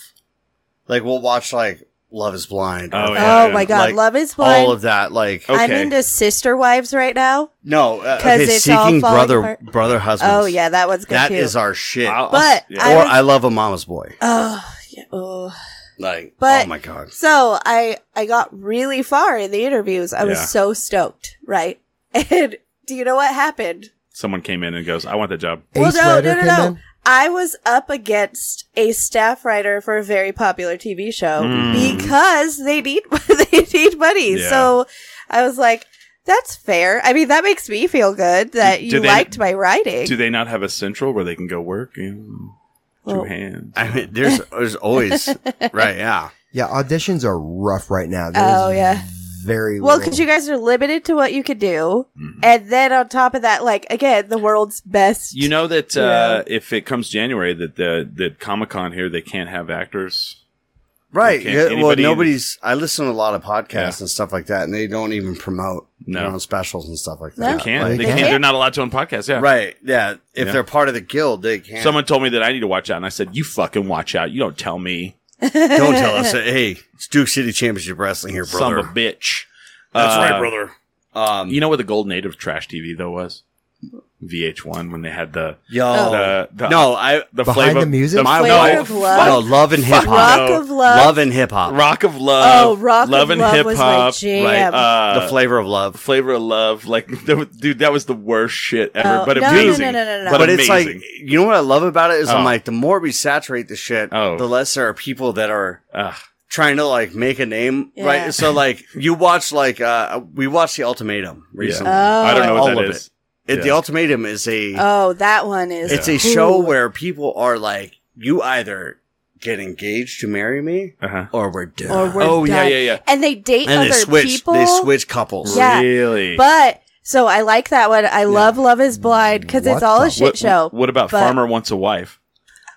like we'll watch like Love is Blind. Oh, or, yeah. oh my like, god, Love is Blind. all of that like Oh, I'm okay. into sister wives right now. no uh, 'Cause okay, it's all seeking falling brother apart. brother husbands. Oh yeah, that one's good that too. is our shit. I'll- I'll- But yeah. I or was- I love a mama's boy. Oh, yeah. Oh. Like But- oh my god. So I I got really far in the interviews. I was Yeah. so stoked, right? And do you know what happened? someone came in and goes, "I want that job." Ace Rider came in? I was up against a staff writer for a very popular TV show Mm. because they need they need money. Yeah. So I was like, that's fair. I mean, that makes me feel good that Do you they- liked my writing. Do they not have a central where they can go work? You know, Well, two hands. I mean there's there's always right, yeah. Yeah, auditions are rough right now. Oh, There's yeah. very Well, little. because you guys are limited to what you could do, Mm-hmm. and then on top of that, like again, the world's best. You know that Yeah. uh, if it comes January, that the that Comic Con here they can't have actors. Right. Okay, yeah, well, anybody- nobody's. I listen to a lot of podcasts Yeah. and stuff like that, and they don't even promote No. their own specials and stuff like No. that. They can't. Like, they they can't. can't. They're not allowed to on podcasts. Yeah. Right. Yeah. If Yeah. they're part of the guild, they can't. Someone told me that I need to watch out, and I said, "You fucking watch out. You don't tell me, don't tell us. that, Hey, it's Duke City Championship Wrestling here, son brother. of a bitch." That's Uh, right, brother. Um, You know what the golden age of trash TV though was? VH1 when they had the yo, Oh. the, the no, I. the Behind flavor the music? my Flavor wife- of Love? No, love and hip hop. Rock no. of Love. Love and hip hop. rock of love, Oh, Rock love of and Love hip was my hop, jam. right? Uh, the flavor of love. flavor of love. Like, that was- dude, that was the worst shit ever. Oh, but no, no, amazing. no, no, no, no. But, But amazing. it's like, you know what I love about it is Oh. I'm like, the more we saturate the shit, Oh. the less there are people that are Ugh. trying to like make a name, Yeah. right? So like you watch like uh we watched the ultimatum recently. Oh. I don't know what All that of is. It, The Yeah. ultimatum is a Oh, that one is. it's a cool. show where people are like you either get engaged to marry me Uh huh. or we're done. Or we're Oh, yeah, done. yeah, yeah. And they date and other they switch. people. They switch couples. Yeah. Really? But so I like that one. I love Love Is Blind because What it's all the- a shit what, show. What about but- Farmer Wants a Wife?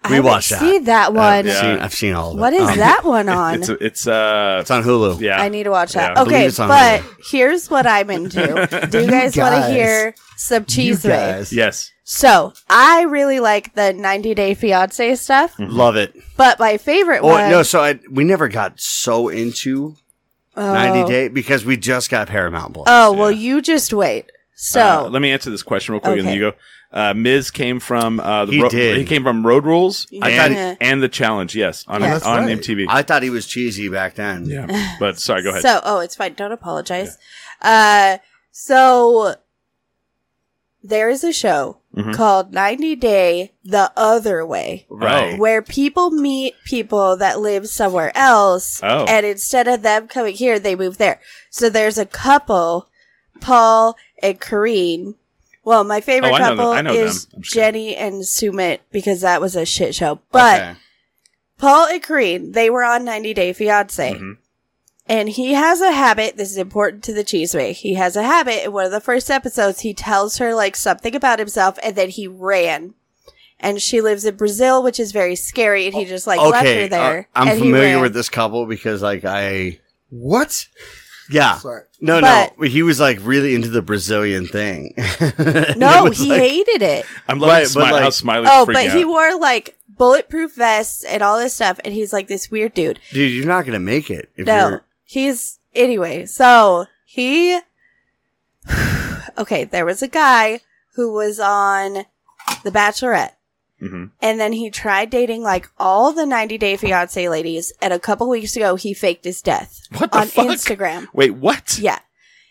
We I watched that. See that I've one. yeah. seen, I've seen all of it. What is Um, that one on? It's it's uh It's on Hulu. yeah. I need to watch that. Yeah. I believe okay, it's on but Hulu. here's what I'm into. Do you You guys want to guys. hear some cheese You with? guys. yes. So I really like the 90 Day Fiance stuff, Love it. but my favorite Oh one. no! So I, we never got so into Oh. ninety day because we just got Paramount Plus. Oh well, you just wait. So Uh, let me answer this question real quick, and then Okay. you go. Uh, Miz came from uh, the He did. he came from Road Rules I yeah. thought- and, and the Challenge. Yes, on Yeah. That's on right. MTV. I thought he was cheesy back then. yeah, but sorry, go ahead. So, oh, it's fine. Don't apologize. Uh, so there is a show Mhm. called 90 Day The Other Way right. where people meet people that live somewhere else. Oh. And instead of them coming here, they move there. So there's a couple, Paul and Kareen. Well, my favorite Oh, I know them. couple I know is them. I'm just Jenny and Sumit because that was a shit show. But Okay. Paul and Kareen, they were on 90 Day Fiance. Mm-hmm. Mhm. And he has a habit, this is important to the cheese way. He has a habit in one of the first episodes, he tells her like something about himself and then he ran. And she lives in Brazil, which is very scary, and he just like left her okay, there. uh, I'm and familiar with this couple because like I What? Ah. yeah Sorry. no no But- he was like really into the Brazilian thing. No, It was he like- hated it. I'm loving Right, but Smiley, like- how Smiley's Oh, freaking but he out. wore like bulletproof vests and all this stuff, and he's like this weird dude. dude. You're not gonna make it. If No, You're, he's anyway. So he, okay, there was a guy who was on The Bachelorette, Mhm. and then he tried dating like all the 90 Day Fiance ladies, and a couple weeks ago he faked his death What the on fuck? Instagram. Wait, what? Yeah,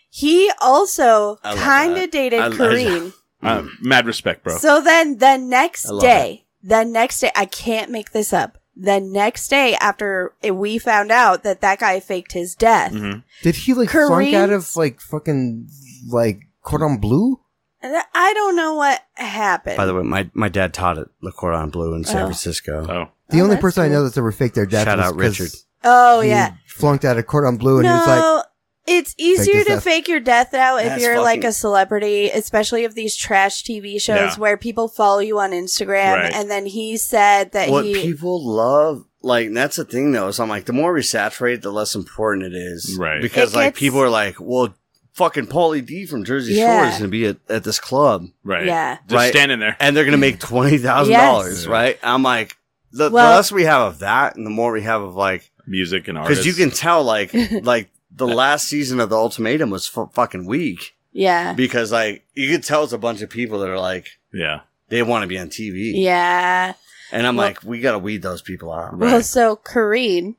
he also I love kind that. of dated I- I- Kareen. Uh, um, mad respect, bro. So then the I next love day, the next day, I can't make this up. The next day after we found out that that guy faked his death, Mm-hmm. Mhm. Did he like flunk Kareem? out of like fucking like cordon bleu? and I don't know what happened. by the way, my, my dad taught at Le Cordon Bleu in San Mm. Oh. Francisco. Oh, The Oh, only that's person I cool. know that's ever faked their death. Shout was out 'cause Richard. oh he yeah, flunked out of cordon bleu, and he was like, no, it's easier his to death. fake your death now if That's you're like fucking- a celebrity, especially of these trash TV shows Yeah. where people follow you on Instagram. Right. And then he said that what he people love like and that's the thing though is i'm like the more we saturate the less important it is Right. because It like gets- people are like well fucking paulie d from jersey shore Yeah. is gonna be at, at this club right. Yeah. Just Right. standing there. and they're gonna make $20000 Mm. Yes. right i'm like the, the Well- less we have of that and the more we have of like Music and artists. because you can tell like like the last season of the ultimatum was fu- fucking weak yeah, because like you could tell it's a bunch of people that are like Yeah. they want to be on tv yeah. and i'm Well- like we gotta weed those people out Well, so Corrine,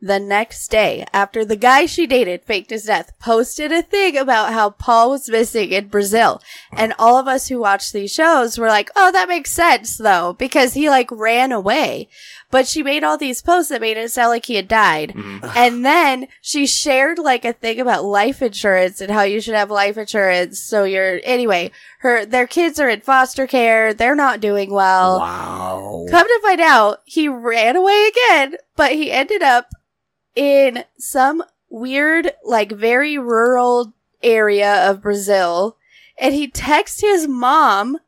the next day after the guy she dated faked his death, posted a thing about how Paul was missing in Brazil. And all of us who watched these shows were like, oh, that makes sense though, because he like ran away. But she made all these posts that made it sound like he had died. And then she shared like a thing about life insurance and how you should have life insurance. So you're, anyway, her, their kids are in foster care. They're not doing well. wow Come to find out, he ran away again, but he ended up in some weird, like very rural area of Brazil. And he texted his mom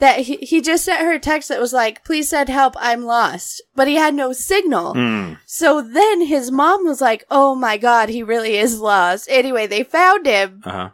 that he, he just sent her a text that was like, please send help, I'm lost. But he had no signal. Mm. So then his mom was like, oh my God, he really is lost. Anyway, they found him. Uh huh.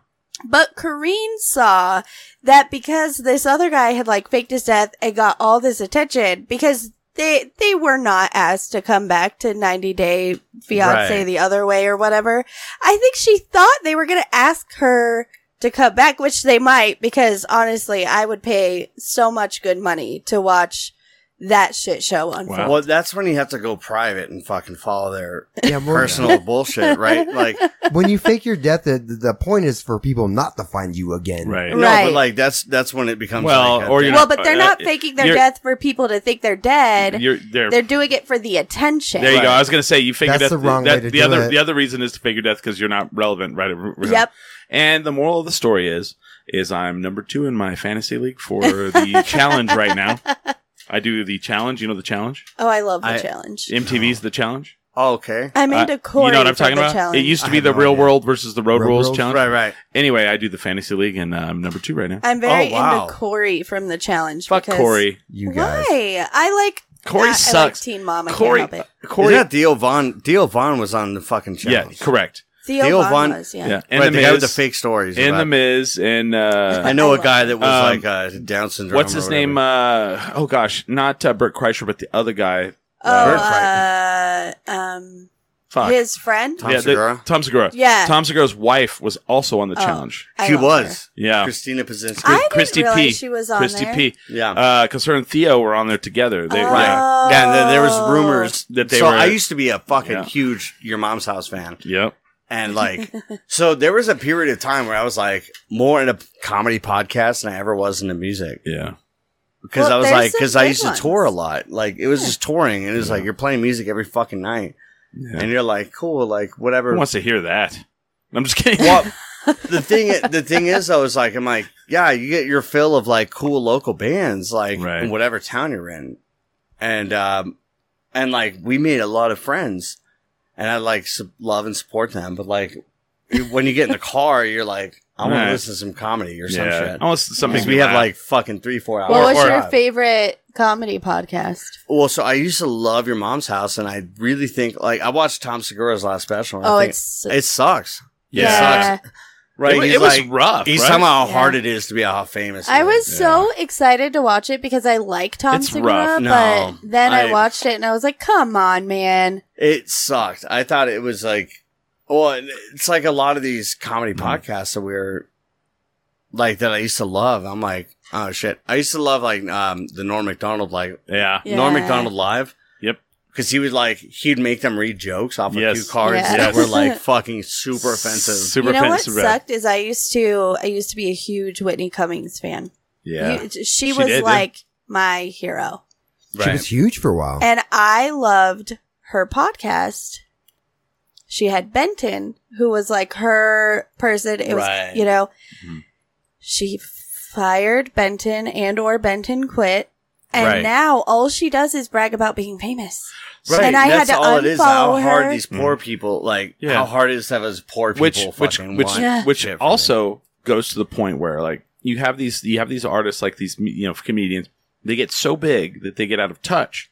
But Corrine saw that because this other guy had like faked his death and got all this attention because they they were not asked to come back to 90 Day Fiance Right. the other way or whatever. I think she thought they were gonna ask her to come back, which they might because honestly, I would pay so much good money to watch that shit show unfold. Wow. Well, that's when you have to go private and fucking follow their "Yeah, well, personal bullshit, right? Like, when you fake your death, the, the point is for people not to find you again. Right. no, Right. but like that's that's when it becomes Well, like, or you you're Well, not- but they're uh, not uh, faking their you're- death for people to think they're dead. You're there. they're doing it for the attention. There you go. Right. I was going to say you figure That's death. the wrong that- way to the do other it. the other reason is to figure death because you're not relevant, right? Yep. And the moral of the story is is I'm number two in my fantasy league for the challenge right now. I do the challenge. You know the challenge? Oh, I love the I- challenge. MTV's the challenge. Oh, okay. I made Uh, a core. You know what I'm for talking the about? Challenge. It used to I be have the no real idea. world versus the road, Road rules rules? challenge. Right, right. Anyway, I do the fantasy league, and uh, I'm number two right now. I'm very Oh, wow. into Corey from the challenge. Fuck because- Corey. You guys. Why? I like Corey I- I like sucks. Teen Mom. I Corey. uh, can't help it. Corey. Is that Theo Von? Theo Von was on the fucking yeah, challenge. correct. Theo, Theo Von, Von- was, yeah. Yeah, And and right, the, the guy Miz, with the fake stories. and about- the Miz, and uh, I I know a love- guy that was Um, like uh, Down syndrome. what's or his whatever. name? Uh, oh gosh, not uh, Bert Kreischer, but the other guy. Oh, Bird uh, um, Fuck. his friend. Tom the- Segura? Tom Segura. Yeah. Tom Segura's wife was also on the Oh. challenge. I she love was Yeah. Christina Pazinski. her. I didn't Christy P. realize she was on Christy there. P. yeah, Uh, because her and Theo were on there together. They, Oh. yeah. yeah. and then there was rumors That they so were- I used to be a fucking Yeah. huge Your Mom's House fan, Yep. and like, so there was a period of time where I was like more in a comedy podcast than I ever was into music. Yeah. because Well, I was there's like, some because I good used ones. to tour a lot. Like it was just touring, and it was like Yeah. you're playing music every fucking night, Yeah. and you're like, cool, like Who whatever. wants to hear that? I'm just kidding. Well, the thing, i- the thing is, I was like, I'm like, yeah, you get your fill of like cool local bands, like Right. in whatever town you're in, and um, and like we made a lot of friends, and I like su- love and support them, but like you- when you get in the car, you're like, I want Right. to listen to some comedy or some yeah. shit. Almost something Because we have like fucking three, four hours. What was Or- your drive. favorite comedy podcast? Well, so I used to love your mom's house, and I really think like I watched Tom Segura's last special. And oh, I think, it's it sucks, yeah. yeah. right? It, wa- he's it was like, rough. he's right? talking about how Yeah. hard it is to be a famous. I man. was so excited to watch it because I like Tom It's Segura, rough. No, but then I, I- watched it and I was like, "Come on, man!" It sucked. I thought it was like, well, and it's like a lot of these comedy Mm-hmm. podcasts that we're like that I used to love. I'm like, oh shit, I used to love like um the Norm Macdonald like Yeah. Yeah. Norm Macdonald live. Yep. Because he was like, he'd make them read jokes off of Yes. cue cards Yeah. that were Yes. like fucking super offensive. Super you know what offensive. sucked is I used to I used to be a huge Whitney Cummings fan. Yeah. You- she, She was did, yeah. like my hero, She was huge for a while. and I loved her podcast. She had Benton, who was like her person. It Right. was you know, Mhm. she fired Benton and or Benton quit. And Right. now all she does is brag about being famous. Right. And I had that's to all it is. How unfollow hard her. these poor people, like, Mm-hmm. Yeah. how hard it is to have those poor people which which fucking which want Yeah. which shit from also goes to the point where like you have these you have these artists like these you know comedians they get so big that they get out of touch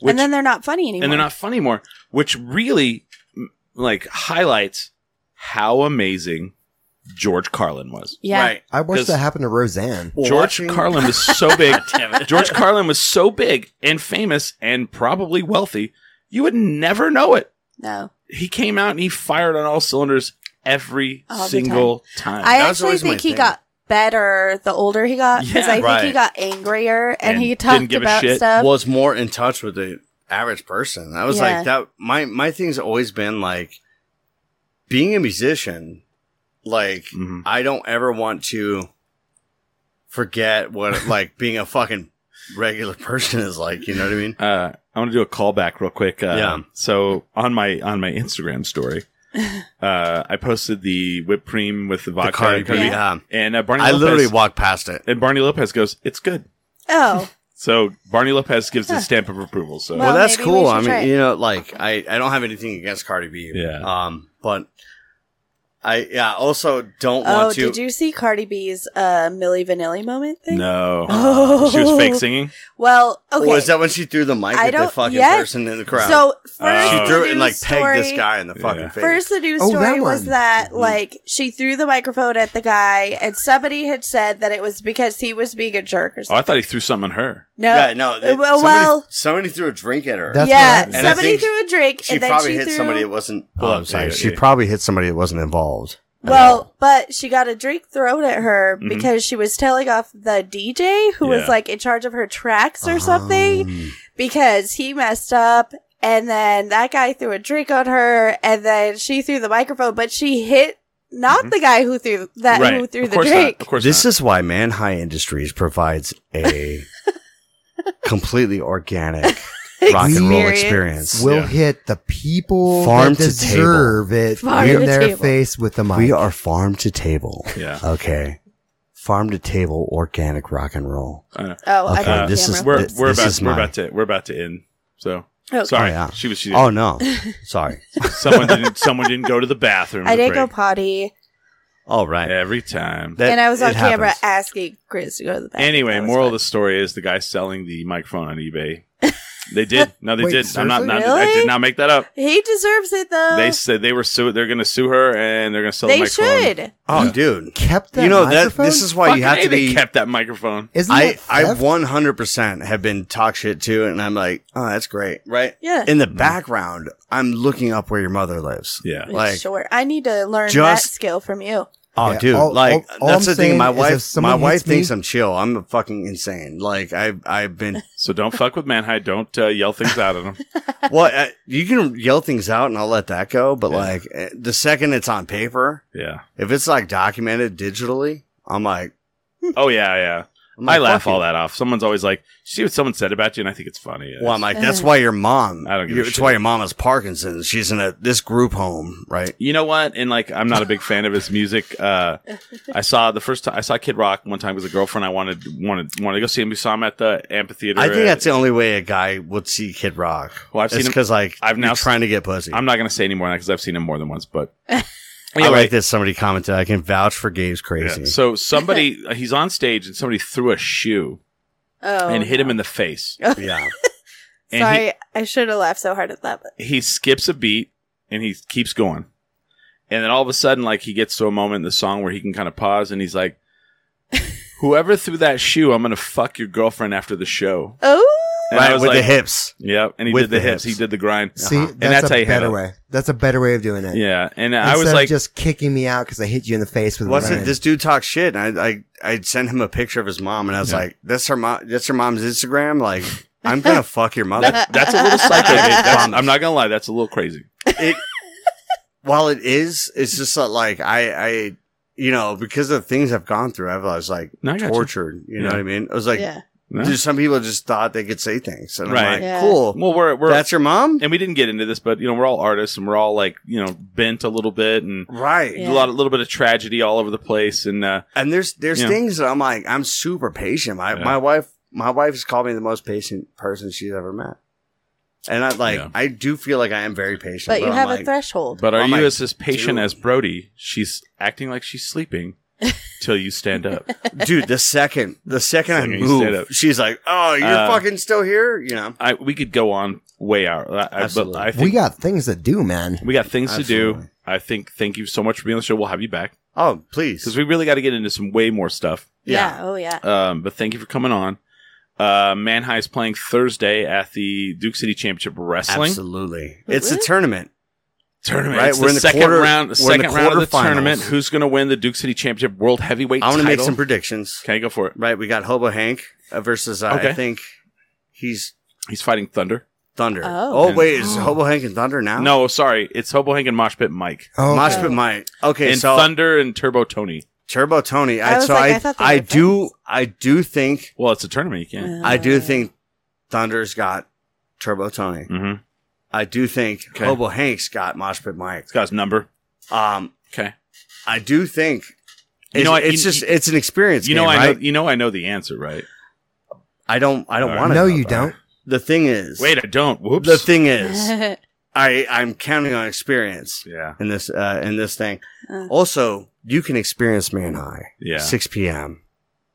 which, and then they're not funny anymore. and they're not funny anymore which really m- like highlights how amazing George Carlin was you. Yeah. Right. I watched 'Cause- that happen to Roseanne. George Watching- Carlin was so big George Carlin was so big and famous and probably wealthy you would never know it No. he came out and he fired on all cylinders every All the single time, I That was actually always my think he thing. got better the older he got because Yeah. I think he Right. got angrier and, And he didn't talked give a about shit. stuff. was more in touch with the average person. I was Yeah. like that. My my thing's always been like being a musician. Like Mhm. I don't ever want to forget what like being a fucking regular person is like. You know what I mean? uh, I want to do a callback real quick. Uh, Yeah. So on my on my Instagram story, uh, I posted the whipped cream with the The vodka, car, and yeah. curry. and uh, Barney. I Lopez, literally walked past it. and Barney Lopez goes, "It's good." oh, So Barney Lopez gives his stamp of approval. So Well, Well, that's maybe we cool. should I try it. mean, you know, like I, I don't have anything against Cardi B. Yeah. Um, but I yeah also don't oh! want to. Did you see Cardi B's uh, Millie Vanilli moment thing? no, Oh. she was fake singing. Well, okay. Was Oh, that when she threw the mic I at the don't- fucking yes. person in the crowd? So first, Oh. she the threw it and news like pegged this story- guy in the fucking Yeah. face. Mm-hmm. First, the news Oh, that story was one. that like she threw the microphone at the guy, and somebody had said that it was because he was being a jerk or Oh, something. I thought he threw something on her. no, yeah, no. Uh, It, well, somebody, well- somebody threw a drink at her. That's what yeah, happened. And I somebody think threw a drink, she and then probably she hit threw, somebody that wasn't. Oh, I'm sorry. She probably hit somebody that wasn't involved. Well, but she got a drink thrown at her Mm-hmm. Mhm. because she was telling off the DJ who Yeah. was like in charge of her tracks or something Um, Oh. because he messed up. And then that guy threw a drink on her, and then she threw the microphone, but she hit not Mm-hmm. the guy who threw that who threw of the course drink. Not. Of course This not. is why Man High Industries provides a completely organic rock and roll Experience. experience. We'll Yeah. hit the people Farm that to deserve it Farm in to their table. face with the mic. We are farm to table. Yeah. Okay. farm to table organic rock and roll. Oh, I Okay, got this camera. is- We're This- we're this about is we're my- about to we're about to end. So Okay. sorry, Oh, yeah. she was she, Oh no, sorry. someone didn't someone didn't go to the bathroom. I to did go break. potty, All right. every time. That- and I was it on camera happens. asking Chris to go to the bathroom. anyway, That was moral of fun. the story is the guy selling the microphone on eBay. They did. No, they Wait, did. I'm not, not seriously? I did not make that up. he deserves it though. They said they were sue. They're going to sue her, and they're going to sell the They microphone. should. Oh, dude. Kept that you know microphone? that this is why Fucking you have A, to they be. kept that microphone. Isn't I that I theft? 100 percent have been talk shit too, and I'm like, oh, that's great, right? Yeah. In the background, I'm looking up where your mother lives. Yeah. Like, sure. I need to learn that just- skill from you. oh, Yeah, dude, all- like all- all that's I'm the thing. My saying is if wife, someone my hits wife me- thinks I'm chill. I'm fucking insane. Like I I've been. So don't fuck with Manhide. Don't uh, yell things out at him. well, I, you can yell things out, and I'll let that go. But like eh, the second it's on paper, Yeah. if it's like documented digitally, I'm like, Oh yeah, yeah. I'm I like, laugh fuck you. all that off. Someone's always like, "See what someone said about you," and I think it's funny. Well, I'm like, that's why your mom. I don't give a It's shit. why your mom is Parkinson's. She's in a this group home, right? You know what? And like, I'm not a big fan of his music. Uh, I saw the first time I saw Kid Rock one time with a girlfriend. I wanted wanted wanted to go see him. We saw him at the amphitheater. I think at- that's the only way a guy would see Kid Rock. Well, I've seen him- because like I've I've now now trying to get pussy. I'm not going to say any more because I've seen him more than once. But I anyway, like that somebody commented. I can vouch for Gabe's crazy. yeah. so somebody he's on stage and somebody threw a shoe Oh, and hit him in the face. yeah, And Sorry, I should have laughed so hard at that. But He, he skips a beat and he keeps going, and then all of a sudden, like he gets to a moment in the song where he can kind of pause and he's like, "Whoever threw that shoe, I'm going to fuck your girlfriend after the show." oh, And I right was with the like- hips. Yep, and he With did the, the hips. hips. He did the grind. See, Uh-huh. that's, And that's how a you handle better it. way. That's a better way of doing it. Yeah, and Instead I was like, of just kicking me out because I hit you in the face with. a Was rhyme. it this dude talked shit? And I, I I sent him a picture of his mom, and I was like, "That's her mom. That's her mom's Instagram. Like, I'm gonna fuck your mother." that, "That's a little psycho." dude. That's- Promise. I'm not gonna lie, that's a little crazy. it while it is, it's just that, like I, I, you know, because of the things I've gone through, I've, I was like No, I got you. tortured. You. know Yeah. what I mean? I was like, yeah. No? dude, some people just thought they could say things, and Right. I'm like, Yeah. cool. Well, we're we're That's your mom, and we didn't get into this, but you know, we're all artists and we're all like you know bent a little bit and right? Yeah. a lot, a little bit of tragedy all over the place. And uh, And there's there's Yeah. things that I'm like, I'm super patient. My Yeah. my wife my wife has called me the most patient person she's ever met, and I like Yeah. I do feel like I am very patient. But you I'm have a like, threshold. but are I'm you like, as as patient dude. as Brody? She's acting like she's sleeping till you stand up. dude. The second the second I Second you stand move, up. she's like, oh, you're Uh, fucking still here, you know. I we could go on way out, I- I, but Absolutely. I think We got things to do, man. we got things to do. Absolutely. I think thank you so much for being on the show. We'll have you back Oh, please. because we really got to get into some way more stuff. yeah. Oh, yeah. Um, but thank you for coming on. Uh, Manhai is playing Thursday at the Duke City Championship Wrestling Absolutely. It's a Woo. tournament. tournament. Right, It's we're the in the second quarter- round. The we're in the second round of the quarterfinals. tournament. Who's going to win the Duke City Championship World Heavyweight? I want to make title? some predictions. Okay, go for it. Right. We got Hobo Hank uh, versus, uh, Okay. I think he's He's fighting Thunder. Thunder. Oh. Oh, wait. Is Hobo Hank and Thunder now? No, sorry, it's Hobo Hank and Mosh Pit Mike Oh, Mosh Okay. Pit might. Okay. and so Thunder and Turbo Tony. Turbo Tony. I I, was so like, I I, thought they I, were do, I do think, Well, it's a tournament. You can't. I do Uh, think Thunder's got Turbo Tony. Mm-hmm. I do think Okay. Hobo Hank's got Mosh Pit Mike. It's got his number. Um, Okay. I do think. You it's- know, I- it's you- just it's an experience. you know, game, I right? know. You know, I know the answer, right? I don't. I don't All want to. no, you don't. The thing is, Wait, I don't. Whoops. The thing is, I I'm counting on experience Yeah. in this uh, in this thing. Uh. Also, you can experience Man High. Yeah. 6 p.m.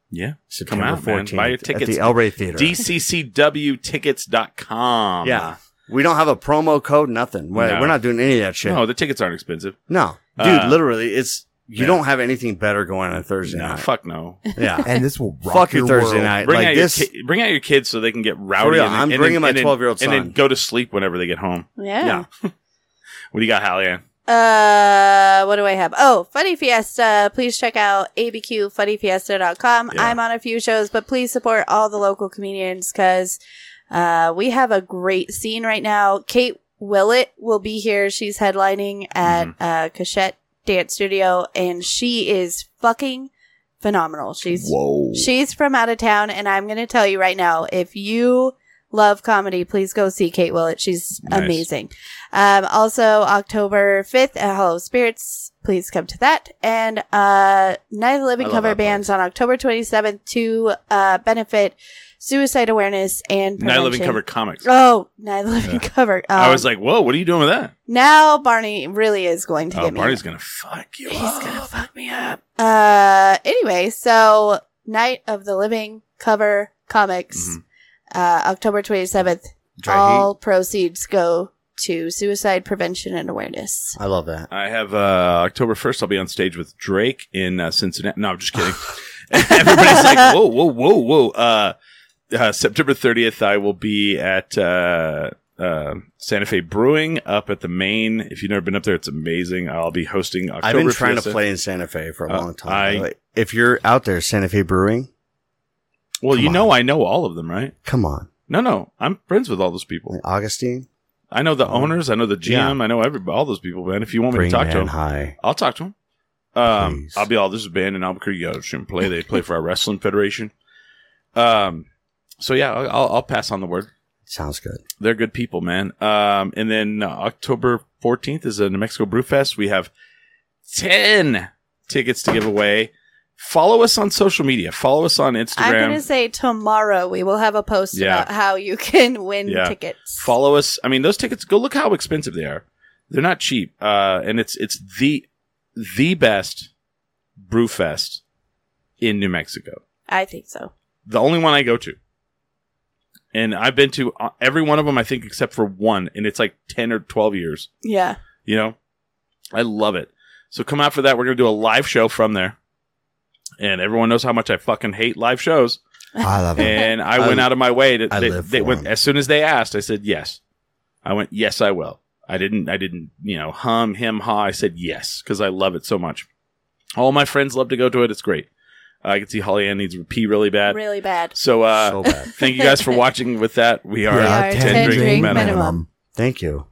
Yeah. September out, man. 14th Buy your at tickets. the El Rey Theater. DCCWtickets.com. yeah, we don't have a promo code. Nothing. We're, No. we're not doing any of that shit. No, No, the tickets aren't expensive. dude. Uh, literally, it's you yeah. don't have anything better going on a Thursday No, night. fuck no. Yeah, And this will rock fuck your, Thursday world. night. Bring like out this. your ki- bring out your kids so they can get rowdy. real, and then- I'm and bringing then- my and then- 12-year-old and then son. go to sleep whenever they get home. yeah. What do you got, Hallian? Uh, what do I have? Oh, Funny Fiesta. Please check out abqfunnyfiesta.com. Yeah. I'm on a few shows, but please support all the local comedians because uh, we have a great scene right now. Kate Willett will be here. She's headlining at Mm-hmm. uh, Cachette Dance Studio, and she is fucking phenomenal. She's Whoa. She's from out of town, and I'm going to tell you right now if you Love comedy. Please go see Kate Willett. She's Nice. amazing. Um, also, October 5th at Hollow Spirits. Please come to that. And uh, Night of the Living I love cover that bands on October 27th to uh, benefit suicide awareness and Night prevention. Living Cover Comics. Oh, Night of the Living cover. Um, I was like, whoa, what are you doing with that? now Barney really is going to Oh, get me. Marty's going to fuck you He's up. gonna fuck me up. Uh, anyway, so Night of the Living cover comics, Mhm. uh, October 27th. Dry all proceeds go to suicide prevention and awareness. heat. I love that. I have uh, October 1st, I'll be on stage with Drake in uh, Cincinnati. No, I'm just kidding. Everybody's like, whoa, whoa, whoa, whoa. Uh, uh, September 30th, I will be at uh, uh, Santa Fe Brewing up at the Main. If you've never been up there, it's amazing. I'll be hosting October I've been trying to Fiesta. play in Santa Fe for a Uh, long I- time. Like, if you're out there, Santa Fe Brewing, Well, Come you on. know, I know all of them, right? come on, No, no, I'm friends with all those people. Augustine, I know the owners, I know the GM, Oh. Yeah. I know every all those people, man. If you want me bring to talk to man them, high. I'll talk to him. Um, Please. I'll be all this is a band in Albuquerque. I shouldn't play. They play for our wrestling federation. Um, so yeah, I'll, I'll- I'll pass on the word. Sounds good. They're good people, man. Um, and then uh, October 14th is a New Mexico Brew Fest. We have 10 tickets to give away. Follow us on social media. Follow us on Instagram. I'm gonna say tomorrow we will have a post Yeah. about how you can win Yeah. tickets. follow us. I mean, those tickets. Go look how expensive they are. They're not cheap, uh, and it's it's the the best brew fest in New Mexico. I think so. The only one I go to, and I've been to uh, every one of them. I think except for one, and it's like ten or twelve years. Yeah. You know, I love it. So come out for that. We're gonna do a live show from there, and everyone knows how much I fucking hate live shows. I love it. And I, I- went out of my way to. I they, live they for went 'em. as soon as they asked. I said yes. I went yes. I will. I didn't. I didn't. You know, hum, him, ha. I said yes because I love it so much. All my friends love to go to it. It's great. I can see Holly Ann needs to pee really bad. Really bad. So, uh, so bad. thank you guys for watching. With that, we are Yeah, ten, drink, minimum. minimum. Thank you.